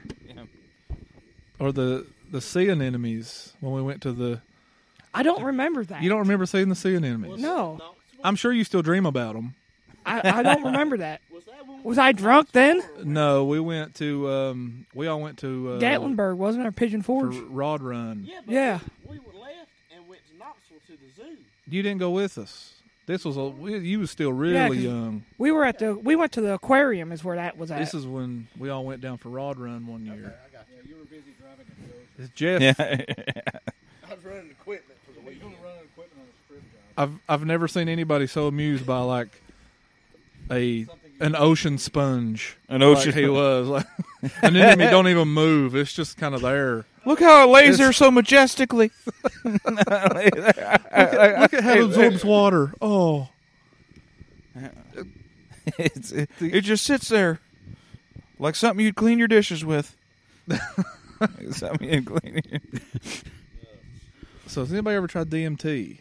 I: or the the sea anemones when we went to the.
E: I don't remember that.
I: You don't remember seeing the sea anemones?
E: No.
I: I'm sure you still dream about them.
E: I, I don't remember that. Was I drunk then?
I: No, we went to um, we all went to uh,
E: Gatlinburg wasn't there? Pigeon
I: for
E: Forge.
I: Rod Run.
E: Yeah.
J: We were left and went to Knoxville to the zoo.
I: You didn't go with us. This was a we- you was still really
E: 'cause-
B: um,
I: young.
E: We were at the. We went to the aquarium. Is where that was at.
I: This is when we all went down for Rod Run one year.
C: You were busy driving a dozer.
I: It's Jeff, *laughs*
J: I was running equipment for the week.
C: running equipment on a strip job.
I: I've I've never seen anybody so amused by like a an ocean sponge.
A: An ocean-
I: like he was like *laughs* an enemy don't even move. It's just kind of there.
A: Look how it lays
I: It's-
A: there so *laughs* majestically.
I: Look at how it absorbs water. Oh,
A: *laughs* It's, it, it just sits there like something you'd clean your dishes with. Like something you'd clean your-
I: so has anybody ever tried DMT?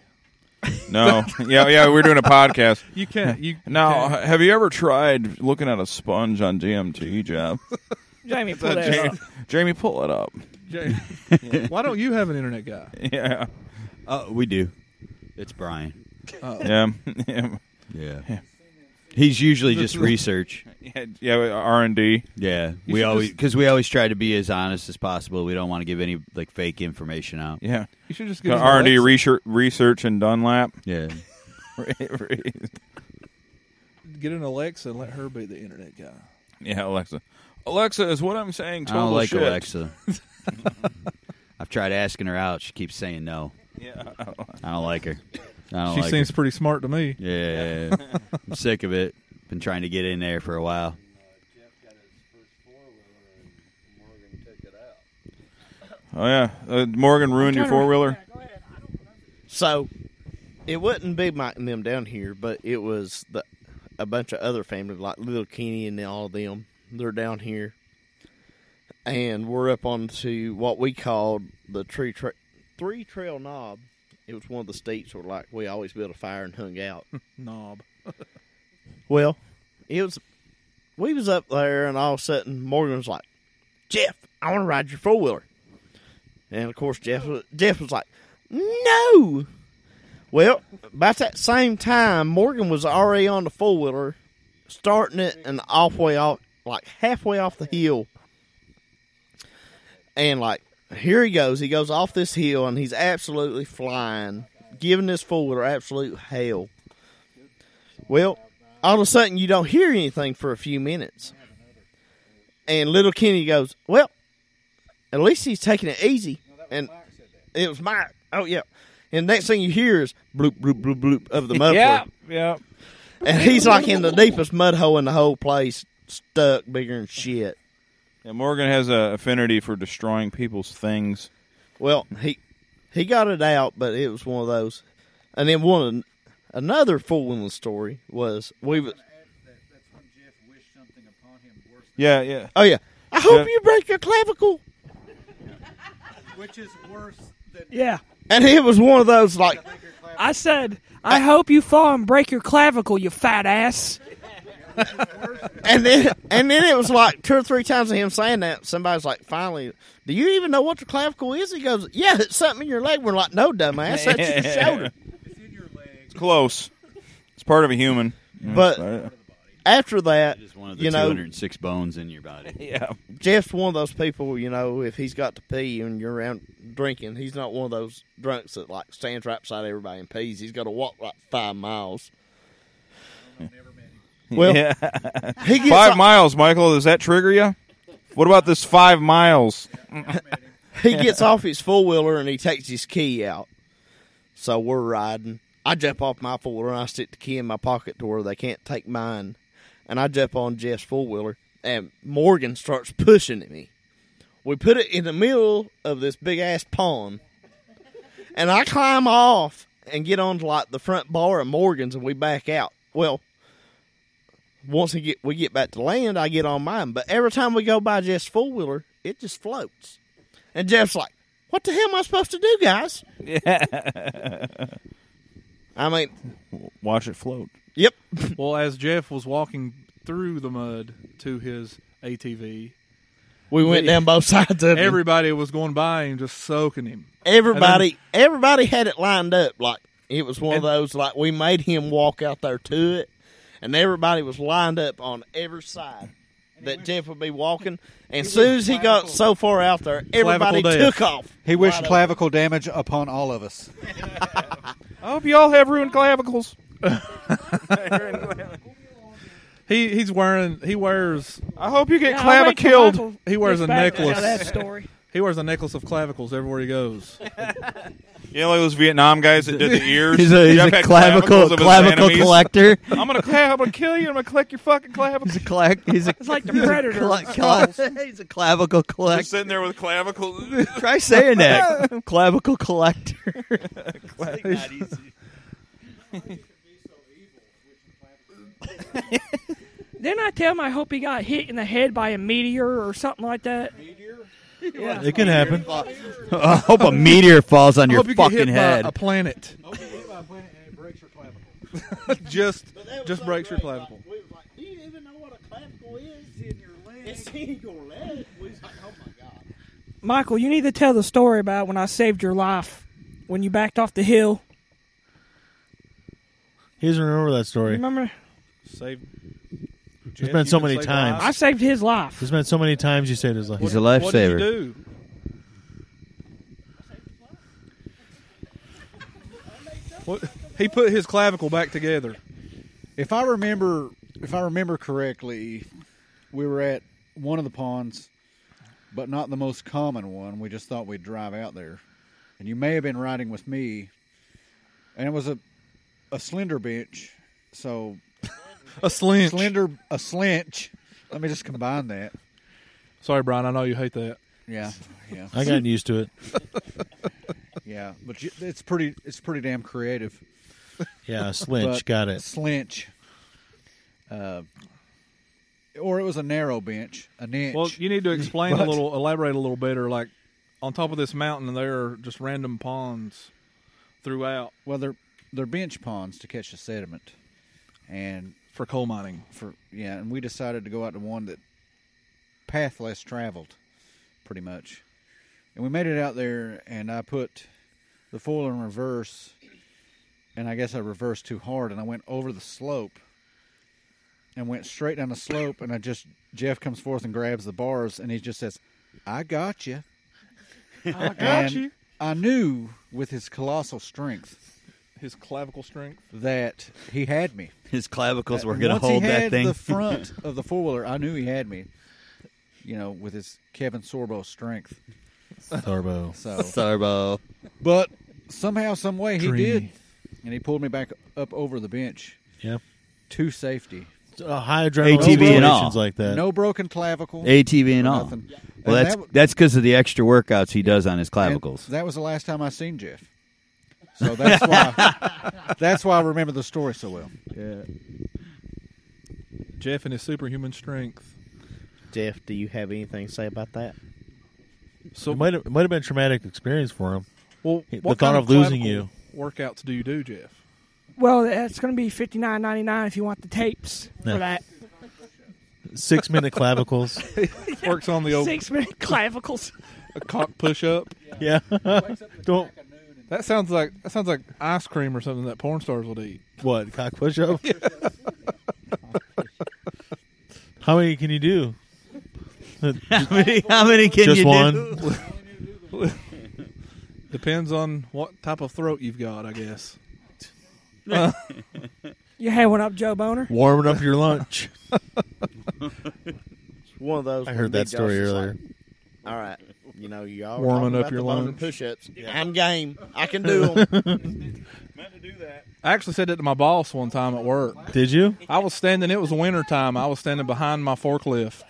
A: No. Yeah, yeah, we're doing a podcast.
I: *laughs* You can't. You
A: Now,
I: can't.
A: h- have you ever tried looking at a sponge on DMT, Jeff?
E: Jamie, pull that up.
A: Jamie, Jamie, pull it up.
I: *laughs* Jay- why don't you have an internet guy?
A: *laughs* Yeah.
D: Uh, we do. It's Brian.
A: Yeah. *laughs* Yeah.
D: Yeah. He's usually just research.
A: Yeah, yeah, R and D.
D: Yeah, we
I: should
D: always
I: just-
D: because we always try to be as honest as possible. We don't want to give any like fake information out.
A: Yeah, Uh,
I: You should just get his
A: R and D
I: Alexa.
A: research, research and Dunlap. *laughs*
D: Yeah,
I: get an Alexa and let her be the internet guy.
A: yeah, Alexa. Alexa is what I'm saying.
D: I
A: Total
D: don't like
A: shit.
D: Alexa. I've tried asking her out. She keeps saying no. Yeah, I don't like her. I don't
I: She
D: like
I: seems
D: her.
I: pretty smart to me.
D: Yeah,
A: *laughs*
D: I'm sick of it. Been trying to get in there for a while.
A: *laughs* Oh yeah, uh, Morgan ruined your four wheeler.
F: So it wouldn't be Mike and them down here, but it was the a bunch of other family like Little Kenny and all of them. They're down here, and we're up onto what we called the tree tra- three trail knob. It was one of the states where like we always built a fire and hung out.
I: Knob.
F: Well, it was we was up there, and all of a sudden Morgan was like, "Jeff, I want to ride your four wheeler," and of course Jeff was, Jeff was like, "No." Well, about that same time, Morgan was already on the four wheeler, starting it and off way off, like halfway off the hill, and like here he goes. He goes off this hill, and he's absolutely flying, giving this four wheeler absolute hell. Well, all of a sudden you don't hear anything for a few minutes. And little Kenny goes, Well, at least he's taking it easy. And it was Mike. Oh, yeah. And next thing you hear is bloop, bloop, bloop, bloop
A: *laughs*
F: of the muffler.
A: Yeah, yeah.
F: And he's like in the deepest mud hole in the whole place, stuck bigger than shit.
A: Yeah, Morgan has a affinity for destroying people's things.
F: Well, he he got it out, but it was one of those. And then one another fool in the story was we was
C: That's when Jeff wished something upon him worse
A: Yeah, yeah.
F: oh yeah. I hope
A: Yeah.
F: you break your clavicle.
C: than, which is worse than
E: Yeah.
F: And it was one of those like
E: I said, I hope you fall and break your clavicle, you fat ass.
F: and then and then it was like two or three times of him saying that. Somebody's like, "Finally, do you even know what your clavicle is?" He goes, "Yeah, it's something in your leg." We're like, "No, dumbass, *laughs* that's
A: *laughs*
F: your shoulder."
C: it's in your leg.
A: It's close. It's part of a human.
F: But after that,
D: It's one of the
F: you know,
D: 206 bones in your body.
A: *laughs* yeah,
F: Jeff's one of those people. You know, if he's got to pee and you're around drinking, he's not one of those drunks that like stands right beside everybody and pees. He's got to walk like five miles. Well,
D: *laughs*
A: yeah.
F: he gets
A: Five
F: on-
A: miles, Michael. Does that trigger you? What about this five miles?
F: he gets off his four wheeler and he takes his key out. So we're riding. I jump off my four wheeler and I stick the key in my pocket to where they can't take mine. And I jump on Jeff's four wheeler and Morgan starts pushing at me. We put it in the middle of this big ass pond. And I climb off and get onto like the front bar of Morgan's and we back out. Well, once we get we get back to land, I get on mine. But every time we go by Jeff's four wheeler, it just floats. And Jeff's like, "What the hell am I supposed to do, guys?" Yeah. I mean,
A: Watch it float. *laughs*
F: yep.
I: Well, as Jeff was walking through the mud to his ATV,
F: We went down both sides of it.
I: everybody was going by and just soaking him.
F: everybody, everybody had it lined up. Like It was one of those like we made him walk out there to it, and everybody was lined up on every side that Jeff would
K: *laughs*
F: be walking. And as soon as he got so far out there, everybody
I: death.
F: took off.
C: He wished
F: Wide open.
C: clavicle damage upon all of us.
A: I hope you all have ruined *laughs* clavicles.
I: *laughs* He he's wearing he wears
A: I hope you get
E: Yeah, I'll
A: clava
E: wait till
A: killed.
E: Michael
I: He wears
E: gets
I: a
E: back to tell
I: necklace.
E: That story.
I: *laughs* he wears a necklace of clavicles everywhere he goes.
A: *laughs* You know, like those Vietnam guys that did the ears.
D: He's a, he's
A: Jeff
D: a
A: had
D: clavicle
A: clavicles of his
D: clavicle
A: enemies.
D: collector.
A: *laughs* I'm
D: *laughs*
A: gonna, cla- I'm gonna kill you. I'm gonna collect your fucking clavicles.
D: He's a clac. He's a
E: It's like the predator. *laughs*
D: *laughs* cla- cla- *laughs* he's a clavicle
A: Just
D: collector.
A: sitting there with clavicles.
D: *laughs* Try saying that.
A: *laughs*
D: *laughs* clavicle collector.
E: Didn't I tell him I hope he got hit in the head by a meteor or something like that?
B: It can happen.
D: I hope a meteor falls on your
I: Hope you get
D: fucking
I: hit
D: head.
I: by a planet. *laughs*
C: *laughs*
I: just just breaks your clavicle.
K: We was like, do you even know what a clavicle is? in your leg. It's in your leg. We was like, oh my god.
E: Michael, you need to tell the story about when I saved your life when you backed off the hill.
B: He doesn't remember that story.
E: Remember?
I: Save.
B: There's been so many times.
E: I saved his life.
B: There's been so many times you said his life.
D: He's a
I: What did you
D: lifesaver.
I: do? What, he put his clavicle back together.
C: If I remember, if I remember correctly, we were at one of the ponds, but not the most common one. We just thought we'd drive out there, and you may have been riding with me, and it was a a slender bench, so
I: A slinch.
C: slender a slinch. Let me just combine that.
I: Sorry, Brian. I know you hate that.
C: Yeah, yeah,
B: I got used to it.
C: yeah. But you- it's pretty, it's pretty damn creative.
B: Yeah, Slinch
C: But-
B: got
C: a
B: it.
C: slinch. Uh, or it was a narrow bench, a inch.
I: Well, you need to explain
C: But-
I: a little, elaborate a little better. Like on top of this mountain, there are just random ponds throughout
C: Well, they're they're bench ponds to catch the sediment, and
I: for coal mining.
C: for yeah, and we decided to go out to one that path less traveled, pretty much, and we made it out there, and I put the foil in reverse, and I guess I reversed too hard, and I went over the slope, and went straight down the slope, and I just Jeff comes forth and grabs the bars, and he just says, "I got you." *laughs* I got
I: you.
C: I knew with his colossal strength
I: His clavicle strength.
C: that he had me.
D: His clavicles were
C: Uh,
D: going to
C: once
D: hold
C: he
D: that
C: had
D: *laughs* thing.
C: The front of the four wheeler, I knew he had me. You know, with his Kevin Sorbo strength.
B: Sorbo.
C: So,
D: Sorbo.
C: but somehow, some way, he
B: Dreamy.
C: did, and he pulled me back up over the bench
B: Yeah.
C: to safety.
B: Uh, high adrenaline
D: ATV and all.
B: situations like that.
C: No broken clavicle.
D: ATV and all.
C: nothing. And
D: Well, that's
C: that-
D: that's because of the extra workouts he does on his
C: and
D: clavicles.
C: That was the last time I seen Jeff. So that's why. that's why I remember the story so well.
I: Jeff and his superhuman strength.
F: Jeff, do you have anything to say about that?
I: So,
B: it might have, it might have been a traumatic experience for him.
I: well,
B: the
I: what
B: thought
I: kind
B: of losing
I: clavicle Workouts do you do, Jeff? *laughs*
E: Well, that's going to be fifty nine ninety nine if you want the tapes
B: Yeah.
E: for that
B: Six minute
I: *laughs*
B: clavicles.
I: Works on the old
E: six minute *laughs* clavicles.
I: cock push up.
B: yeah.
D: *laughs*
B: Don't
I: That sounds like that sounds like ice cream or something that porn stars would eat.
B: what cock push up. How many can you do?
D: *laughs* *laughs* how, many, how many can
B: Just
D: you
B: one.
D: do? *laughs*
I: Depends on what type of throat you've got, I
D: *laughs*
I: guess.
E: You had one up, Joe Boner.
B: Warming up your lunch.
F: It's one of those.
B: I
F: when
B: heard
F: Big
B: that story
F: Josh is
B: earlier.
F: like, all right, you know you all
I: Warming
F: warming
I: up
F: up
I: your
F: your lung
I: lungs.
F: push-ups. I'm game. I can
B: *laughs*
I: *laughs*
F: do them.
I: I actually said that to my boss one time at work.
B: Did you?
I: I was standing. It was winter time. I was standing behind my forklift.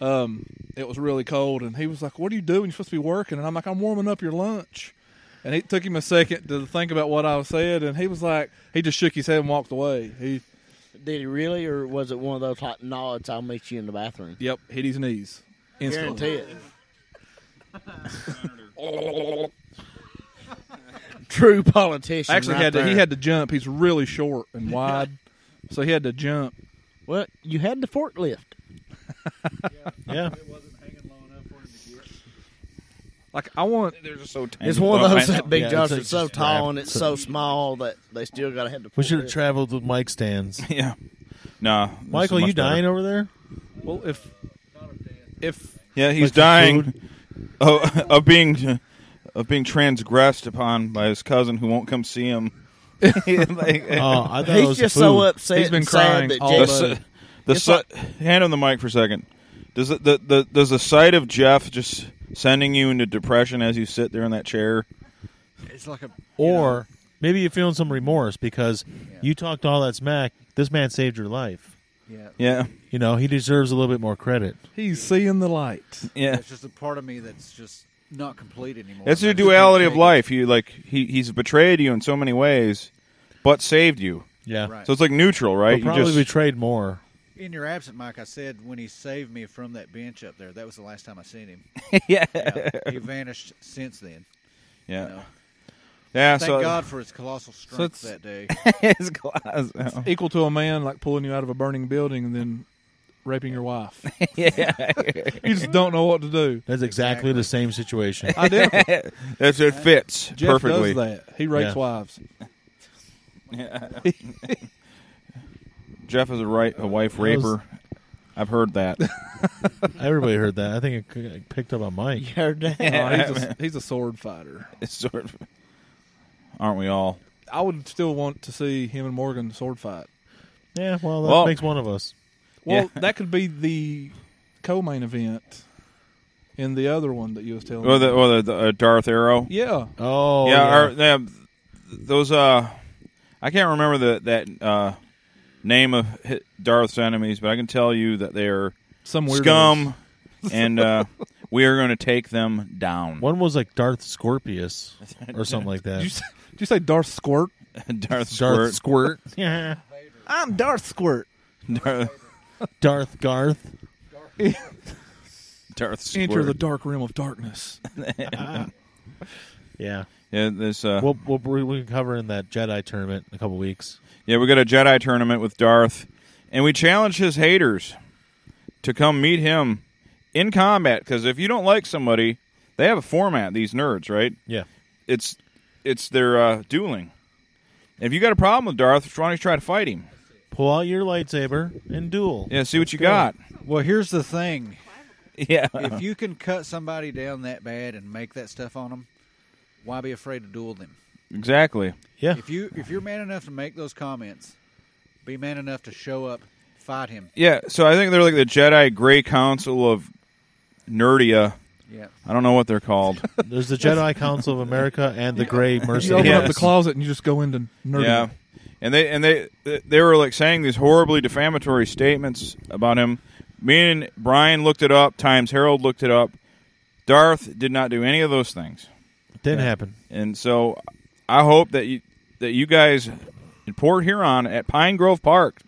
I: Um, it was really cold, and he was like, "What are you doing? You're supposed to be working." And I'm like, "I'm warming up your lunch." And it took him a second to think about what I said, and he was like, he just shook his head and walked away. He,
F: Did he really, or was it one of those like, no, it's I'll meet you in the bathroom?
I: yep, hit his knees instantly.
F: Guarantee it. *laughs* True politician.
I: Actually,
F: right
I: had to, he
F: there.
I: had to jump. He's really short
F: *laughs*
I: and wide, so he had to jump.
F: Well, you had the forklift.
B: Yeah.
I: Like I want.
A: They're just so tiny.
F: It's one of
A: Oh,
F: those
A: I know.
F: that Big
B: Yeah,
F: Josh
B: it's
F: is so
B: just
F: tall
B: grab-
F: and it's so small that they still gotta have to.
B: We
F: pull
B: should have
F: it.
B: traveled with mic stands.
A: *laughs* *laughs* Yeah. Nah. this is
B: Michael, you
A: much better.
B: dying over there?
I: Well, if *laughs* if
A: Yeah, he's
B: Like the
A: dying of, of being of being transgressed upon by his cousin who won't come see
B: *laughs*
A: him. *laughs* Like,
B: Oh, I thought it
F: He's
B: was
F: just
B: food.
F: so upset.
I: He's been
F: and sad
I: crying
F: that
I: all
A: the
F: Jake-
I: day.
A: si- the
F: It's
A: si-
F: like-
A: hand on the mic for a second. Does the, the, the does the sight of Jeff just sending you into depression as you sit there in that chair?
C: It's like a
B: Or maybe you're feeling some remorse because you talked all that smack. This man saved your life.
C: yeah.
A: Yeah,
B: You know, he deserves a little bit more credit.
I: he's seeing the
A: *laughs*
I: light,
A: yeah.
C: It's just a part of me that's just not complete anymore.
A: That's
C: I
A: the
C: just can't
A: duality of
C: take it.
A: life. You like he, he's betrayed you in so many ways, but saved you.
B: Yeah.
C: Right.
A: So it's like neutral, right?
B: But
A: You
B: probably
A: just-
B: betrayed more.
C: In your absent, Mike, I said when he saved me from that bench up there, that was the last time I seen him.
A: *laughs* yeah,
C: Yeah, he vanished since then.
A: yeah, *laughs*
C: you know.
A: yeah.
C: Thank
A: so
C: God for his colossal strength
I: it's-
C: that day.
A: *laughs* his glass. Oh,
I: equal to a man like pulling you out of a burning building and then raping your wife.
A: *laughs*
I: *laughs*
A: yeah,
I: you just don't know what to do.
B: That's exactly, the same situation.
I: Identical.
A: *laughs* that's it fits
I: Jeff
A: perfectly.
I: does that. He rapes
B: Yeah.
I: wives.
A: Jeff is a right a wife raper. I've heard that.
B: *laughs* Everybody heard that. I think it c- it picked up on Mike.
A: *laughs*
I: Oh, he's, a, he's a sword fighter.
A: It's sort of, aren't we all?
I: I would still want to see him and Morgan sword fight.
B: Yeah, well, that
A: Well-
B: makes one of us.
I: Well,
A: Yeah.
I: that could be the co-main event in the other one that you was telling.
A: Or
I: me.
A: the, or the, the uh, Darth Arrow.
I: yeah,
B: Oh,
A: yeah,
B: yeah.
A: Or, yeah, those. Uh, I can't remember the that uh, name of hi- Darth's enemies, but I can tell you that they are
I: some weird *laughs*
A: scum, and uh, we are going to take them down.
B: One was like Darth Scorpius or something like that.
I: Did you, say, did you say Darth Squirt?
A: *laughs* Darth
B: Darth
A: Squirt. *laughs*
B: Squirt. Yeah.
I: I'm Darth Squirt.
A: Darth,
B: Darth Garth.
A: *laughs* Darth Squirt.
I: *laughs* Enter the dark realm
B: *laughs*
I: of darkness.
B: Ah, Yeah.
A: yeah, this. Uh,
B: We'll, we'll, we we can cover in that Jedi tournament in a couple weeks.
A: yeah, we got a Jedi tournament with Darth, and we challenge his haters to come meet him in combat. Because if you don't like somebody, they have a format. These nerds, right?
B: Yeah.
A: it's it's their uh, dueling. If you got a problem with Darth, why don't you try to fight him?
B: Pull out your lightsaber and duel.
A: Yeah, see what
B: *laughs*
A: you got.
C: well, here's the thing:
A: *laughs* Yeah,
C: if you can cut somebody down that bad and make that stuff on them, why be afraid to duel them?
A: exactly.
B: Yeah.
C: If you if you're man enough to make those comments, be man enough to show up, fight him.
A: Yeah, so I think they're like the Jedi Gray Council of Nerdia.
C: Yeah,
A: I don't know what
B: *laughs*
A: they're called.
B: There's the Jedi Council of America and the Grey
I: You open
B: Mercy.
I: up
A: Yes.
I: the closet and you just go into nerdy.
A: yeah, and they and they they were like saying these horribly defamatory statements about him. Me and Brian looked it up. Times Herald looked it up. Darth did not do any of those things.
B: Didn't happen.
A: And so I hope that you that you guys in Port Huron at Pine Grove Park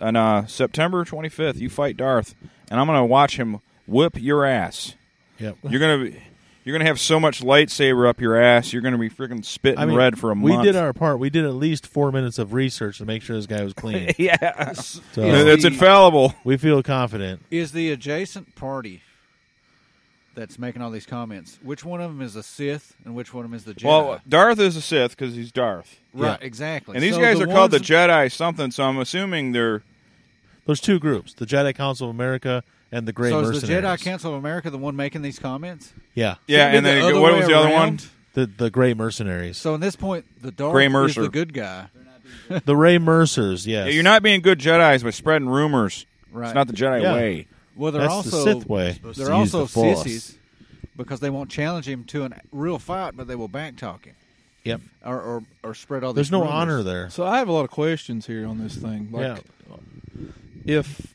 A: on uh, September 25th, you fight Darth, and I'm going to watch him whip your ass.
B: Yep.
A: You're going to be you're going to have so much lightsaber up your ass, you're going to be freaking spitting
B: I mean,
A: red for a
B: we
A: month.
B: did our part. We did at least four minutes of research to make sure this guy was clean.
A: yeah, *laughs*
B: So
A: that's infallible.
B: we feel confident.
C: is the adjacent party that's making all these comments? Which one of them is a Sith and which one of them is the Jedi?
A: Well, Darth is a Sith because he's Darth,
C: right, exactly.
A: and these
C: So
A: guys
C: the
A: are called the
C: ones-
A: Jedi something. So I'm assuming they're
B: There's two groups: the Jedi Council of America and the Grey
C: So is the
B: Mercenaries.
C: Jedi Council of America the one making these comments?
B: yeah,
A: yeah.
C: Shouldn't it
A: And
C: be
A: then
C: the other
A: what
C: way
A: was the other one?
C: around?
B: the the Grey Mercenaries,
C: So in this point, the Darth
A: Gray
C: is
A: Mercer.
C: the good guy.
B: the Ray Mercers. Yes,
A: Yeah, you're not being good Jedi's by spreading rumors.
C: Right.
A: It's not the Jedi
B: Yeah.
A: way.
C: Well, they're
B: That's
C: also
B: the Sith way.
C: they're
D: use
C: also
D: the Force.
C: sissies because they won't challenge him to a real fight, but they will backtalk him
B: Yep.
C: or or, or spread all.
B: There's
C: these
B: no
C: rumors.
B: honor there.
I: So I have a lot of questions here on this thing. Like,
B: yeah.
I: if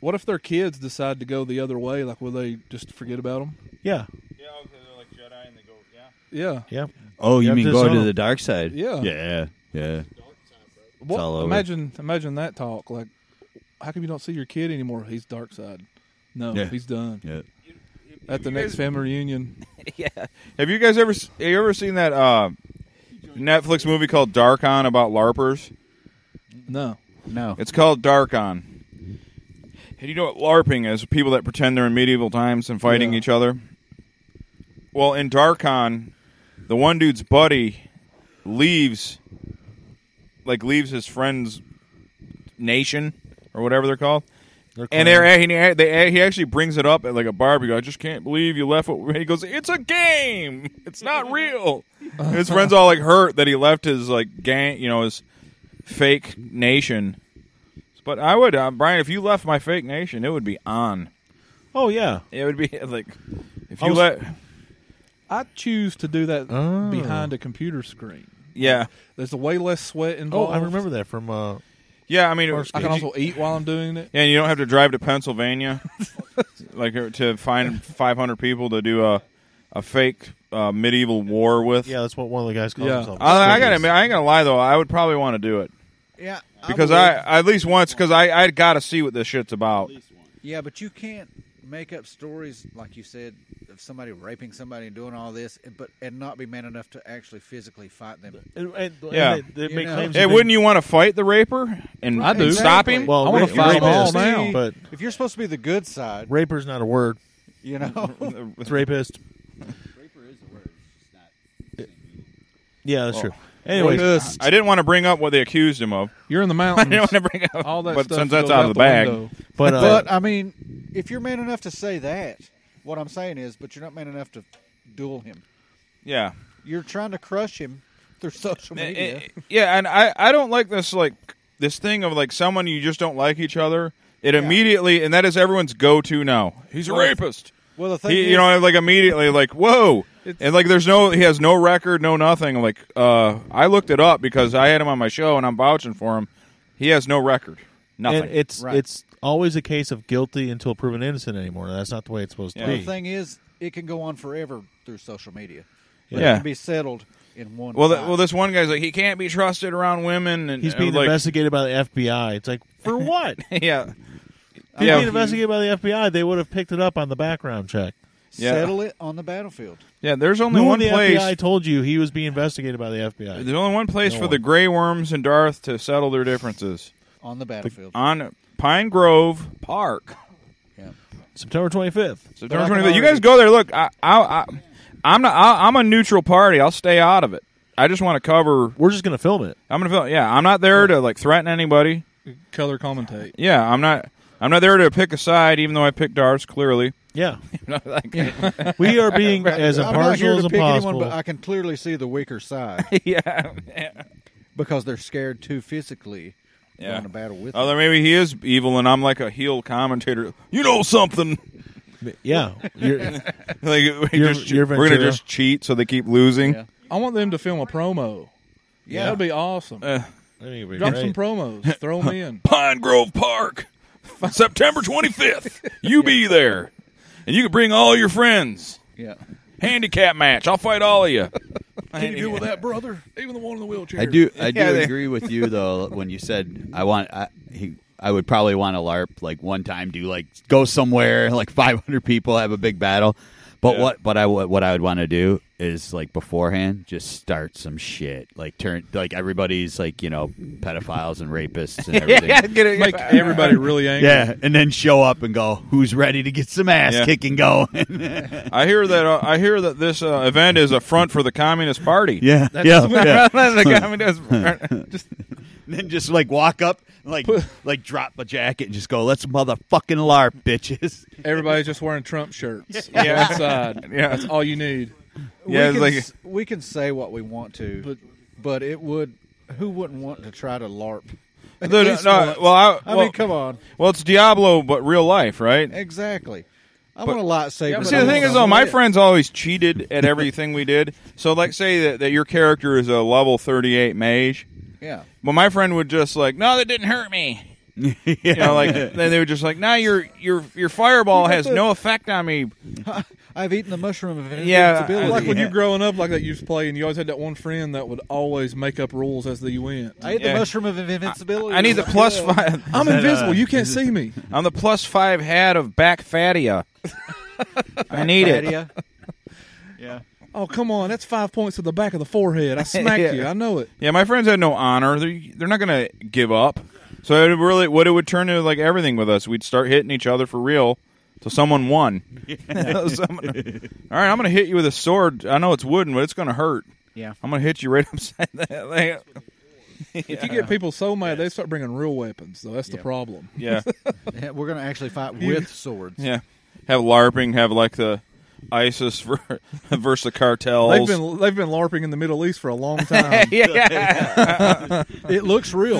I: what if their kids decide to go the other way? Like, will they just forget about them?
B: Yeah.
A: Yeah, okay, they're like Jedi and they go, yeah.
I: Yeah.
B: Yeah.
D: Oh, you
B: Yeah,
D: mean
B: just
D: going to
B: so.
D: the dark side?
I: Yeah.
D: Yeah. Yeah.
I: What,
D: all over.
I: imagine, imagine that talk. Like, how come you don't see your kid anymore? He's dark side. No,
D: Yeah.
I: he's done.
D: Yeah.
I: At the next family reunion,
A: Have you guys ever have you ever seen that uh, Netflix movie called Darkon about LARPers?
I: no.
C: No,
A: It's called Darkon. And you know what LARPing is? People that pretend they're in medieval times and fighting
I: Yeah.
A: each other. well in Darkon, the one dude's buddy leaves, like leaves his friend's nation or whatever they're called. And they're, and he, they, he actually brings it up at like a barbecue. I just can't believe you left. What, *laughs* *laughs* he goes, it's a game. It's
I: *laughs*
A: not real. And his friends all like hurt that he left his like gang, you know, his fake nation. But I would, uh, Brian, if you left my fake nation, it would be on.
B: Oh yeah,
A: It would be *laughs* like if
I: I
A: you
I: was-
A: let,
I: I choose to do that
B: Oh.
I: behind a computer screen.
A: yeah,
I: There's way less sweat
B: Oh,
I: involved.
B: I remember that from. Uh,
A: yeah. I mean, it-
I: I can also eat while I'm doing it.
A: Yeah, and you don't have to drive
B: *laughs*
A: to Pennsylvania, like uh, to find 500 people to do a a fake uh, medieval war with.
B: yeah, that's what one of the guys calls
I: Yeah.
B: himself.
A: I, I gotta, admit, I ain't gonna lie though, I would probably want to do it
C: Yeah,
A: because I, at least once because I I gotta see what this shit's about.
C: Yeah, but you can't make up stories like you said of somebody raping somebody and doing all this, and- but and not be man enough to actually physically fight them.
B: And, and- and
A: Yeah.
B: they, they
C: You
B: make
C: know.
B: claims.
A: Hey,
B: that
A: wouldn't you want to fight the raper and
I: I do.
A: stop him?
B: Well,
I: I wanna
B: rape-
I: fight
B: rape
I: 'em all
B: is,
I: now.
B: but
C: If you're supposed to be the good side,
B: raper's not a word.
C: you
A: *laughs*
C: know,
B: It's rapist. Yeah, that's true. Anyway,
I: Anyways,
A: I didn't want to bring up what they accused him of.
I: you're in
A: *laughs* *laughs*
I: the
A: I didn't
I: mountains.
A: want to bring up
I: all that
A: but
I: stuff
A: since that's
I: goes
A: out
I: out
A: of the
I: the
A: bag,
I: window.
B: but uh,
C: but I mean, if you're man enough to say that, what I'm saying is, but you're not man enough to duel him.
A: yeah.
C: You're trying to crush him through *laughs* social media.
A: Eh, eh, yeah, and I, I don't like this like this thing of like someone you just don't like each other. It immediately and that is everyone's go to now. He's a rapist.
C: well, the thing
A: He,
C: is,
A: you know, like immediately, like whoa, and like there's no, he has no record, no nothing. Like uh, I looked it up because I had him on my show and I'm vouching for him. He has no record, nothing.
B: and it's
C: Right.
B: it's always a case of guilty until proven innocent anymore. That's not the way it's supposed
A: Yeah.
B: to
C: the
B: be.
C: thing is, it can go on forever through social media. But
A: Yeah.
C: it can be settled in one.
A: well, th-
C: fight.
A: well, this one guy's like he can't be trusted around women, and
B: He's
A: and,
B: being
A: uh, like,
B: investigated by the FBI. It's like
C: *laughs*
B: for what?
A: Yeah,
B: He's
A: yeah,
B: being investigated by the FBI. They would have picked it up on the background check.
A: yeah.
C: settle it on the battlefield.
A: yeah. There's only
B: Who in
A: one
B: the
A: place.
B: FBI told you he was being investigated by the FBI.
A: There's only one place
B: No
A: for
B: one.
A: the Grey Worms and Darth to settle their differences
C: on the battlefield.
A: on Pine Grove Park.
B: September 25th.
A: September
C: I can
A: 25th.
C: already-
A: You guys go there. Look, I, I, I I'm not. I, I'm a neutral party. I'll stay out of it. I just want to cover.
B: We're just going to film it.
A: I'm gonna feel. Yeah, I'm not there to like threaten anybody.
I: color commentate.
A: Yeah, I'm not. I'm not there to pick a side, even though I picked ours clearly.
C: *laughs*
B: Yeah.
A: Like, *laughs*
B: We are being as
C: I'm not here
B: impartial as
C: to pick anyone,
B: possible.
C: but I can clearly see the weaker side
A: *laughs* yeah,
C: because they're scared too physically
A: Yeah. Oh,
C: on a battle with.
A: Although
C: them.
A: maybe he is evil, and I'm like a heel commentator. You know something?
B: yeah. You're-
A: *laughs* Like we
B: You're-
A: just,
B: you're
A: we're gonna
B: Ventura.
A: just cheat so they keep losing.
C: Yeah.
I: I want them to film a promo. Yeah, that'd be awesome.
A: Uh,
B: I think it'd be
I: Drop
B: great.
I: some promos.
A: *laughs*
I: Throw them in.
A: Pine Grove Park, *laughs* September 25th. You be there. And you can bring all your friends.
C: Yeah.
A: Handicap match. I'll fight all of you.
I: Can you do with that, brother? Even the one in the wheelchair.
D: I do. I do
A: Yeah,
I: *laughs*
D: *laughs*
A: they-
D: agree with you though. When you said I want, I, he, I would probably want to LARP like one time. Do like go somewhere *laughs* like 500 people have a big battle. But what? But I would- what I would want to do is like beforehand, just start some shit. Like turn like everybody's like you know pedophiles and rapists and everything. *laughs* yeah,
A: Get it-
I: Make everybody
D: *laughs*
I: really angry.
D: and then show up and go. Who's ready to get some ass
A: Yeah.
D: kicking going? *laughs*
A: I hear that. Uh, I hear that this uh, event is a front for the Communist Party.
D: yeah, yeah,
A: *laughs*
D: yeah.
A: the Communist
I: *laughs*
D: *laughs*
A: Party. Just-
D: And then just like walk up, like like drop a jacket, and just go, "Let's motherfucking larp, bitches."
I: Everybody's just wearing Trump shirts.
A: *laughs* Yeah.
I: Yeah. One side.
A: Yeah.
I: That's all you need.
A: Yeah,
C: we
A: it's
C: can,
A: like-
C: s- we can say what we want to, but but it would. Who wouldn't want to try to LARP? At
A: No, no,
C: least
A: no,
C: once.
A: well, I- well-
C: mean, come on,
A: well, it's Diablo, but real life, right?
C: exactly. I want a lightsaber.
A: See, the thing is, though,
C: on
A: my friends always cheated at everything we did. So, like, say that, that your character is a level 38 mage.
C: Yeah,
A: Well, my friend would just like, no, that didn't hurt me.
I: *laughs*
A: You know, like then they were just like, now your your your fireball has no effect on me.
C: I've eaten the mushroom of invincibility.
A: Yeah,
I: Like when
A: Yeah.
I: you
A: *laughs*
I: growing up, like that, you used to play, and you always had that one friend that would always make up rules as they went.
C: I ate
A: Yeah.
C: the mushroom of invincibility.
A: I need the plus five.
I: *laughs* I'm invisible.
A: *laughs*
I: you can't see me.
A: I'm the plus five hat of back fatia. I need it.
I: *laughs*
C: Idea.
I: Oh, come on. That's five points to the back of the forehead. I smacked
A: Yeah.
I: you. I know it.
A: *laughs* Yeah, my friends had no honor. They're, they're not gonna give up. So it really, what it would turn into like everything with us, we'd start hitting each other for real, So someone won. *laughs* Someone- all right, I'm going to hit you with a sword. I know it's wooden, but it's going to hurt.
L: Yeah.
A: I'm going to hit you right *laughs* upside the head.
I: If you get people so mad, they start bringing real weapons. Though that's the problem. *laughs*
A: Yeah.
L: Yeah, we're gonna actually fight
I: You-
L: with swords.
A: Yeah. Have LARPing, have like the ISIS ver- *laughs* versus the cartels.
I: They've been they've been larping in the Middle East for
A: *laughs*
I: a long
D: *laughs*
I: time.
B: *laughs*
A: Yeah.
I: *laughs* it looks real.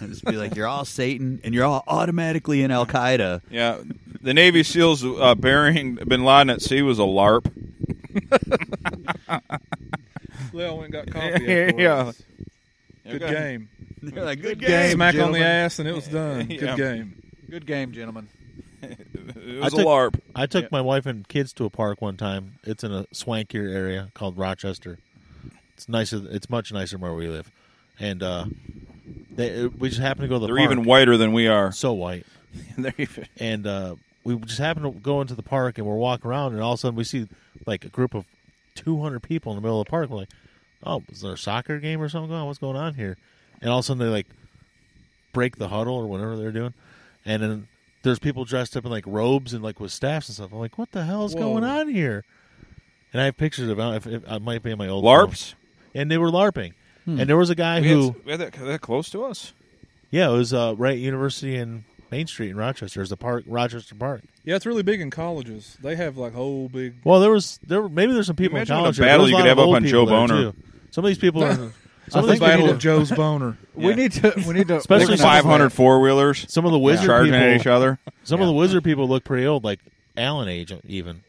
D: Just be like, you're all Satan, and you're all automatically in Al Qaeda.
A: yeah. The Navy SEALs uh, burying bin Laden at sea was a
I: *laughs*
A: LARP.
I: They all went and got coffee.
A: *laughs* yeah.
I: afterwards. Good game.
D: They're like, good
I: Game
D: game.
I: Smack on
D: gentlemen."
I: the ass, and it was
A: *laughs*
I: done.
A: Yeah.
I: Good game.
L: Good game, gentlemen.
A: It was a
B: took-
A: LARP.
B: I took my wife and kids to a park one time. It's in a swankier area called Rochester. It's nicer. It's much nicer than where we live, and uh, they we just happened to go to the
A: They're
B: park.
A: even whiter than we are.
B: so white,
A: *laughs* They're even-
B: *laughs* and uh, we just happened to go into the park and we're walking around, and all of a sudden we see like a group of two hundred people in the middle of the park. We're like, "Oh, is there a soccer game or something going? on? What's going on here?" And all of a sudden they like break the huddle or whatever they're doing, and then there's people dressed up in like robes and like with staffs and stuff. I'm like, "What the hell is going on here?" And I have pictures of it. If, if, I might be in my old
A: LARPs?
B: phone. and they were larping. And there was a guy
A: We
B: who
A: had, we had that, that close to us?
B: yeah, it was uh, right at University and Main Street in Rochester. It's the park, Rochester Park.
I: Yeah, it's really big in colleges. They have like whole big.
B: Well, there was there were, maybe there's some people
A: Imagine
B: in
A: the
B: college. there. There
A: battle
B: was
A: you
B: a
A: could
B: lot of
A: have up
B: old
A: on
B: people
A: Joe
B: there,
A: Boner.
B: too. Some of these
L: *laughs*
B: people are some of
I: The
B: these people,
I: Battle of Joe's Boner.
L: We need to. We need to.
B: *laughs* Especially
L: organize
A: Like
B: some-
A: 500 four wheelers
B: some of the wizard
A: charging
B: people,
A: at each other.
B: some of the wizard people look pretty old, like Allen age even.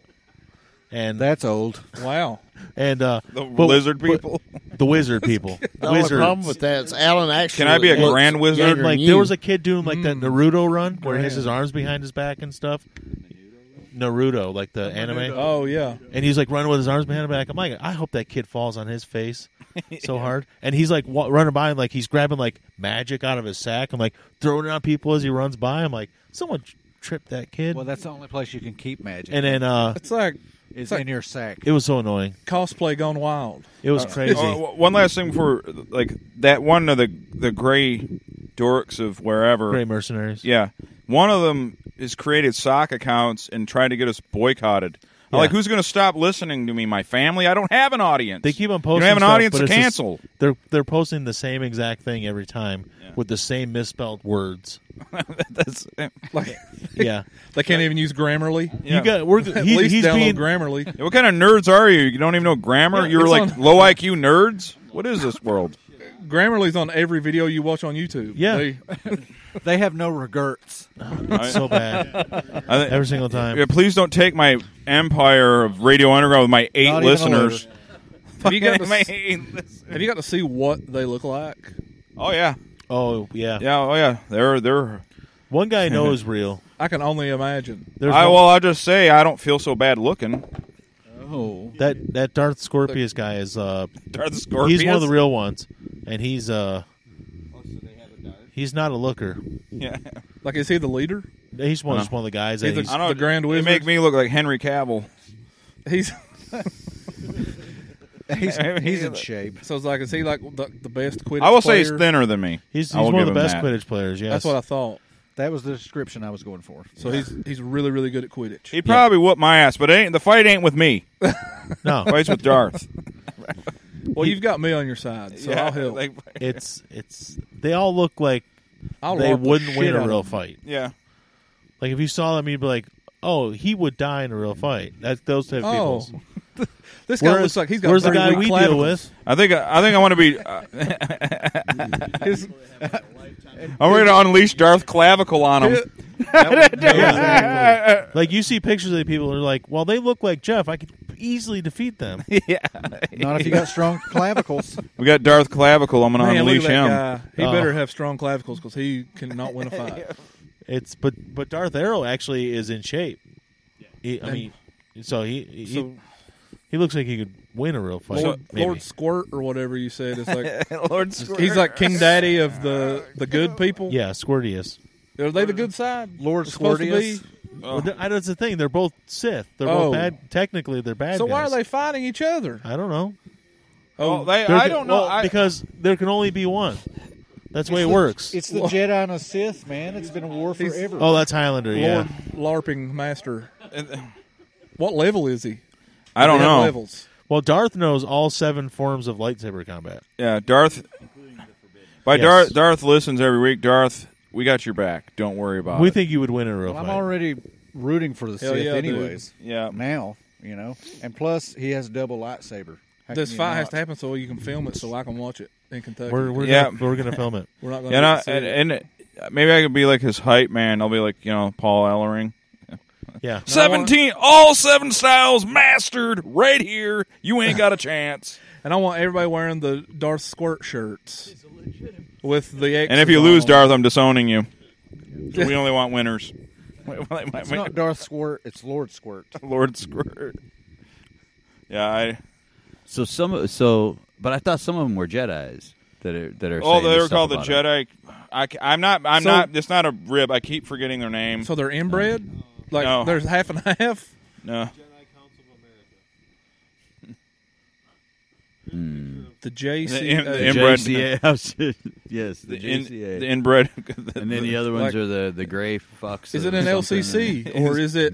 B: And
L: that. That's old.
I: Wow.
B: and uh,
A: The
B: but-
A: lizard
B: but-
A: people. *laughs*
B: the wizard people,
F: The only
B: wizards.
F: problem with that is Alan actually.
A: Can I be a
F: looks
A: grand wizard?
F: younger
B: like
F: than
B: there
F: you.
B: was a kid doing like
L: Mm.
B: that Naruto run where he has his arms behind his back and stuff. Naruto, like the anime.
I: Oh yeah.
B: And he's like running with his arms behind his back. I'm like, I hope that kid falls on his face
I: *laughs*
B: so hard. And he's like wa- running by, and like he's grabbing like magic out of his sack. I'm like throwing it on people as he runs by. I'm like, someone tr- tripped that kid.
L: Well, that's the only place you can keep magic.
B: and then
I: *laughs*
B: uh,
I: It's like
L: is
I: like-
L: in your sack.
B: it was so annoying.
I: cosplay gone wild.
B: It was crazy.
A: Oh, w- one last thing before, *laughs* like that one of the the gray dorks of wherever.
B: Great mercenaries.
A: Yeah, one of them has created sock accounts and tried to get us boycotted. I'm
B: Yeah.
A: Like, who's going to stop listening to me? My family? I don't have an audience.
B: They keep on posting.
A: You don't have an
B: stuff,
A: audience
B: but
A: to
B: it's just-
A: cancel.
B: they're they're posting the same exact thing every time with the same misspelled
I: *laughs*
B: words.
A: That's
I: Like
B: Yeah,
I: they can't even use Grammarly.
A: yeah.
B: you got. We're
I: *laughs* At
B: he-
I: least
B: he's
I: download
B: being
I: Grammarly.
A: Yeah, *laughs* what kind of nerds are you? You don't even know grammar.
I: Yeah,
A: You're
I: it's
A: like
I: on-
A: low IQ nerds. What is
B: *laughs*
A: this world?
I: Grammarly's on every video you watch on YouTube.
B: Yeah.
I: They-
L: They have no regrets.
B: it's so bad
A: I think-
B: every single time.
A: Yeah, please don't take my empire of Radio Underground with my eight
L: Not even a
A: listeners.
L: little.
I: have, you got to,
A: My
I: s-
A: eight listeners.
I: have you got to see what they look like?
A: Oh yeah,
B: Oh yeah.
A: yeah, oh yeah. They're they're.
B: one guy I
I: *laughs*
B: know is real.
I: I can only imagine.
B: There's
A: I
B: one-
A: well, I'll just say I don't feel so bad looking.
L: Oh,
B: that that Darth Scorpius guy is uh
A: Darth Scorpius.
B: he's one of the real ones, and he's uh he's not a looker.
A: Yeah.
I: Like, is he the leader?
B: He's one just one of the guys that
I: He's a-
B: he's,
A: I don't
I: The Grand
A: They
I: Wizard.
A: make me look like Henry Cavill. *laughs*
B: *laughs*
I: He's
L: he's he's in
A: Yeah.
L: shape.
I: so it's like, is he like the, the best Quidditch?
A: I will say he's
I: player?
A: thinner than me.
B: he's, he's
A: I will
B: one of the
A: give him
B: best
A: that.
B: Quidditch players. Yes,
I: That's what I thought.
L: That was the description I was going for.
I: So he's he's really really good at Quidditch.
A: He'd probably whoop my ass, but it ain't the fight ain't with me. The
B: *laughs* no,
A: fight's with *laughs* Darth.
I: Well, you've got me on your side, so
A: Yeah,
I: I'll help.
A: like-
B: it's it's they all look like
I: *laughs* I'll
B: they
I: larp the
B: wouldn't
I: shit
B: win
I: out
B: a
I: of
B: real
I: him.
B: fight.
A: yeah.
B: Like if you saw them, you'd be like, oh, he would die in a real fight. That those type of
I: Oh, *laughs*
B: people.
I: *laughs* this guy
B: Where's
I: looks like he's got
B: where's the
I: pretty
B: guy
I: weak
B: we deal
I: clavicles.
B: with?
A: I think I think I want to be.
B: *laughs*
A: Uh,
I: His-
A: *laughs* I'm ready to unleash Darth Clavicle on
I: *laughs*
A: him.
B: *laughs*
A: *laughs*
B: Like you see pictures of the people, and are like, well, they look like Jeff. I could easily
L: *laughs*
B: defeat them.
L: Not if you got *laughs* strong clavicles.
A: We got Darth Clavicle. I'm gonna
I: Man, look
A: unleash
I: at that
A: him.
I: guy. He
B: Oh.
I: better have strong clavicles because he cannot win
L: *laughs*
I: a fight.
B: It's but but Darth Arrow actually is in shape. He, I mean, so he he,
I: So
B: he looks like he could win a real fight.
I: Lord,
B: maybe.
I: Lord Squirt or whatever you said is like
A: *laughs* Lord
I: he's like King Daddy of the the
L: *laughs*
I: good people.
B: yeah, Squirtius.
I: Are they the good side?
L: Lord
I: Supposed to
L: Squirtius.
I: be?
B: Well, th- I, that's the thing. They're both Sith. They're
I: Oh.
B: both bad. Technically, they're bad.
I: So why are
B: guys.
I: they fighting each other?
B: I don't know.
A: Oh, they,
B: There
A: I
B: can-
A: don't know.
B: well,
A: I,
B: because there can only be one. That's the way it works.
C: It's the Jedi and a Sith, man. It's been a war
I: He's-
C: forever.
B: Oh, that's Highlander. Yeah.
I: Lord LARPing master.
A: uh,
I: What level is he?
A: I don't
I: They have
A: know.
I: Levels.
B: Well, Darth knows all seven forms of lightsaber combat.
A: Yeah, Darth. By
B: Yes.
A: Darth, Darth listens every week. Darth, we got your back. Don't worry about
B: We
A: it.
B: think you would win in a real
C: Well, I'm
B: fight.
C: already rooting for the
I: Hell
C: Sith,
I: yeah, dude.
C: anyways.
A: yeah,
C: Now, you know, and plus he has double lightsaber. How
I: This
C: can you
I: fight has
C: not?
I: to happen so you can film it, so I can watch it in Kentucky.
B: We're we're
A: Yeah.
B: gonna, we're gonna film it.
I: *laughs* We're not going
A: and, I,
I: to
A: and, and maybe I could be like his hype man. I'll be like you know Paul Ellering.
B: Yeah.
A: Seventeen, all seven styles mastered right here. You ain't got a chance.
I: *laughs* And I want everybody wearing the Darth Squirt shirts with the X's
A: and if you
I: on
A: lose,
I: them.
A: Darth, I'm disowning you.
I: *laughs*
A: We only want winners.
C: It's not Darth Squirt, it's Lord Squirt.
A: Lord Squirt. Yeah, I.
D: So some of- so, but I thought some of them were Jedi's that are that are.
A: Oh,
D: saying
A: they
D: this
A: were
D: stuff
A: called the
D: about it.
A: Jedi. I, am not. I'm
I: So-
A: not. It's not a rib. I keep forgetting their name.
I: So they're inbred? Like,
A: No.
I: there's half and half?
A: no.
D: Hmm.
I: The JC.
A: The in-
I: uh,
A: the inbred-
D: *laughs* JCA. I was just- yes, the,
A: The, in-
D: JCA.
A: the inbred. the-
D: and then the other
I: like-
D: ones are the the gray fox.
I: is it an LCC or is it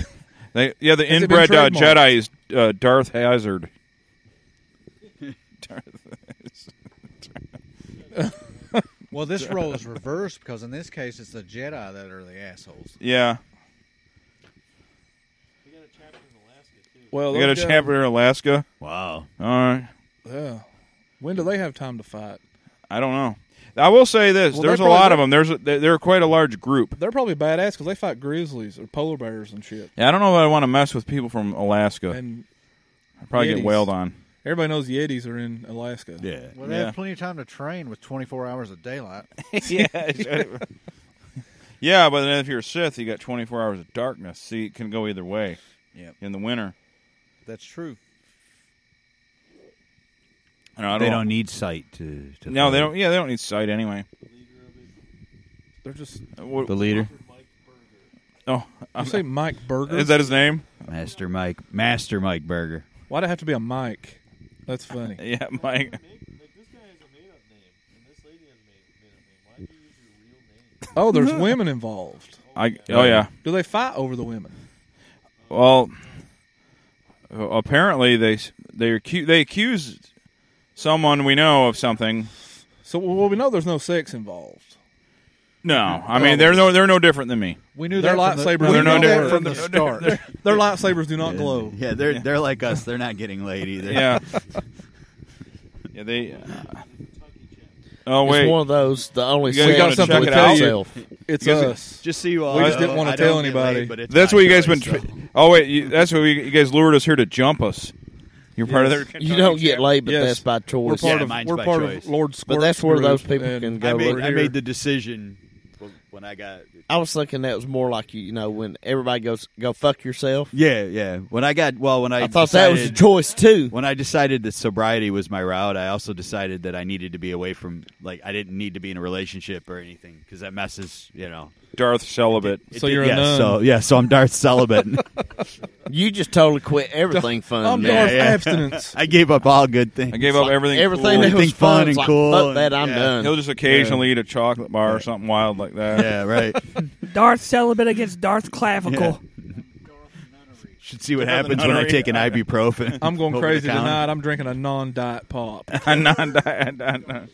I: *laughs*
A: they- yeah, the
I: Has it been
A: inbred uh,
I: trademarked?
A: Jedi is uh, Darth Hazard.
C: Well, this role is reversed because in this case it's the Jedi that are the assholes.
A: Yeah,
I: well?
A: we got a
I: those guys-
A: chapter in Alaska.
D: Wow.
A: All right,
I: uh, Yeah. When do they have time to fight?
A: I don't know. I will say this:
I: Well,
A: there's a
I: they're probably-
A: lot of them. There's a, they're they're quite a large group.
I: They're probably badass because they fight grizzlies or polar bears and shit.
A: Yeah, I don't know if I want to mess with people from Alaska.
I: And
A: I'd probably
I: Yetis.
A: get wailed on.
I: everybody knows Yetis are in Alaska.
D: Yeah.
C: Well, they
A: Yeah.
C: have plenty of time to train with 24 hours of daylight. *laughs*
A: Yeah, but then if you're a Sith, you got 24 hours of darkness. See, it can go either way.
C: Yep.
A: In the winter,
C: That's true.
A: And I
D: They don't need sight to. to
A: No, they
D: fight.
A: don't. Yeah, they don't need sight anyway.
I: They're just.
A: Uh, what-
D: The leader,
A: oh,
I: You
A: I'm-
I: say Mike Berger?
A: is that his name?
D: Master Mike, Master Mike Berger.
I: Why'd it have to be a Mike? That's funny.
A: *laughs* Yeah, Mike.
I: Oh, there's women involved.
A: I. Oh yeah.
I: Do they fight over the women?
A: Well, uh, apparently they s- they accu- they accused someone we know of something.
I: So well, we know there's no sex involved.
A: No, I mean they're no they're no different than me.
C: We knew
I: Their
C: that from the-
I: lightsabers.
C: we
I: do
A: They're no
I: not-
C: knew that from
A: different than-
C: the start.
I: Their lightsabers do not glow.
D: Yeah, they're they're like us. They're not getting laid either. *laughs*
A: Yeah. yeah. They. Uh, oh wait.
F: It's one of those. The only
A: You guys
F: sex
A: gotta
F: with
A: check it out.
F: itself.
I: It's
A: You guys-
I: us.
D: Just so you all.
I: We just
D: know,
I: didn't wanna
D: I don't
I: tell
D: get
I: anybody.
D: laid, but it's
A: That's
D: my
A: what you guys been.
D: choice,
A: Tra-
D: so.
A: oh wait, you, that's what we, you guys lured us here to jump us. You're part of their.
F: You don't get laid, but
I: Yes.
F: that's by
I: We're
F: choice.
I: part
D: Yeah,
I: of
D: mine's
I: we're
D: by
I: part
D: choice.
I: of Lord Squirt.
F: But that's where
I: Group,
F: those people
I: and
F: can
D: I
F: go.
D: made,
I: we're
D: I
I: here.
D: made the decision when I got.
F: I was thinking that was more like you, you know, when everybody goes go fuck yourself.
D: Yeah, yeah. When I got well, when I,
F: I thought that was a
D: decided-
F: choice too.
D: When I decided that sobriety was my route, I also decided that I needed to be away from like I didn't need to be in a relationship or anything because that messes you know.
A: Darth celibate.
D: It
I: So
D: did-
I: you're a
D: yeah,
I: nun.
D: So yeah, so I'm
A: *laughs*
D: Darth celibate.
F: *laughs* You just totally quit
D: *laughs*
F: everything fun.
I: I'm
F: man.
I: Darth
D: yeah. *laughs*
I: abstinence.
D: I gave up all good things.
A: I gave up
F: Like,
A: everything.
F: everything
A: cool.
F: that was
D: Everything fun
F: fun
D: and
F: is like,
D: cool
F: Fuck
D: and-
F: that, I'm
D: yeah.
F: done.
A: He'll just occasionally eat a chocolate bar or something wild like that.
D: yeah, right.
E: Darth celibate against Darth clavicle.
D: Should see what happens when I
A: nunnery.
D: take an ibuprofen.
I: I'm going
D: *laughs* over the
I: crazy
D: counter.
I: tonight. I'm drinking a non-diet pop.
D: *laughs*
A: Non- di- di- di- *laughs*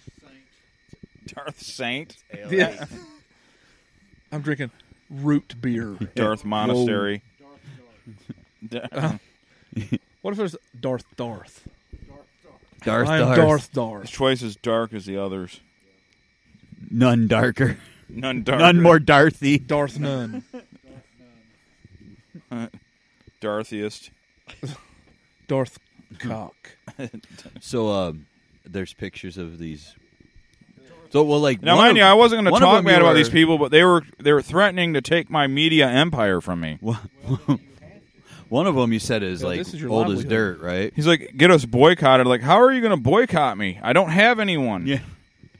A: Darth Saint.
I: *laughs* yeah. I'm drinking root beer.
A: Darth Monastery.
I: Uh, What if there's Darth Darth?
D: Darth,
I: I'm
D: Darth,
I: Darth
A: His
I: Darth.
A: choice is dark as the others. *laughs*
D: none darker,
A: None darker.
D: none more Darthy.
I: Darth Nun.
A: Darthiest.
I: Darth Cock.
D: *laughs* So um, there's pictures of these. So well, like
A: Now,
D: one
A: mind
D: of-
A: you, I wasn't going
D: one
A: to
D: of
A: talk
D: them
A: bad
D: you
A: about
D: are-
A: these people, but they were they were threatening to take my media empire from me.
D: *laughs* One of them you said is
I: Yeah,
D: like
I: this is your
D: old as
I: livelihood.
D: dirt, right?
A: He's like, "Get us boycotted." Like, how are you going to boycott me? I don't have anyone.
D: Yeah,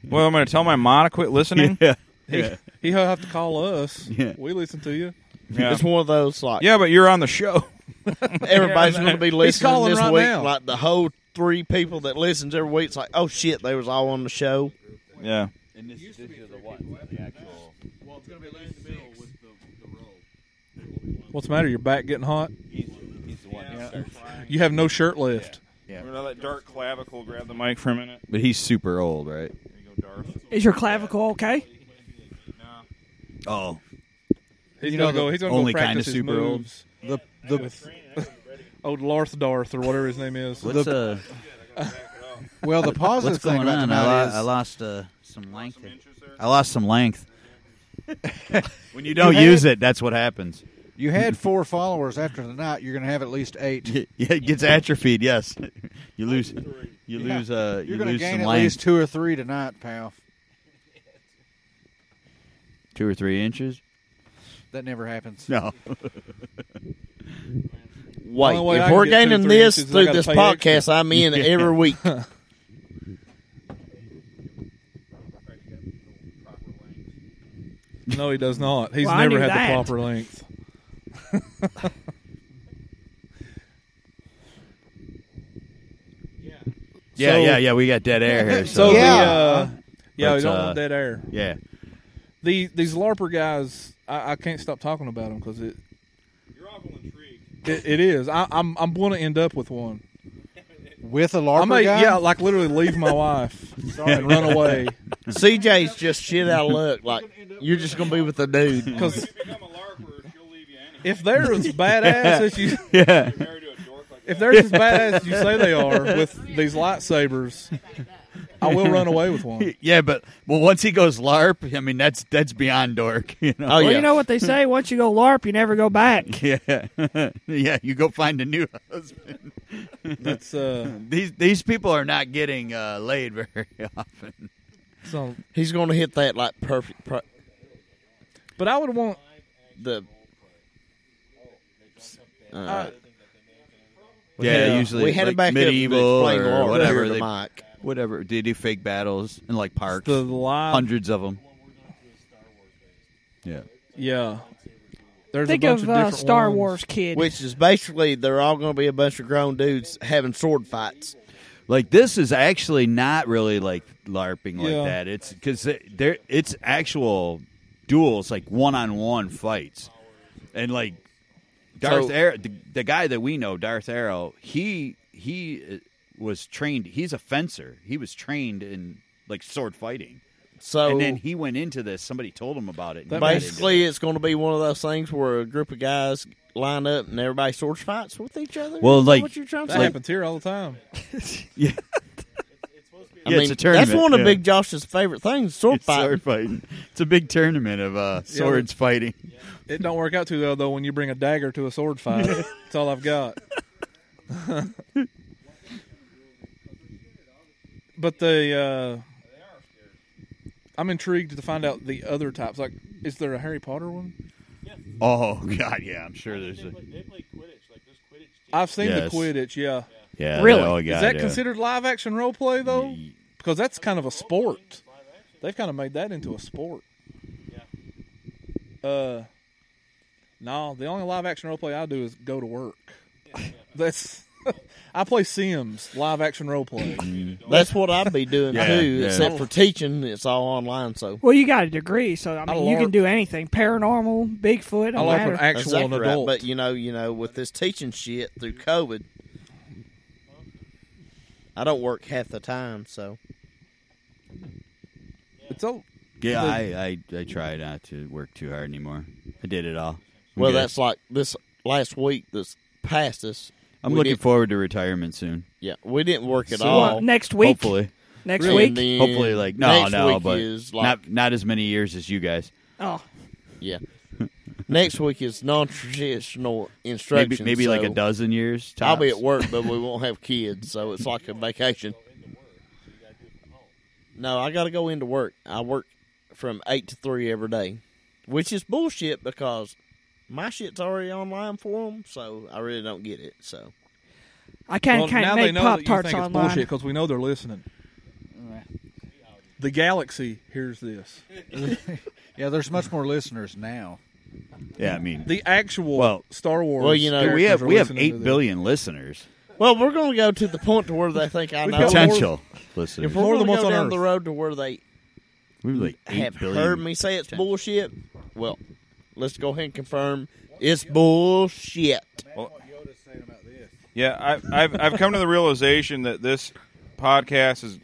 A: Well, I'm going to tell my mom to quit listening.
D: *laughs* yeah,
I: He, he'll have to call us.
D: Yeah.
I: We listen to you.
A: Yeah.
F: It's one of those like
A: Yeah, but you're on the show.
F: *laughs* everybody's going
A: *laughs*
F: to be listening
I: calling
F: this
I: right
F: week.
I: now.
F: Like the whole three people that listens every week, it's like, oh shit, they was all on the show.
A: Yeah.
D: In this
M: Used to be
D: edition of the
M: three
D: what?
M: people after
D: The
M: that.
D: actual.
M: Well, it's going to be laid in the middle with the, the roll.
I: What's the matter? Your back getting hot?
D: He's, he's the one that starts.
I: You have no shirt left.
A: Yeah. We're gonna let Dark Clavicle grab the mic for a minute.
D: But he's super old, right?
E: Is your clavicle okay?
D: Oh.
A: He's gonna
I: You know, the
A: go. He's gonna
I: only
A: go
I: kinda
A: practice his
I: super old.
A: moves.
I: The the *laughs* old Larthdarth or whatever his name is.
D: What's, The-
L: Well, the
D: What-
L: positive
D: what's
L: thing
D: going
L: about
D: on?
L: tonight
D: I, lo-
L: is-
D: I lost uh, some length. I lost some length. when you don't
L: You had-
D: use it, that's what happens.
L: You had four followers after tonight. You're going to have at least
D: *laughs*
L: eight.
D: *laughs* yeah, it gets atrophied. Yes, *laughs* you lose. You
L: Yeah.
D: lose. Uh, you
L: You're gonna
D: lose
L: gain
D: some
L: at
D: length.
L: least two or three tonight, pal.
D: two or three inches.
L: That never happens. *laughs*
D: No.
F: Wait,
L: Only way I
F: if
L: can get
F: we're
L: two,
F: gaining
L: three inches
F: this
L: is I
F: through
L: gotta
F: this
L: pay
F: podcast,
L: extra.
F: I'm in
L: Yeah.
F: every
I: *laughs*
F: week.
B: *laughs*
I: No, he does not. He's
F: Well, I
I: never
F: knew
I: had
F: that.
I: the proper length.
D: Yeah,
I: So-
D: yeah, yeah. We got dead air
I: *laughs*
D: here. So,
I: So the, uh, yeah, we
D: But,
I: don't
D: uh,
I: want dead air.
D: Yeah,
I: The these LARPer guys, I, I can't stop talking about them because it. You're awful intrigued. It, it is. I, I'm I'm going to end up with one.
L: With a LARPer
I: I may,
L: guy?
I: yeah, like literally leave my wife and run
F: *laughs*
I: away.
F: CJ's just shit out of luck. Like you're just gonna be with the dude.
I: Because if they're as badass as you,
D: *laughs* yeah.
I: if they're as badass as you say they are with these lightsabers, I will run away with one.
D: *laughs* yeah, but well, once he goes LARP, I mean that's that's beyond dork. *laughs* You know?
I: Oh,
E: well, you know what they say: once you go LARP, you never go back. *laughs*
D: Yeah, *laughs* yeah. You go find a new *laughs* husband.
I: That's uh,
D: *laughs* these these people are not getting uh, laid *laughs* very often.
I: So
F: he's gonna hit that like perfect. Per-
I: but I would want
F: the. Uh,
D: yeah, usually
F: we had
D: like
F: it back
D: medieval
F: up and explained
D: or
F: LARP
D: whatever
F: to
D: they
F: Mike.
D: whatever they do fake battles in like parks,
I: the live-
D: hundreds of them. Yeah,
I: yeah. There's
E: Think
I: a bunch
E: of, uh,
I: of, different
E: Star
I: ones.
E: Wars kid.
F: Which is basically they're all going to be a bunch of grown dudes having sword fights.
D: like this is actually not really like larping like
F: Yeah.
D: that. It's because there it's actual duels, like one on one fights, and like Darth
F: So-
D: Arrow, the, the guy that we know, Darth Arrow, he he uh, was trained. He's a fencer. He was trained in like sword fighting.
F: So-
D: and then he went into this. Somebody told him about it. and he got into
F: Basically, it's going to be one of those things where a group of guys line up and everybody sword fights with each other.
D: Well,
F: Is that
D: like-
F: what you're trying to
I: That
F: say?
I: happens here all
F: *laughs*
I: the time.
D: yeah.
F: I
D: Yeah,
F: mean,
D: it's a tournament,
F: That's one of
D: yeah.
F: Big Josh's favorite things: sword
D: It's
F: fighting.
D: sword fighting. It's a big
F: *laughs*
D: tournament of uh, swords fighting.
I: It don't work out too well though when you bring a dagger to a sword fight. That's all I've got. *laughs* but the uh, I'm intrigued to find out the other types. Like, is there a Harry Potter one?
D: Oh *laughs* God, yeah, I'm sure there's. A,
I: I've seen
D: Yes.
I: the Quidditch. Yeah.
D: Yeah,
I: Really?
D: they all got
I: is that
D: it.
I: considered live action role play though? Because that's kind of a sport. They've kind of made that into a sport. Uh, no, the only live action role play I do is go to work. *laughs* that's *laughs* I play Sims live action role play.
D: Mm.
F: That's what I'd be
D: *laughs*
F: doing
I: Yeah,
F: too,
I: yeah.
F: except for teaching. It's all online, so
E: Well, you got a degree, so I mean,
F: I
E: you can
F: LARP.
E: do anything: paranormal, Bigfoot. don't matter.
F: That's accurate, But you know, you know, with this teaching shit through COVID, I don't work half the time, so
I: it's all.
D: Yeah,
F: The-
D: I, I I try not to work too hard anymore. I did it all. I'm
F: well,
D: good.
F: that's like this last week. This past us,
D: I'm
F: we
D: looking
F: didn't-
D: forward to retirement soon.
F: Yeah, we didn't work at
D: So-
F: all.
D: What, next week? Hopefully.
E: Next
F: And
E: week?
F: then
D: Hopefully, like no,
F: next
D: no,
F: week
D: but
F: is like,
D: not not as many years as you guys.
E: Oh,
F: yeah. next week is non-traditional
D: Maybe
F: instruction.
D: maybe like a
F: so
D: dozen years. Tops.
F: I'll be at work, but we won't have kids, so it's like a vacation. No, I got to go into work. I work from eight to three every day, which is bullshit because my shit's already online for them, so I really don't get it. So
E: I can't
I: Well,
E: can't
I: now they
E: make
I: know
E: pop
I: that you
E: tarts
I: think it's
E: online.
I: bullshit because we know they're listening. The galaxy hears this.
L: *laughs* yeah, there's much more listeners now.
D: *laughs* Yeah, I mean
I: the actual
D: well,
I: Star Wars.
D: Well, you know, we
I: characters
D: have
I: are
D: we have
I: listening to
D: eight
I: this.
D: billion listeners.
F: Well, we're going to go to the point to where they think I
D: We've
F: know
D: got more- Potential listeners.
F: If we're
D: More
F: going
D: than
F: to
D: what's
F: go
D: on
F: down
D: Earth.
F: the road to where they
D: We were like eight
F: have
D: billion
F: heard me say it's bullshit, well, let's go ahead and confirm it's bullshit.
A: Yeah, I, I've I've come to the realization that this podcast is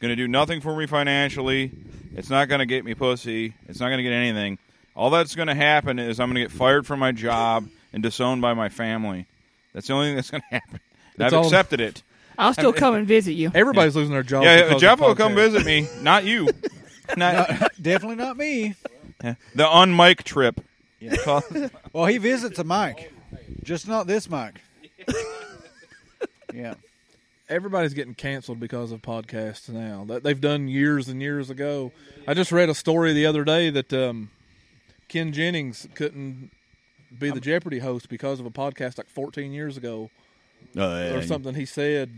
A: going to do nothing for me financially. It's not going to get me pussy. It's not going to get anything. All that's going to happen is I'm going to get fired from my job and disowned by my family. That's the only thing that's going to happen. And I've
I: It's all-
A: accepted it.
E: I'll still
A: I've-
E: come
A: *laughs*
E: and visit you.
I: Everybody's losing their jobs.
A: Yeah,
I: because of
A: Jeff will come
I: podcasts.
A: visit me, not
I: *laughs*
A: you. Not,
L: Definitely not me.
A: Yeah. The on mic trip. *laughs* Call-
L: well, he visits a mic, just not this
D: *laughs*
L: mic. yeah.
I: Everybody's getting canceled because of podcasts now that they've done years and years ago. I just read a story the other day that um, Ken Jennings couldn't be the Jeopardy host because of a podcast like 14 years ago
D: Oh,
I: or
D: yeah.
I: something he said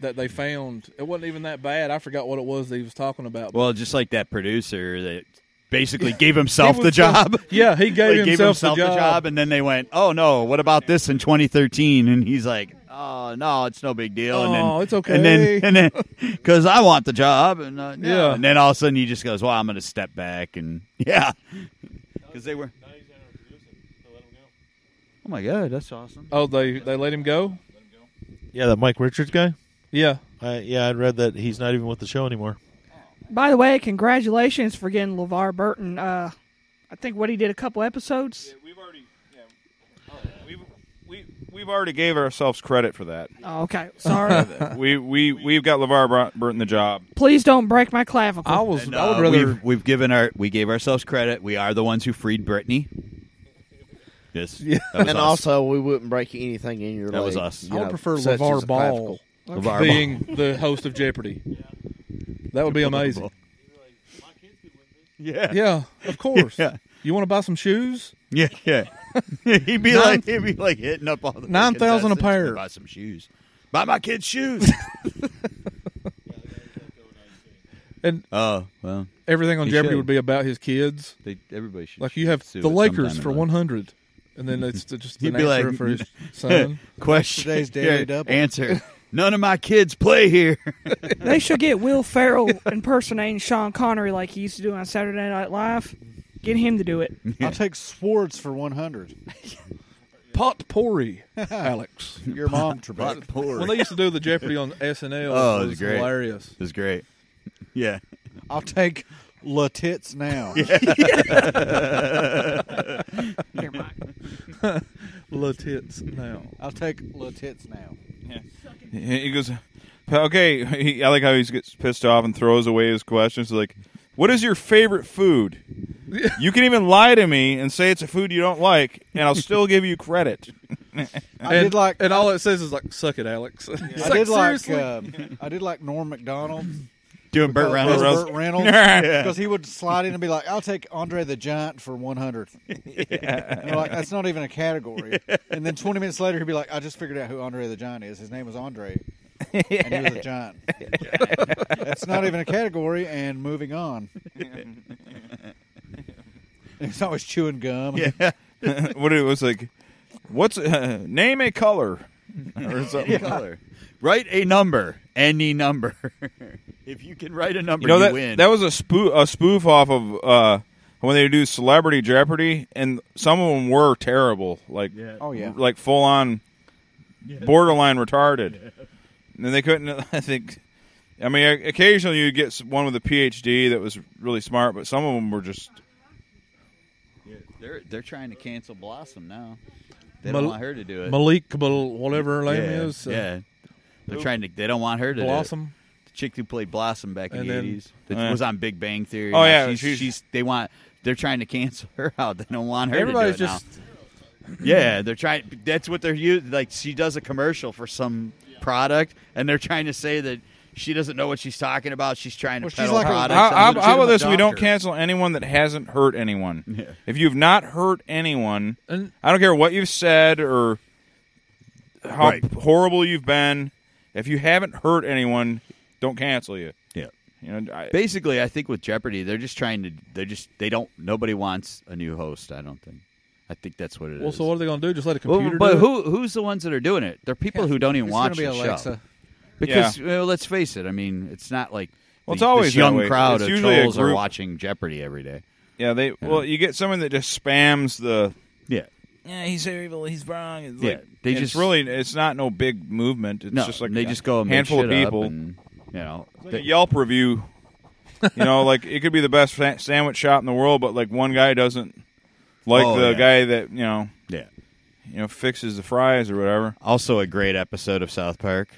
I: that they found. It wasn't even that bad. I forgot what it was that he was talking about.
D: Well, just like that producer that basically gave
I: He
D: himself
I: was
D: the job.
I: the- *laughs* yeah, he gave
D: Like,
I: himself the job.
D: and then they went, "Oh no, what about this in 2013?" And he's like, "Oh no, it's no big deal." and
I: Oh,
D: then,
I: it's
D: And
I: okay.
D: then, and then, because I want the job, and uh, no.
I: Yeah.
D: and then all of a sudden he just goes, "Well, I'm going to step back," and *laughs* yeah, because they were. Oh my god, that's awesome.
I: Oh, they they let him go.
B: Yeah, that Mike Richards guy.
I: Yeah,
B: I, yeah, I read that he's not even with the show anymore.
E: By the way, congratulations for getting LeVar Burton. Uh, I think what he did a couple episodes.
A: We've already gave ourselves credit for that.
E: Oh, okay, sorry.
A: *laughs* we we we've got LeVar Bur- Burton the job.
E: Please don't break my clavicle.
I: I was.
D: And, uh, We've, we've given our we gave ourselves credit. We are the ones who freed Brittany. Yes, that was
F: and
D: us.
F: also, we wouldn't break anything in your
D: That was
F: leg,
D: us.
F: you
I: I would
F: know,
I: prefer
F: such as
I: LeVar
F: a
I: Ball
F: clavicle.
I: being the host of Jeopardy. That would be amazing.
D: *laughs* Yeah.
I: Yeah, of course.
D: Yeah.
I: You want to buy some shoes?
D: Yeah, yeah. *laughs* he'd be
I: Nine-
D: like he'd be like hitting up all
I: 9,000
D: the
I: a
D: contestants to
I: pair.
D: Buy some shoes. Buy my kids shoes.
I: *laughs*
D: *laughs*
I: And
D: oh well,
I: everything on
D: He
I: Jeopardy
D: should.
I: would be about his kids.
D: They, everybody should.
I: Like you have
D: sue
I: the
D: it
I: Lakers
D: sometime
I: for
D: in life.
I: one hundred, and then it's the- just the
D: *laughs* He'd be like,
I: for his son.
D: *laughs* question
L: Today's Daily
D: yeah,
L: Double.
I: *laughs*
D: *laughs* Answer. None of my kids play here.
E: they should get Will Ferrell impersonating Sean Connery like he used to do on Saturday Night Live. Get him to do it.
L: I'll take Swords for 100.
I: Pot
L: *laughs*
I: pourri, Alex.
L: Your mom, Trebek.
D: Pot pourri.
I: When they used to do the Jeopardy on SNL,
D: Oh,
I: it
D: it
I: was,
D: was great.
I: hilarious.
D: *laughs* It
I: *laughs*
D: was great. Yeah.
L: I'll take La Tits
I: *laughs*
L: now.
I: *laughs* La tits now.
L: I'll take La Tits now.
A: He *laughs* he goes, okay. He, I like how he gets pissed off and throws away his questions. Like, what is your favorite
I: *laughs*
A: food? You can even lie to me and say it's a food you don't like, and I'll still give you credit.
L: I
I: and,
L: did like.
I: and all it says is like, "Suck it, Alex." *laughs*
L: I did like. um I did like Norm Macdonald.
D: *laughs* Doing Burt
L: because-
D: Reynolds.
L: Burt
D: *laughs*
L: Reynolds.
A: Yeah.
L: Because he would slide in and be like, "I'll take Andre the Giant for
D: *laughs*
L: 100." And they're like, "That's not even a category." And then 20 minutes later, he'd be like, "I just figured out who Andre the Giant is. His name was Andre, and he
D: *laughs*
L: was a giant." That's not even a category. And moving
D: *laughs*
L: on. He's always chewing gum.
D: Yeah.
A: *laughs* what it was like? What's *laughs* uh, name a color *laughs*
L: *laughs*
A: or something?
D: *laughs* Color. Write a number. Any number. if you can write a number,
A: You
D: you,
A: know that
D: win.
A: that was a spoof a spoof off of uh, when they do Celebrity Jeopardy, and some of them were terrible, like
L: Oh, yeah.
A: like full on borderline retarded. And then they couldn't. *laughs* I think. I mean, o- occasionally you get s- one with a PhD that was really smart, but some of them were just.
D: they're they're trying to cancel Blossom now. They
I: Mal-
D: don't want her to do it.
I: Malik, Mal- whatever her name
D: yeah,
I: is, uh,
D: yeah. They're trying to. They don't want her to do it.
I: Blossom.
D: The chick who played Blossom back in
I: And
D: the
I: then- uh,
D: eighties that
A: Yeah.
D: was on Big Bang Theory.
A: Oh,
D: Now
A: yeah,
D: she's,
A: she's-
D: she's, they want. They're trying to cancel her *laughs* out. They don't want her.
I: Everybody's
D: to do it
I: just
D: now. yeah. They're trying. That's what they're using. Like she does a commercial for some product, and they're trying to say that she doesn't know what she's talking about. She's trying to
L: Well, she's
D: peddle
L: like a-
D: products.
A: How,
D: on
A: how, how about
D: legitimate
A: this? We don't
D: doctor.
A: cancel anyone that hasn't hurt anyone. If you've not hurt anyone,
I: And-
A: I don't care what you've said or how
D: Right.
A: horrible you've been. If you haven't hurt anyone, don't cancel you.
D: Yeah.
A: You know, I,
D: Basically, I think with Jeopardy, they're just trying to. They're just. They don't. Nobody wants a new host. I don't think. I think that's what it is.
I: Well, so what are they going to do? Just let a
D: Well,
I: computer
D: but
I: do it?
D: who who's the ones that are doing it? They're people who don't even
L: It's
D: watch
L: gonna be
D: the
L: Alexa.
D: show. Because well, let's face it. I mean, it's not like
A: Well, it's
D: the-
A: always
D: this
A: that
D: young
A: way.
D: crowd
A: It's
D: of
A: usually a
D: trolls are
A: group-
D: watching Jeopardy every day.
A: Yeah, they. Well, you get someone that just spams the.
D: Yeah.
A: Yeah, he's evil. He's wrong. It's
D: Yeah,
A: like-
D: they
A: and it's
D: just-
A: really it's not no big movement. It's
D: No,
A: just like
D: they
A: a
D: just go and make
A: handful of
D: shit up
A: people.
D: and, you know,
A: It's like
D: they-
A: a Yelp review. you know, *laughs* like it could be the best sa- sandwich shop in the world, but like one guy doesn't like
D: Oh,
A: the
D: yeah.
A: guy that you know.
D: Yeah.
A: You know, fixes the fries or whatever.
D: Also, a great episode of South Park.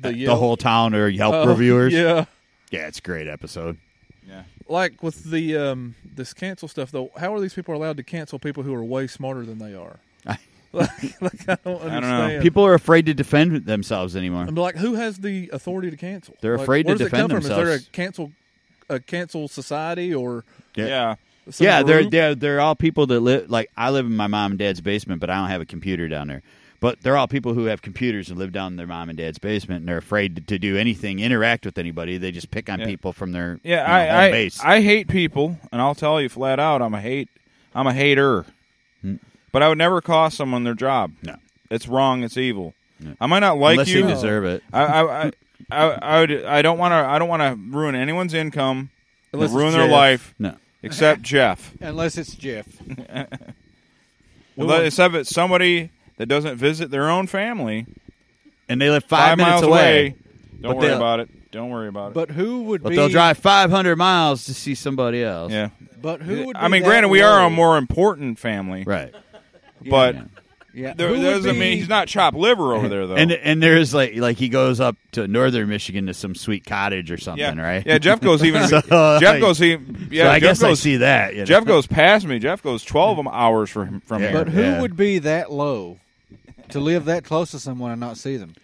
A: The
D: The,
A: Yelp-
D: whole town are Yelp
I: Oh,
D: reviewers.
I: yeah.
D: yeah, it's a great episode.
I: Like with the um, this cancel stuff though, how are these people allowed to cancel people who are way smarter than they are? *laughs* like, like I don't understand.
D: People are afraid to defend themselves anymore.
I: I'm like, who has the authority to cancel?
D: They're
I: Like,
D: afraid to
I: where does
D: defend
I: it come From? Is
D: themselves.
I: there a cancel, a cancel society or
A: Yeah.
I: some
D: yeah, they're,
I: group?
D: they're they're all people that live like I live in my mom and dad's basement, but I don't have a computer down there. But they're all people who have computers and live down in their mom and dad's basement, and they're afraid to, to do anything, interact with anybody. They just pick on people from their
A: Yeah,
D: you know, home
A: I,
D: base.
A: I I hate people, and I'll tell you flat out, I'm a hate, I'm a hater. But I would never cost someone their job.
D: Hmm. No,
A: it's wrong. It's evil. I might not like
D: Unless
A: you.
D: you deserve it.
A: I I I, I, I, would, I don't want to. I don't want to ruin anyone's income. or
L: Unless it's
A: ruin their
L: Jeff.
A: life.
D: No.
A: except Jeff.
L: Unless it's
D: *laughs*
L: Jeff.
A: Well, except it's somebody that doesn't visit their own family,
D: and they live five minutes
A: miles
D: away.
A: Don't
D: But
A: worry
D: they'll-
A: about it. Don't worry about it.
L: But who would
D: But
L: be?
D: they'll drive
L: *laughs*
D: 500 miles to see somebody else.
A: Yeah.
L: But who would?
A: I
L: be
A: mean,
L: that
A: granted, we are
L: low?
A: a more important family,
D: right?
A: But
L: Yeah.
A: there,
L: Who would
A: there doesn't
L: be-
A: mean he's not chopped liver over there, though.
D: And and there's like like he goes up to northern Michigan to some sweet cottage or something,
A: yeah,
D: right?
A: Yeah, Jeff goes
D: *laughs*
A: even.
D: So,
A: Jeff
D: like-
A: goes even. Yeah,
D: so I
A: Jeff
D: guess I
A: goes-
D: see that. you know?
A: Jeff goes past me. Jeff goes twelve of 'em hours from from
D: Yeah.
A: here.
L: But who
D: Yeah.
L: would be that low to live that close to someone and not see them?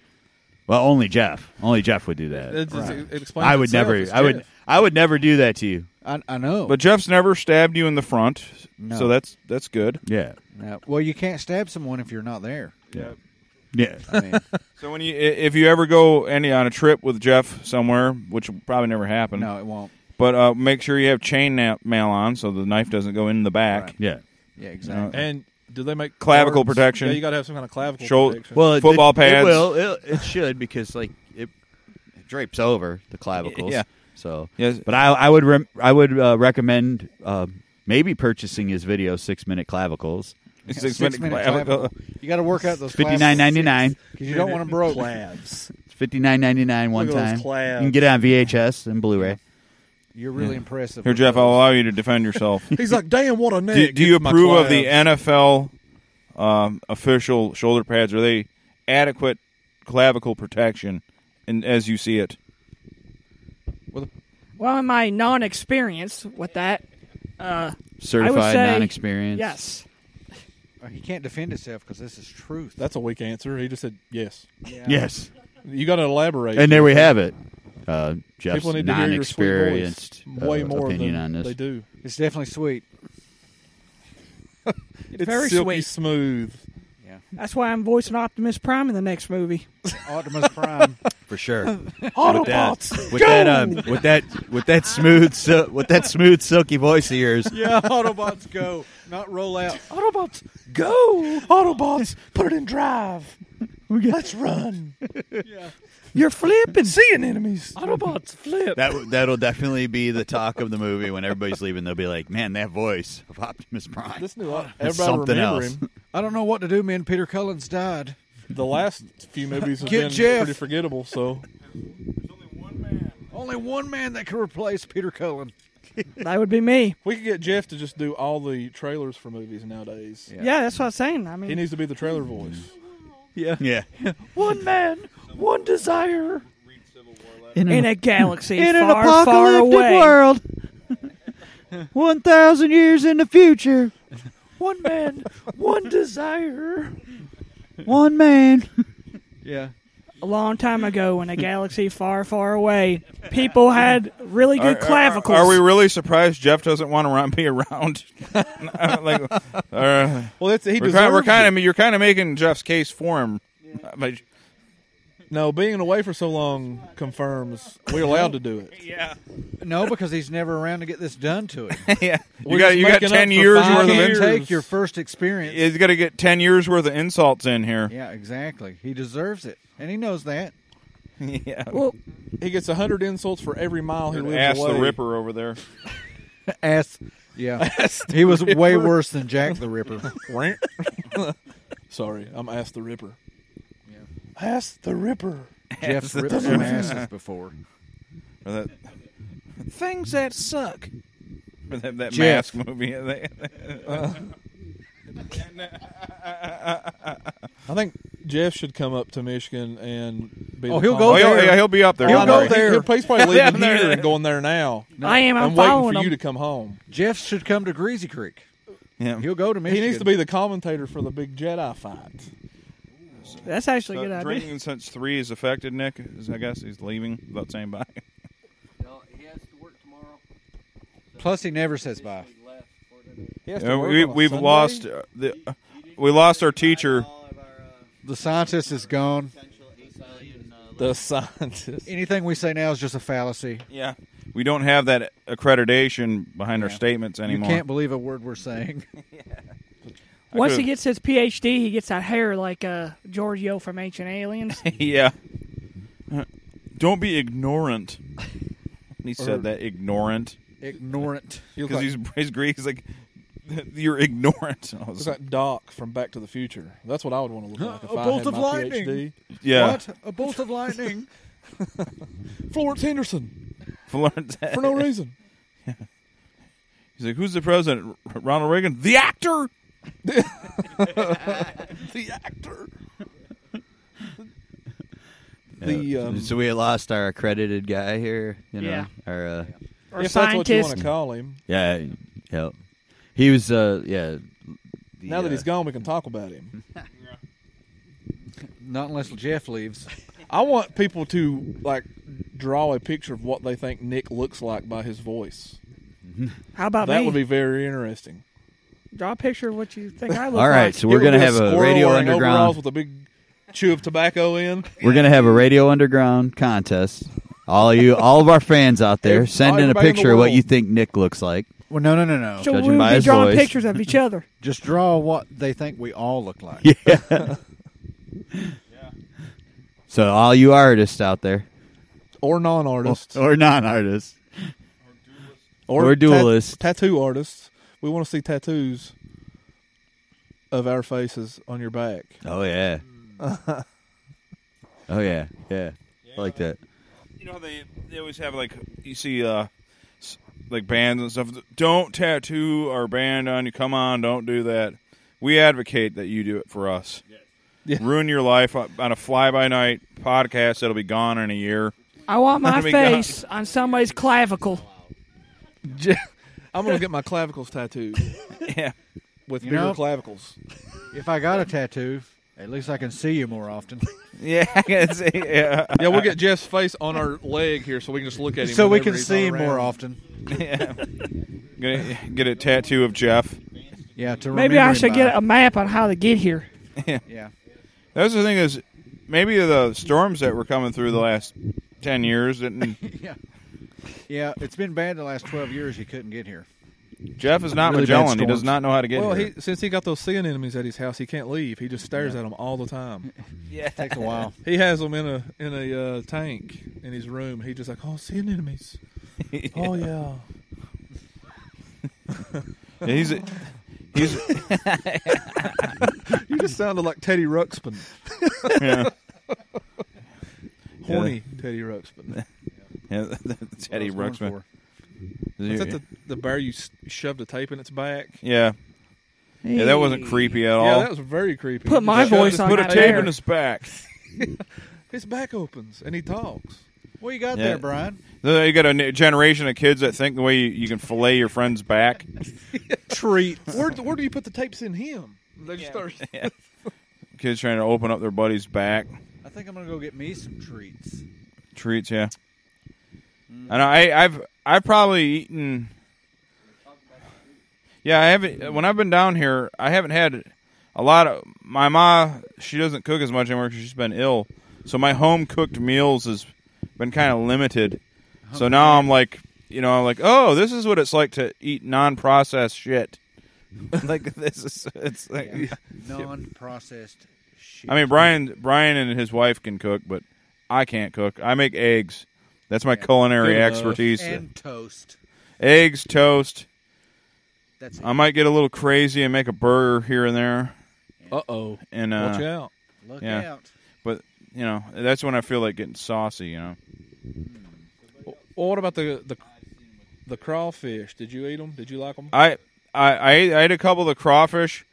D: Well, only Jeff. Only Jeff would do that.
L: It- it- it explains
D: I would
L: itself.
D: never.
L: It's
D: I would.
L: Jeff.
D: I would never do that to you.
L: I, I know.
A: But Jeff's never stabbed you in the front,
L: No.
A: so that's that's good.
D: Yeah.
L: No. well, you can't stab someone if you're not there.
A: Yeah.
L: *laughs*
D: Yeah.
L: I mean,
A: So when you i- if you ever go any on a trip with Jeff somewhere, which will probably never happen.
L: No, it won't.
A: But uh, make sure you have chain na- mail on so the knife doesn't go in the back. Uh,
D: Yeah.
L: Yeah, exactly.
I: and do they make
A: clavicle
I: guards?
A: protection.
I: Yeah, you got to have some kind of clavicle
A: Shoul-
I: protection.
A: Well, it- Football
D: it,
A: pads.
D: It will. It, it should because like it, it drapes over the clavicles.
A: Yeah.
D: So.
A: Yes.
D: But I, I would. Rem- I would uh, recommend uh, maybe purchasing his video six minute clavicles.
A: Six minute
L: Six-minute
A: clavicle.
L: clavicle. You got to work out those
D: Fifty nine
L: *laughs*
D: ninety nine.
L: because you don't want them broke.
B: Clavs.
L: *laughs*
D: Fifty nine ninety nine one
L: Look at those
D: time.
L: clavs.
D: You can get it on VHS and Blu ray.
L: You're really impressive.
A: Here,
L: with
A: Jeff,
L: those.
A: I'll allow you to defend yourself.
I: *laughs* He's like, damn, what a neck.
A: do, do you
I: Get my
A: approve of the
I: clavicle.
A: NFL um, official shoulder pads? Are they adequate clavicle protection? And as you see it,
E: Well, in my non-experience with that, uh, I would
D: Certified
E: say
D: non-experienced.
E: Yes.
L: He Uh, can't defend himself because this is truth.
I: That's a weak answer. He just said yes.
D: Yes.
I: You got to elaborate.
D: And there
I: *laughs*
D: we have it. Uh, Jeff's
I: People need to hear your sweet
D: non-experienced
I: voice
D: uh,
I: way more
D: opinion
I: than
D: on this.
I: they do.
L: It's definitely sweet.
I: *laughs* It's
E: very
I: silky
E: sweet.
I: smooth. *laughs*
E: That's why I'm voicing Optimus Prime in the next *laughs* movie.
L: Optimus Prime.
I: *laughs*
D: for sure.
E: Autobots,
D: with that, with that, um, with that, with that smooth, sil- with that smooth silky voice of yours.
L: Yeah, Autobots go, not roll *laughs* out.
E: Autobots,
I: go! *laughs* Autobots, put it in drive. Let's *laughs* run.
E: You're flipping.
I: Seeing enemies.
E: Autobots, flip.
D: That w- that'll definitely be the talk of the movie when everybody's leaving. They'll be like, "Man, that voice of Optimus Prime."
I: This new everybody
D: It's something
I: remember
D: else.
I: him.
L: *laughs* I don't know what to do, man. Peter Cullens died.
I: The last few movies have
L: Get
I: been
L: Jeff.
I: pretty
E: *laughs*
I: forgettable. So
L: Only one man that can replace Peter Cullen.
E: that would be me.
I: we could get Jeff to just do all the trailers for movies nowadays.
E: Yeah, that's what I'm saying. I mean,
I: He needs to be the trailer voice.
D: Yeah, yeah.
E: one man, one desire.
D: In,
E: a galaxy far, far away.
D: *laughs* world, one thousand years in the future,
E: One man, one desire.
D: one man.
L: Yeah.
E: A long time ago, in a galaxy far, far away, people had really good
A: Are- are-
E: clavicles.
A: Are, we really surprised Jeff doesn't want to run, be around? *laughs*
I: *laughs*
A: like, uh,
I: Well, that's he
A: we're kind, we're
I: deserves
A: kind of you're kind of making Jeff's case for him. But-
I: it. No, being away for so long confirms we're allowed to do it.
L: *laughs* No, because he's never around to get this done to
I: *laughs*
L: him.
A: yeah, you
I: We're
A: got
I: just
A: you got
I: making up
A: ten
I: for
A: years
I: five
A: worth of
I: years.
A: insults.
L: Take your first experience.
A: He's got to get ten years worth of insults in here.
I: *laughs*
L: yeah, exactly. He deserves it, and he knows that.
A: yeah.
I: Well, he gets hundred insults for every mile he
A: There'd
I: lives
A: ask
I: away.
A: the
L: *laughs*
A: Ripper over there.
L: Ass.
I: *laughs*
L: Yeah.
I: Ass the
L: he was way
I: Ripper.
L: worse than Jack the
I: *laughs*
L: Ripper.
I: Sorry, I'm Ass
A: *laughs*
I: the Ripper. Ass the Ripper.
L: Jeff's ripped some
I: *laughs*
L: asses before.
A: Or that,
N: Things that suck.
A: or *laughs* that, that
L: Jeff.
A: mask movie. *laughs*
I: Uh. I think Jeff should come up to Michigan and be.
L: Oh,
I: the
L: he'll
I: con-
L: go Oh, he'll- there. yeah, he'll be up there,
I: He'll
L: don't
I: go
L: worry.
I: there. He'll-
A: *laughs*
I: He's probably
L: Yeah,
I: leaving
L: there,
I: here and
L: there.
I: going there now.
L: No. I am, I'm
I: I'm waiting
L: following
I: for you
L: him.
I: to come home.
L: Jeff should come to Greasy Creek.
A: Yeah.
L: He'll go to Michigan.
I: He needs to be the commentator for the big Jedi fight.
E: That's actually
A: So
E: a good idea.
A: Drinking since three is affected, Nick. Is, I guess he's leaving without saying bye.
L: Plus, he never says bye.
A: Yeah, Uh, we, we've lost uh, the uh, we lost our teacher.
L: The scientist is gone.
I: The scientist.
L: Anything we say now is just a fallacy.
A: Yeah. We don't have that accreditation behind our statements anymore.
L: You
A: *laughs*
L: can't believe a word we're saying.
A: I
E: Once he
A: could've-
E: gets his PhD, he gets that hair like uh, Giorgio from Ancient Aliens.
A: yeah. Don't be
L: *laughs*
A: ignorant. He said
L: Or-
A: that ignorant *laughs*
I: *laughs*
L: Ignorant.
A: because he's he's Greek. He's like you're
I: *laughs*
A: ignorant. I was
I: Looks like Doc from Back to the Future. That's what I would want to look like if
L: a
I: I
L: bolt
I: had
L: of
I: my
L: lightning.
I: PhD.
A: Yeah.
L: What? A bolt of lightning.
I: Florence Henderson.
A: Florence
I: For *laughs* no reason.
A: He's like, who's the president? R- Ronald Reagan,
L: *laughs*
A: the actor. *laughs*
I: the actor. The, um,
D: so we lost our accredited guy here. You know,
I: Yeah.
D: our uh,
I: Or If that's what you scientist. wanna call him.
D: Yeah, yeah. He was, uh, yeah. the,
I: now that
D: uh,
I: he's gone, we can talk about *laughs* him.
L: Not unless Jeff leaves.
I: I want people to like draw a picture of what they think Nick looks like by
L: *laughs*
I: his voice.
E: How about
I: that?
E: me?
I: Would be very interesting.
E: Draw a picture of what you think I look
D: All right,
E: like.
D: so we're gonna have a
I: squirrel
D: radio
I: wearing overalls
D: underground.
I: with a big chew of tobacco in.
D: We're gonna have a radio underground contest. All you, all of our fans out there, send in a
L: everybody in the
D: picture of what
L: world.
D: you think Nick looks like.
L: Well, no, no, no, no.
E: So
D: Judging
E: we'll
D: by
E: be
D: his
E: drawing
D: voice.
E: pictures of each other.
L: Just draw what they think we all look like.
D: Yeah. So all you artists out there,
I: or non-artists,
D: or, non-artists, or,
I: tat-
D: duelists,
I: tattoo artists. We want to see tattoos of our faces on your *laughs* back.
D: Oh yeah. oh yeah, yeah. I like that.
A: You know they they always have like you see uh s- like bands and stuff. Don't tattoo our band on you. Come on, don't do that. We advocate that you do it for us. Ruin your life on on a fly by night podcast that'll be gone in a year.
E: I want my
A: *laughs* That'll be gone.
E: face on somebody's clavicle.
I: I'm gonna get my
L: *laughs*
I: clavicles tattooed.
A: yeah,
I: with
L: You
I: bigger
L: know- *laughs*
I: clavicles.
L: *laughs* If I got a tattoo, at least I can see you more often.
A: Yeah, I can see.
L: *laughs*
A: Yeah,
I: Yeah, we'll get Jeff's face on our leg here, so we can just look at him.
L: So we
I: whenever
L: can
I: he's
L: see
I: not
L: him more
I: around.
L: often.
I: *laughs*
A: Yeah.
L: *laughs*
A: Gonna get a tattoo of Jeff.
L: Yeah, to
E: Maybe I should get a map on how to get here.
L: Yeah.
A: That was the thing is maybe the storms that were coming through the last ten
L: *laughs*
A: years didn't.
L: yeah. Yeah, it's been bad the last 12 years you couldn't get here.
A: Jeff is not
L: Really bad
A: Magellan. He
L: storms.
A: does not know how to get
I: Well,
A: here.
I: he, since he got those sin enemies at his house, he can't leave. He just stares at 'em at them all the time.
A: Yeah.
L: Takes a while.
I: He has them in a in a uh, tank in his room. He just like, oh, sin enemies. Oh yeah.
A: Yeah, he's a- he's.
I: *laughs* you just sounded like Teddy Ruxpin.
A: Yeah.
I: Horny Teddy Ruxpin.
A: *laughs* Yeah, Teddy
I: That's what I was
A: Ruxpin.
I: going for. Is that the, the bear you s- shoved a tape in its back?
A: Yeah. Yeah, that wasn't creepy at all.
I: Yeah, that was very creepy.
E: Put my
I: Just shoved
E: voice
I: his-
E: on
A: Put a
E: that
A: tape
E: bear.
A: in his
E: *laughs*
A: back.
I: His back opens and he talks.
L: What you got
A: Yeah.
L: there, Brian?
A: So You got a new generation of kids that think the way you, you can fillet your friend's
I: *laughs*
A: back.
L: Treat.
I: Where, where do you put the tapes in him? They just
A: *laughs*
I: start.
A: Kids trying to open up their buddy's back.
L: I think I'm going to go get me some treats.
A: Treats, yeah. I know. I, I've I've probably eaten. Yeah, I haven't. When I've been down here, I haven't had a lot of. My ma, she doesn't cook as much anymore because she's been ill. So my home cooked meals has been kind of limited. so now I'm like, you know, I'm like, oh, this is what it's like to eat non-processed shit. like this is it's like.
L: Non processed shit.
A: I mean, Brian, Brian and his wife can cook, but I can't cook. I make eggs. That's my culinary
L: Good enough.
A: expertise.
L: And toast.
A: Eggs, toast.
L: That's
A: I might get a little crazy and make a burger here and there.
I: Uh-oh.
A: And uh,
I: Watch out. Look
A: yeah.
I: out.
A: But you know, that's when I feel like getting saucy. You know,
I: Well, what about the the the crawfish? Did you eat them? Did you like them?
A: I I I ate, I ate a couple of the crawfish,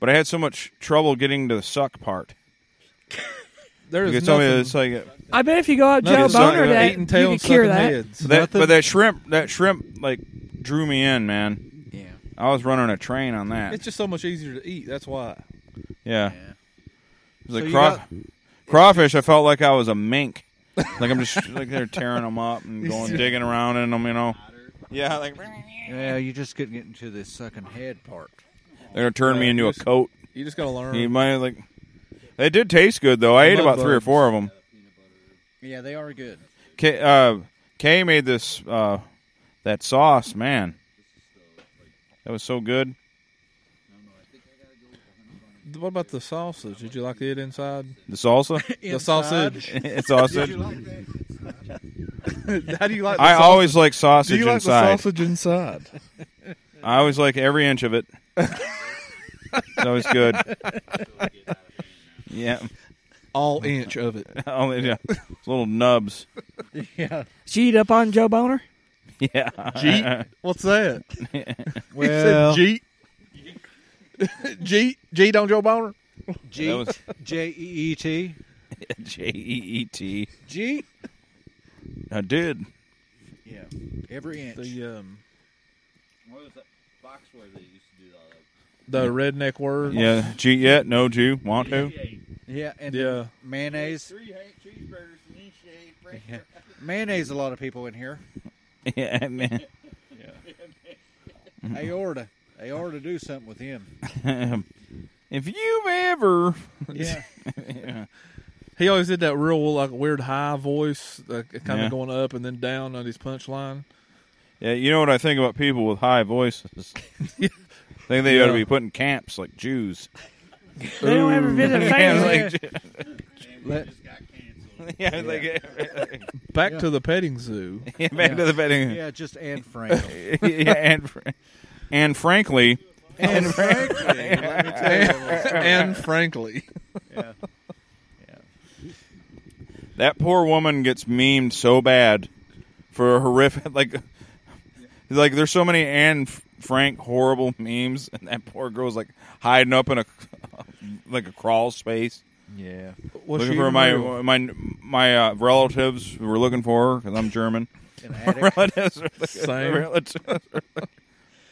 A: but I had so much trouble getting to the suck part.
I: There is
A: you could tell me
I: nothing-
A: it's like a-
E: I bet if you go out Joe
A: Nothing.
E: Boner, that you
I: Eating tail
E: could
I: and
E: cure
I: sucking
E: that.
I: head. It's
A: that,
I: nothing-
A: but that shrimp, that shrimp, like drew me in, man.
L: Yeah,
A: I was running a train on that.
I: It's just so much easier to eat. That's why.
A: yeah, It was
I: So
A: like
I: you
A: craw-
I: got-
A: crawfish. I felt like I was a mink. like I'm just like they're tearing them up
I: *laughs*
A: and
L: He's
A: going
L: just-
A: digging around in them. You know, Yeah, like
L: yeah, you just get into this sucking head part.
A: they're gonna turn me into a coat.
I: You just gotta learn.
A: You might like. They did taste good though. I ate
L: Mud
A: about three or
L: bugs.
A: four of them.
L: Yeah, they are *laughs* good.
A: Kay, uh, Kay made this uh, that sauce, man. That was so good.
I: What about the sausage? Did you like it *laughs* inside?
A: The salsa,
I: the sausage.
A: *laughs* It's sausage.
I: How do you like? The
A: I
I: sausage?
A: always like sausage
I: do you like
A: inside.
I: The sausage inside.
A: *laughs* I always like every inch of it. it's always good. Yeah,
I: all inch of it.
A: *laughs* All, yeah, It's little nubs.
I: *laughs* Yeah.
E: Cheat up on Joe Boner.
A: Yeah,
D: *laughs*
I: Jeet.
A: *laughs*
I: What's that?
L: Well-
I: he said Jeet. *laughs* Jeet. Jeet on Joe Boner.
L: G J E E T.
A: *laughs* J E E T.
L: G.
A: I did.
L: Yeah, every inch.
I: The um,
D: What was that box where they used to do all that?
I: the redneck word.
A: Yeah, G yet? No, Jew. Want to?
L: Yeah, and
I: Yeah.
L: mayonnaise. Three cheeseburgers yeah. Mayonnaise. A lot of people in here.
A: Yeah, *laughs* man.
L: Aorta. Aorta do something with him.
A: *laughs* if you've ever,
L: Yeah.
I: He always did that real like weird high voice, like, kind of
A: Yeah.
I: going up and then down on his punchline.
A: Yeah, you know what I think about people with
E: *laughs*
A: high voices. think they ought to
I: Yeah.
A: be put in camps like Jews.
E: They don't ever visit
I: *laughs*
A: Camps
E: family.
A: *laughs* like Ju- *laughs*
L: Let-
A: Yeah, like- *laughs*
I: Back to the petting zoo.
A: Yeah, back to the betting.
L: Yeah, just Anne Frank.
A: *laughs* yeah, and fr- and frankly,
L: Anne Frankly, *laughs* let me tell you a little something.
I: *laughs* Anne Frankly. *laughs*
L: Yeah.
A: that poor woman gets memed so bad for a horrific *laughs* like like there's so many Anne F- Frank horrible memes, and that poor girl's like hiding up in a *laughs* like a crawl space.
L: Yeah.
I: Was
A: looking
I: she
A: for
I: even
A: my,
I: real?
A: my my uh, relatives were looking for her because I'm German. *laughs*
L: An
A: My
L: attic.
A: relatives were looking-
I: Same.
A: relatives *laughs* were looking-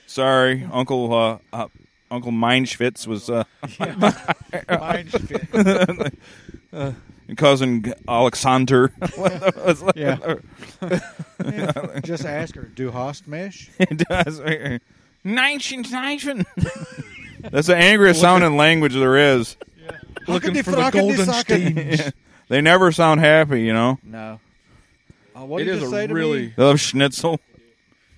A: Sorry, Uncle uh, uh, Uncle Meinschwitz was
L: *laughs*
A: uh, *laughs*
L: Meinschwitz. *laughs*
A: Uh, cousin G- Alexander. *laughs* was looking
L: Yeah.
A: *laughs* for-
L: Yeah. Just ask her. Do host mesh?
A: *laughs* It does. Nation,
D: *laughs*
A: nation. That's the angriest sounding language there is.
L: Looking for the golden steams. *laughs*
A: they never sound happy, you know.
L: No. Uh, what
I: It
L: did
I: is
L: you
I: a
L: say to
I: really-
L: me?
A: They love schnitzel.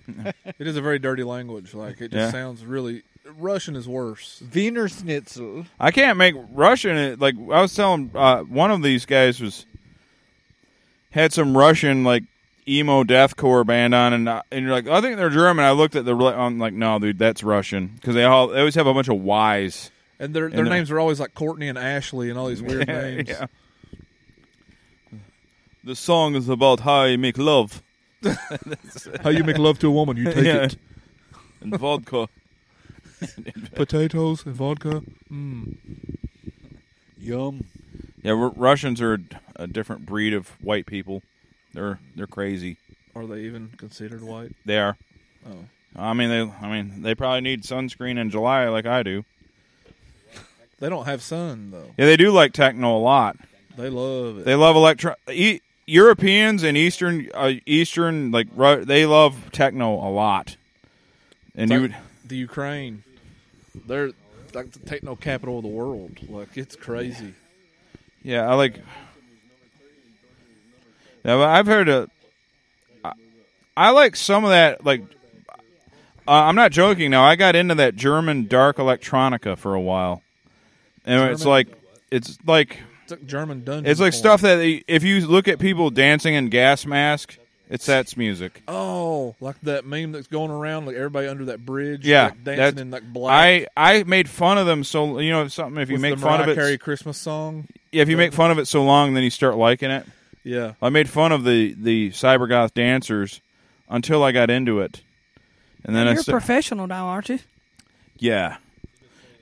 I: *laughs* It is a very dirty language. Like it just
A: Yeah.
I: sounds really. Russian is worse.
L: Wiener Schnitzel.
A: I can't make Russian. it- Like I was telling, uh, one of these guys was had some Russian like emo deathcore band on, and I, and you're like, "Oh, I think they're German. I looked at the, re- I'm like, no, dude, that's Russian because they all they always have a bunch of Y's.
I: And their
A: And
I: their
A: the-
I: names are always like Courtney and Ashley and all these weird names.
A: Yeah. The song is about how you make love.
I: *laughs* How you make love to a woman? You take
A: Yeah.
I: it.
A: and
I: *laughs*
A: vodka.
I: Potatoes and vodka. Mm.
L: Yum.
A: Yeah, Ru- Russians are a, a different breed of white people. They're they're crazy.
I: Are they even considered white?
A: They are.
I: Oh.
A: I mean, they. I mean, they probably need sunscreen in July like I do.
I: They don't have sun though.
A: Yeah, they do like techno a lot.
I: They love it.
A: They love electro. E- Europeans and Eastern, uh, Eastern like Ru- they love techno a lot. And
I: It's
A: you
I: like
A: would,
I: the Ukraine. They're like the techno capital of the world. Like it's crazy.
A: yeah, I like. Yeah, but I've heard a. I, I like some of that. Like, uh, I'm not joking. Now I got into that German dark electronica for a while, and it's like it's like
I: like German dungeon.
A: It's like
I: porn.
A: stuff that they- if you look at people dancing in gas mask, it's that's music.
I: Oh, like that meme that's going around, like everybody under that bridge,
A: Yeah,
I: like dancing
A: that's-
I: in like black.
A: I I made fun of them so you know something if you
I: With
A: make
I: the
A: fun of
I: Mariah
A: it
I: Carey Christmas song.
A: Yeah, if you make fun of it so long, then you start liking it.
I: Yeah.
A: I made fun of the the cyber goth dancers until I got into it, and then I
E: You're a
A: sta-
E: professional now, aren't you?
A: yeah.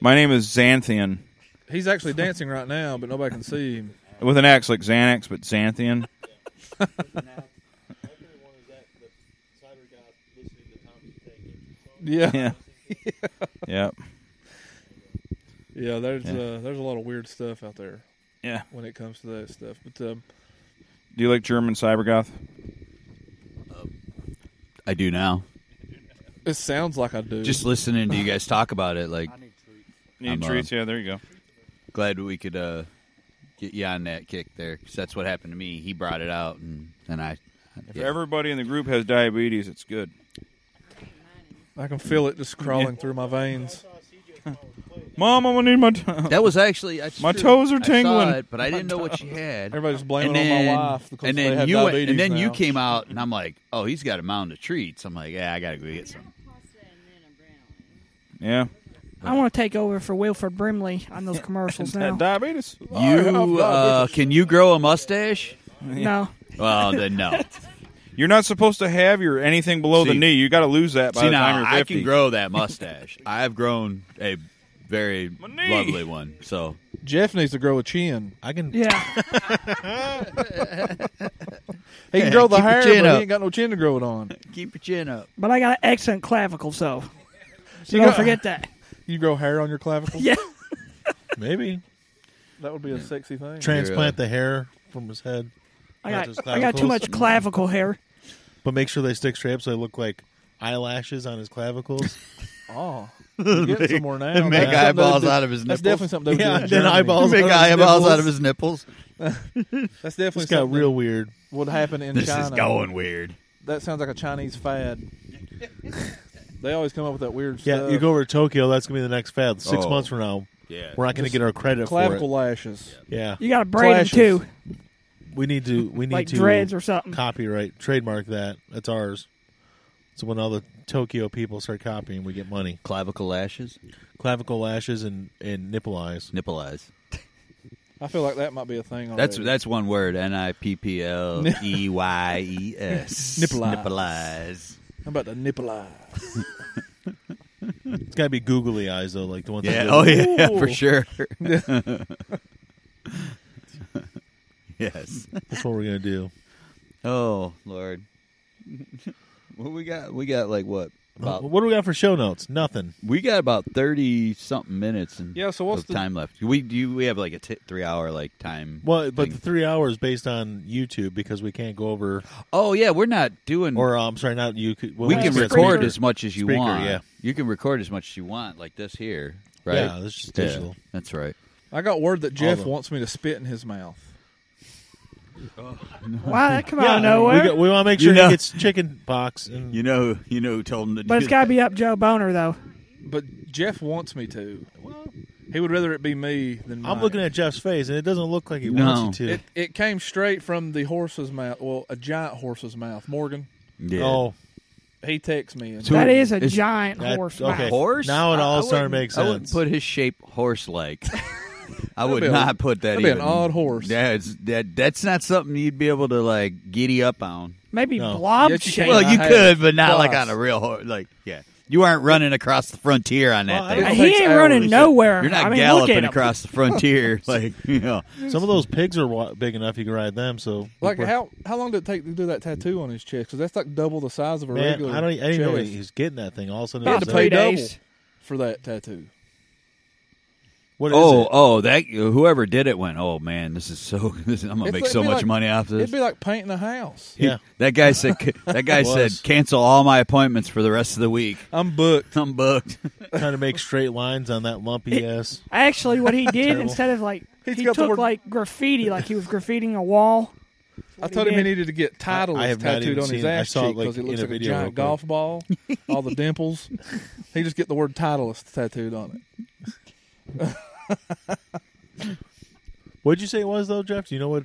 A: My name is Xanthian
I: He's actually dancing right now, but nobody can see him.
A: with an X like Xanax, but Xanthian.
I: Yeah.
A: *laughs* yeah. Yep.
I: Yeah, there's
A: Yeah.
I: Uh, there's a lot of weird stuff out there.
A: Yeah.
I: When it comes to that stuff, but um,
A: Do you like German cyber goth?
D: I do now.
I: it sounds like I do.
D: Just listening to you guys talk about it, like
A: Need
D: I'm, uh,
A: treats? Yeah, there you go.
D: glad we could uh, get you on that kick there because that's what happened to me. He brought it out, and and I.
A: If
D: yeah.
A: everybody in the group has diabetes, it's good.
I: I can feel it just crawling through my veins.
A: Mom, I'm gonna need my. *laughs* toes.
D: That was actually that's
A: my
D: true.
A: toes are
D: I
A: tingling.
D: saw it, but I didn't
A: *laughs*
D: know what you had.
I: Everybody's
D: And
I: blaming it on
D: then,
I: my wife because
D: and
I: they
D: then
I: have
D: you went-
I: diabetes
D: and then you
I: now.
D: came out, and I'm like, oh, he's got a mound of treats. I'm like, yeah, I gotta go get some.
A: Yeah.
E: I want to take over for Wilford Brimley on
D: *laughs*
E: those
I: *laughs*
E: commercials now.
A: diabetes.
D: You uh, can you grow a mustache?
E: No.
D: Well, then no.
A: You're not supposed to have your anything below the
D: See-
A: knee. You got to lose that by
D: See
A: the
D: now,
A: time you're 50.
D: I can grow that *laughs* mustache. I've grown a very lovely one. So
I: Jeff needs to grow a chin. I can. *laughs*
D: Yeah.
I: he can grow the
D: Keep your
I: hair, but
D: chin up.
I: he ain't got no chin to grow it on.
D: Keep your chin up.
E: *laughs* But I got an excellent clavicle, so, so
I: You
E: don't
I: got-
E: forget
I: *laughs*
E: that.
I: You grow hair on your clavicle?
E: Yeah.
B: *laughs* Maybe
I: That would be a sexy thing.
B: transplant the hair from his head.
E: I
B: not
E: got,
B: his
E: I got too
B: clavicles.
E: much clavicle hair.
B: But make sure they stick straight up so they look like eyelashes on his clavicles.
I: *laughs* Oh.
B: *laughs*
I: You're getting somewhere now.
D: Make
I: That's something they
D: eyeballs
I: would do-
D: out of his
I: That's definitely
D: nipples.
I: something they would do
B: Yeah,
I: in
B: then
I: Germany.
B: eyeballs
D: Make eyeballs out of his nipples. *laughs*
I: *laughs* That's definitely
B: This got
I: something
B: real weird.
I: Would happen in
D: This is
I: China.
D: going weird.
I: That sounds like a Chinese
B: *laughs*
I: fad. they always come up with that weird
B: Yeah,
I: stuff.
B: you go over to Tokyo. That's gonna be the next fad. Six
I: Oh.
B: months from now,
I: Yeah.
B: we're not gonna
I: Just
B: get our credit
I: clavicle
B: for it.
I: lashes.
B: Yeah,
E: You got to braid 'em, too.
B: We need to. We need
E: Like
B: to
E: dreads or something.
B: Copyright, trademark that. That's ours. So when all the Tokyo people start copying, we get money.
D: Clavicle lashes,
B: clavicle lashes, and and nipple eyes.
D: Nipple eyes.
I: I feel like that might be a thing.
D: That's
I: already.
D: that's one word. N i p p l e y e s.
I: Nipple eyes.
D: Nipple eyes.
I: How about the nipple eye?
B: It's got to be googly eyes though, like the ones.
D: Yeah.
B: that
D: Oh
B: do-
D: yeah. yeah, *laughs* For
B: *laughs*
D: sure. yes.
B: That's what we're gonna do.
D: Oh Lord. *laughs* what we got? We got like what? About
B: what do we got for show notes? Nothing.
D: we got about thirty something minutes and
I: Yeah, so what's
D: of
I: the-
D: time left? We do. We have like a t- three hour like time.
B: Well, but
D: thing.
B: the three hours based on YouTube because we can't go over.
D: oh yeah, we're not doing.
B: Or um, sorry, not YouTube.
D: we can record as much as you
B: Speaker,
D: want.
B: Yeah,
D: you can record as much as you want, like this here, right?
B: Yeah, this is just digital.
D: that's right.
I: I got word that Jeff
D: of 'em.
I: wants me to spit in his mouth.
E: Wow, that come out of
B: Yeah,
E: nowhere.
B: We, got- we want to make
D: You
B: sure
D: know-
B: he gets chicken pox. And
D: You know, you know who told him to
I: *laughs*
D: do
E: but it's got to be up Joe Boner, though.
I: But Jeff wants me to. He would rather it be me than.
B: I'm
I: Mike.
B: looking at Jeff's face, and it doesn't look like he
D: No.
B: wants you to.
I: It, it came straight from the horse's mouth. Well, a giant horse's mouth. Morgan,
D: Yeah.
B: Oh,
I: he texts me. And
D: So
E: that is a
D: it's-
E: giant
B: that-
E: horse.
B: okay.
E: mouth.
D: horse.
B: Now it
D: I-
B: all
D: I
B: started to
D: wouldn't-
B: make
D: I wouldn't
B: sense.
D: put his shape
B: *laughs*
D: horse like. I would
I: be a-
D: not put that.
I: that'd be an
D: even-
I: odd horse.
D: Yeah, it's, that that's not something you'd be able to like giddy up on.
E: Maybe
B: No.
E: blob
I: Yes, you
E: shape.
I: can.
D: Well,
I: I
D: you
I: had
D: could, but not like
I: claws.
D: on a real horse. Like, yeah, you aren't running across the frontier on that
B: Well, I
D: thing.
B: don't-
E: He
I: takes
E: ain't
I: hours.
E: running nowhere.
D: You're not
E: I mean, look at
D: galloping
E: him.
D: across
E: *laughs*
D: the frontier, like you know.
B: some of those pigs are wa- big enough you can ride them. So
I: Like how how long did it take to do that tattoo on his chest? Because that's like double the size of a
B: Man,
I: regular.
B: I don't. e, I didn't know
I: chest.
B: he was getting that thing. All of a sudden,
I: He
B: it
I: had
E: About
I: to
B: was
E: three
I: pay
B: like,
I: double
E: days.
I: for that tattoo.
B: what is
D: Oh,
B: it?
D: oh, that whoever did it went. Oh man, this is so. *laughs* This, I'm gonna
I: It's
D: make
I: like-
D: so
I: it'd be
D: much
I: like-
D: money off this.
I: It'd be like painting a house.
B: Yeah,
D: that guy said.
B: *laughs*
D: That guy said,
B: was.
D: cancel all my appointments for the rest of the week.
I: I'm booked.
D: I'm booked. *laughs*
B: trying to make straight lines on that lumpy ass.
E: Actually,
I: *laughs*
E: what he did
B: Terrible.
E: instead of like
I: He's
E: he
I: got the
E: took
I: word-
E: like graffiti, like he
I: *laughs*
E: was graffititing a wall.
I: I
E: he
I: told him he
E: did.
I: needed to get
B: I have
I: Titleist
B: not
I: tattooed
B: even
I: on his
B: seen it. I
I: ass
B: saw it,
I: cheek
B: like,
I: because it
B: in
I: looks
B: a
I: like a
B: video real quick.
I: giant
B: *laughs*
I: golf ball, all the dimples. He just get the word Titleist tattooed on it.
B: *laughs* What'd you say it was though, Jeff? Do you know what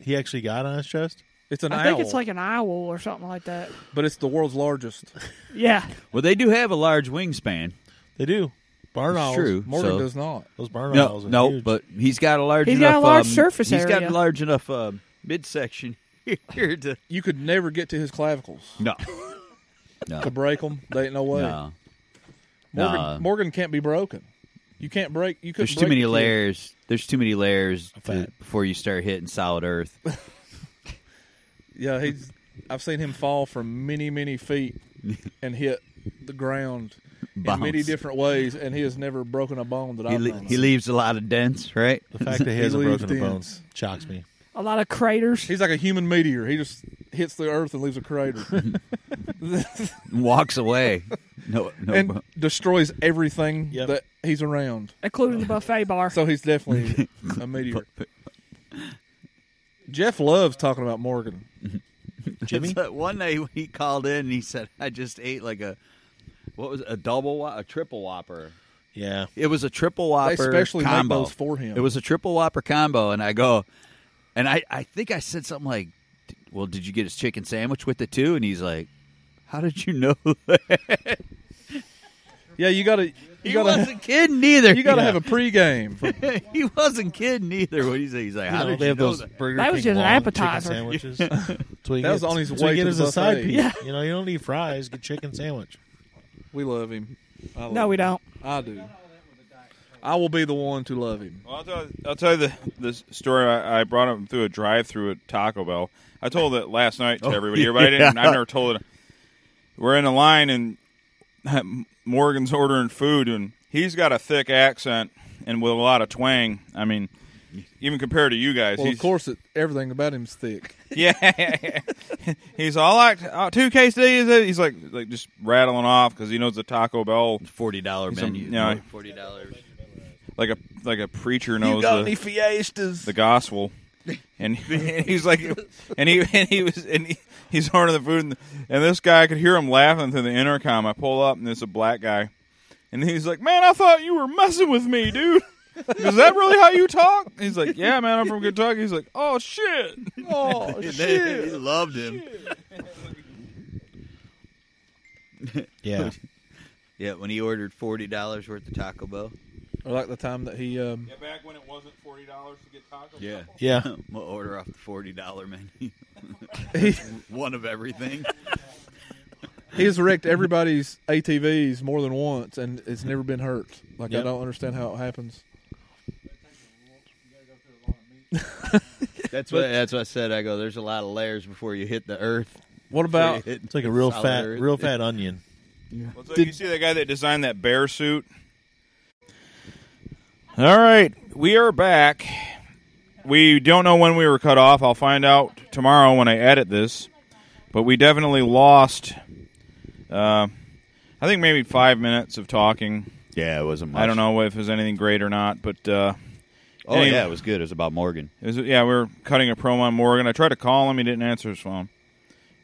B: he actually got on his chest?
I: It's an
E: I think it's like an owl or something like that.
I: but it's the world's largest.
B: *laughs*
E: Yeah.
D: Well, they do have a large wingspan.
B: They do. Barn
D: It's
B: owls.
D: True.
I: Morgan
D: so-
I: does not.
B: Those barn
D: no,
B: owls are
D: no,
B: huge.
D: but he's got a large.
E: He's got
D: enough,
E: a large
D: um,
E: surface
D: He's got
E: area.
D: a large enough
F: uh,
D: um, midsection here to.
I: You could never get to his clavicles
B: *laughs*
D: No. No.
I: to break them. They ain't no way.
D: No.
I: Morgan,
D: Nah.
I: Morgan can't be broken. You can't break. You could.
D: There's too many layers. There's too many layers to, before you start hitting solid earth.
I: Yeah, he's. I've seen him fall from many, many
D: *laughs*
I: feet and hit the ground
D: Bounce.
I: in many different ways, and he has never broken a bone that
D: he,
I: I've
D: le-
I: known.
D: he leaves a lot of dents, right?
B: The fact that he
D: *laughs*
B: hasn't
I: leaves
B: broken a bone
I: dents.
B: shocks me.
E: A lot of craters.
I: He's like a human meteor. He just hits the earth and leaves a crater. *laughs*
D: walks away. No, no.
I: and
D: *laughs*
I: destroys everything that he's around,
E: including the buffet bar.
I: So he's definitely a meteor. Jeff loves talking about Morgan.
D: It's that one day when he called in and he said, "I just ate like a what was it, a double whop- a triple whopper."
B: Yeah,
D: it was a triple whopper.
I: specially make
D: combo.
I: those for him.
D: It was a triple whopper combo, and I go, and I I think I said something like, "D- "Well, did you get his chicken sandwich with it too?" And he's like, "How did you know *laughs* that?"
I: Yeah, you gotta. *laughs* You
D: he
I: gotta-
D: wasn't kidding either.
I: You got to
D: Yeah.
I: have a pregame. For,
D: *laughs* he wasn't kidding either. What he say? He's like,
B: You
D: "How
B: know,
D: did
B: they
D: you
B: have
D: know
B: those
D: that?"
B: Burger
E: That was
B: King
E: just an
B: long chicken
E: appetizer.
B: Sandwiches.
E: Yeah.
B: That's what you
I: That
B: get-
I: was on his
B: that's what
I: way
B: you get
I: to
B: as
I: the
B: a side
I: buffet.
B: piece.
I: Yeah.
B: You know, you don't need fries. Get chicken sandwich.
I: we love him. I love
E: No, we
I: him.
E: don't.
I: I do. I will be the one to love him.
A: Well, I'll tell, I'll tell you the, the story. I, I brought him through a drive through at Taco Bell. I told it last night to
M: Oh,
A: everybody
D: *laughs*
A: here, but I didn't.
M: yeah.
A: I've never told it. We're in a line, and *laughs* Morgan's ordering food, and he's got a thick accent and with a lot of twang. I mean, even compared to you guys,
I: Well,
A: he's
I: of course, it, everything about him's thick.
A: yeah. *laughs* he's all like uh, two quesadillas. He's like like just rattling off because he knows the Taco Bell
D: forty dollar menu.
A: You know,
D: Forty dollars.
A: like a like a preacher knows
M: got
A: the,
M: any fiestas?
A: the gospel, *laughs* and he's like, and he and he was and he, he's ordering the food, and, and this guy I could hear him laughing through the intercom. I pull up, and it's a black guy, and he's like, *laughs* "Man, I thought you were messing with me,
I: *laughs*
A: dude." Is that really how you talk? He's like, yeah, man, I'm from Kentucky. He's like, oh shit, *laughs*
I: oh
D: he loved him.
B: Yeah.
D: *laughs* yeah, when he ordered forty dollars worth of Taco Bell.
I: Or like the time that he. Um,
A: back when it wasn't forty dollars to get tacos.
D: *laughs* Yeah.
B: Yeah.
D: we'll order off the forty
B: *laughs*
D: dollar menu.
I: He-
D: One of everything.
I: He has wrecked everybody's ATVs more than once, and it's never been hurt. Like I
B: Yep.
I: don't understand how it happens.
D: That's what that's what I said. I go, there's a lot of layers before you hit the earth.
I: What
D: Before
I: about-
D: you hit
B: It's like a real
D: solid
B: fat,
D: earth.
B: real fat onion.
A: Well, it's like you see that guy that designed that bear suit? All right, we are back. We don't know when we were cut off. I'll find out tomorrow when I edit this. But we definitely lost, uh, I think maybe five minutes of talking.
D: Yeah, it wasn't
A: I
D: much.
A: don't know if it was anything great or not, but. Uh,
D: Oh
A: anyway-
D: yeah, it was good. It was about Morgan.
A: it was- yeah, we were cutting a promo on Morgan. I tried to call him, he didn't answer his phone.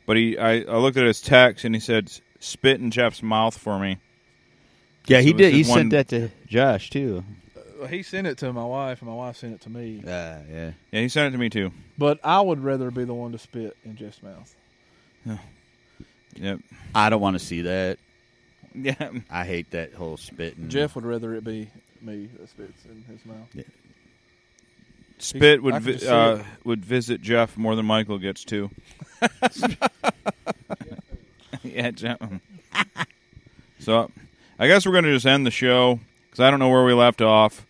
A: But he, I, I looked at his text and he said, "Spit in Jeff's mouth for me."
D: Yeah,
A: So
D: he
A: it was
D: did. He
A: just one-
D: sent that to Josh too.
I: Uh, He sent it to my wife, and my wife sent it to me.
D: Yeah, yeah.
A: Ah, Yeah, he sent it to me too.
I: But I would rather be the one to spit in Jeff's mouth.
A: Yep.
D: I don't want to see that.
A: *laughs* Yeah.
D: I hate that whole
A: Mm.
D: spitting.
I: Jeff would rather it be me that spits in his mouth.
A: Spit would
I: I can just
A: vi-
I: see
A: uh,
I: it.
A: would visit Jeff more than Michael gets to. *laughs* *laughs* yeah, Jeff. so, I guess we're going to just end the show because I don't know where we left off,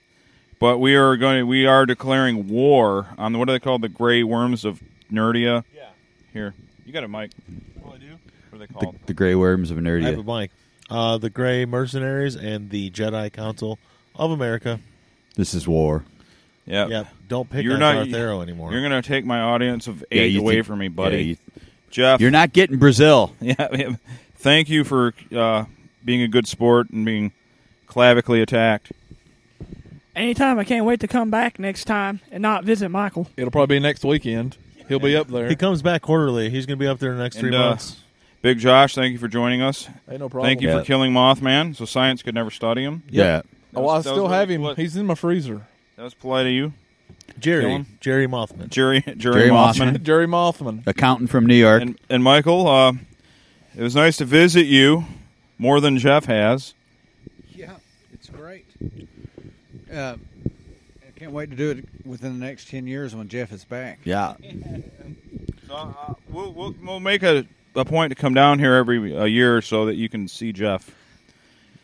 A: but we are going. We are declaring war on the, what are they called? The gray worms of Nerdia. Yeah. Here, you got a mic. Well, I do. What are they called?
D: The Grey Worms of
B: I have a
D: Nerdia.
B: blank. Uh, the Gray Mercenaries and the Jedi Council of America.
D: This is war.
A: Yeah.
B: Yep. Don't pick
A: You're
B: on
A: not
B: Darth Arrow anymore.
A: You're going to take my audience of
D: Yeah,
A: eight
D: you
A: away
D: think-
A: from me,
D: yeah, you-
A: buddy. Jeff,
D: You're not getting Brazil.
A: *laughs* Yeah, yeah. Thank you for uh, being a good sport and being clavically attacked.
E: Anytime, I can't wait to come back next time and not visit Michael.
I: It'll probably be next weekend. He'll be up there.
B: He comes back quarterly. He's going to be up there the next three
A: And, uh,
B: months.
A: Big Josh, thank you for joining us.
I: Ain't no problem.
A: Thank you
I: Yeah.
A: for killing Mothman, so science could never study him.
D: Yeah.
I: Oh, I
A: That was- that
I: still
A: was
I: have
A: really
I: him.
A: polite-
I: He's in my freezer.
A: That was polite of you. Kill
B: Jerry.
A: him?
B: Jerry Mothman.
A: Jerry Jerry, Mothman.
I: *laughs* Jerry Mothman.
D: Accountant from New York.
A: And, and Michael, uh, it was nice to visit you more than Jeff has.
L: Yeah, it's great. Uh, I can't wait to do it within the next 10 years when Jeff is back.
D: Yeah.
A: So, uh, we'll, we'll, we'll make a, a point to come down here every a year or so that you can see Jeff.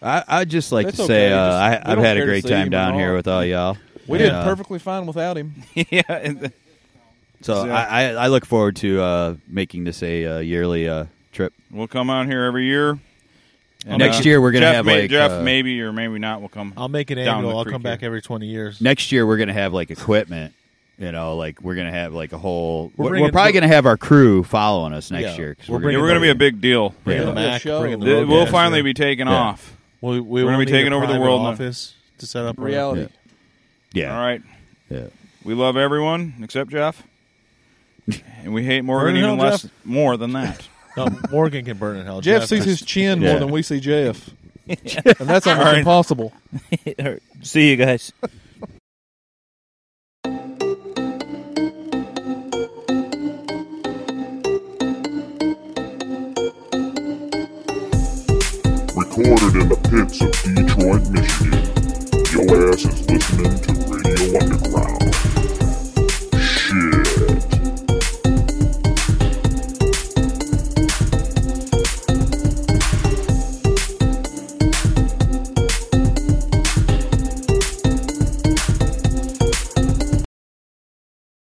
D: I, I'd just like
A: That's
D: to say
A: okay.
D: uh,
A: Just-
D: I,
A: we
D: I've
A: don't
D: had a
A: care to
D: great
A: see
D: time
A: him
D: down
A: at
D: here
A: all.
D: with all y'all.
I: We
D: And,
I: did
D: uh,
I: perfectly fine without him.
A: *laughs* yeah. and the-
D: So I, I, I look forward to uh, making this a uh, yearly uh, trip.
A: We'll come out here every year. uh,
D: Next year we're gonna
A: Jeff
D: have,
A: may-
D: like,
A: Jeff
D: uh,
A: maybe or maybe not will come.
B: I'll make it
A: down
B: annual.
A: the
B: I'll
A: creek
B: come
A: here.
B: back every twenty years.
D: Next year we're gonna have like equipment. You know, like we're gonna have like a whole.
B: We're
D: We're,
B: bringing-
D: we're probably gonna have our crew following us next
B: Yeah.
D: year. 'cause
B: We're
D: gonna
A: Yeah, we're going to be a big deal.
D: Bringing
B: the Mac, bringing the
A: Th-
B: roadcaster.
A: we'll finally be taken
D: Yeah.
A: off.
B: We, we
A: are
B: will
A: going to
B: need
A: be
B: a
A: taking over the
B: private
A: world now.
B: office to set up our-
I: Reality.
D: Yeah.
A: All right.
D: Yeah.
A: We love everyone except
D: *laughs*
A: Jeff, and we hate
I: Burn
A: Morgan
I: in
A: even
I: hell,
A: less,
I: Jeff.
A: more than that.
B: *laughs* No, Morgan can burn in hell.
I: Jeff sees his
B: *laughs*
I: chin more than we see Jeff. and
A: *laughs*
I: that's almost
B: All right.
I: impossible.
D: *laughs*
O: See you guys.
P: Recorded in the pits of Detroit, Michigan. Your ass is listening to Radio Underground.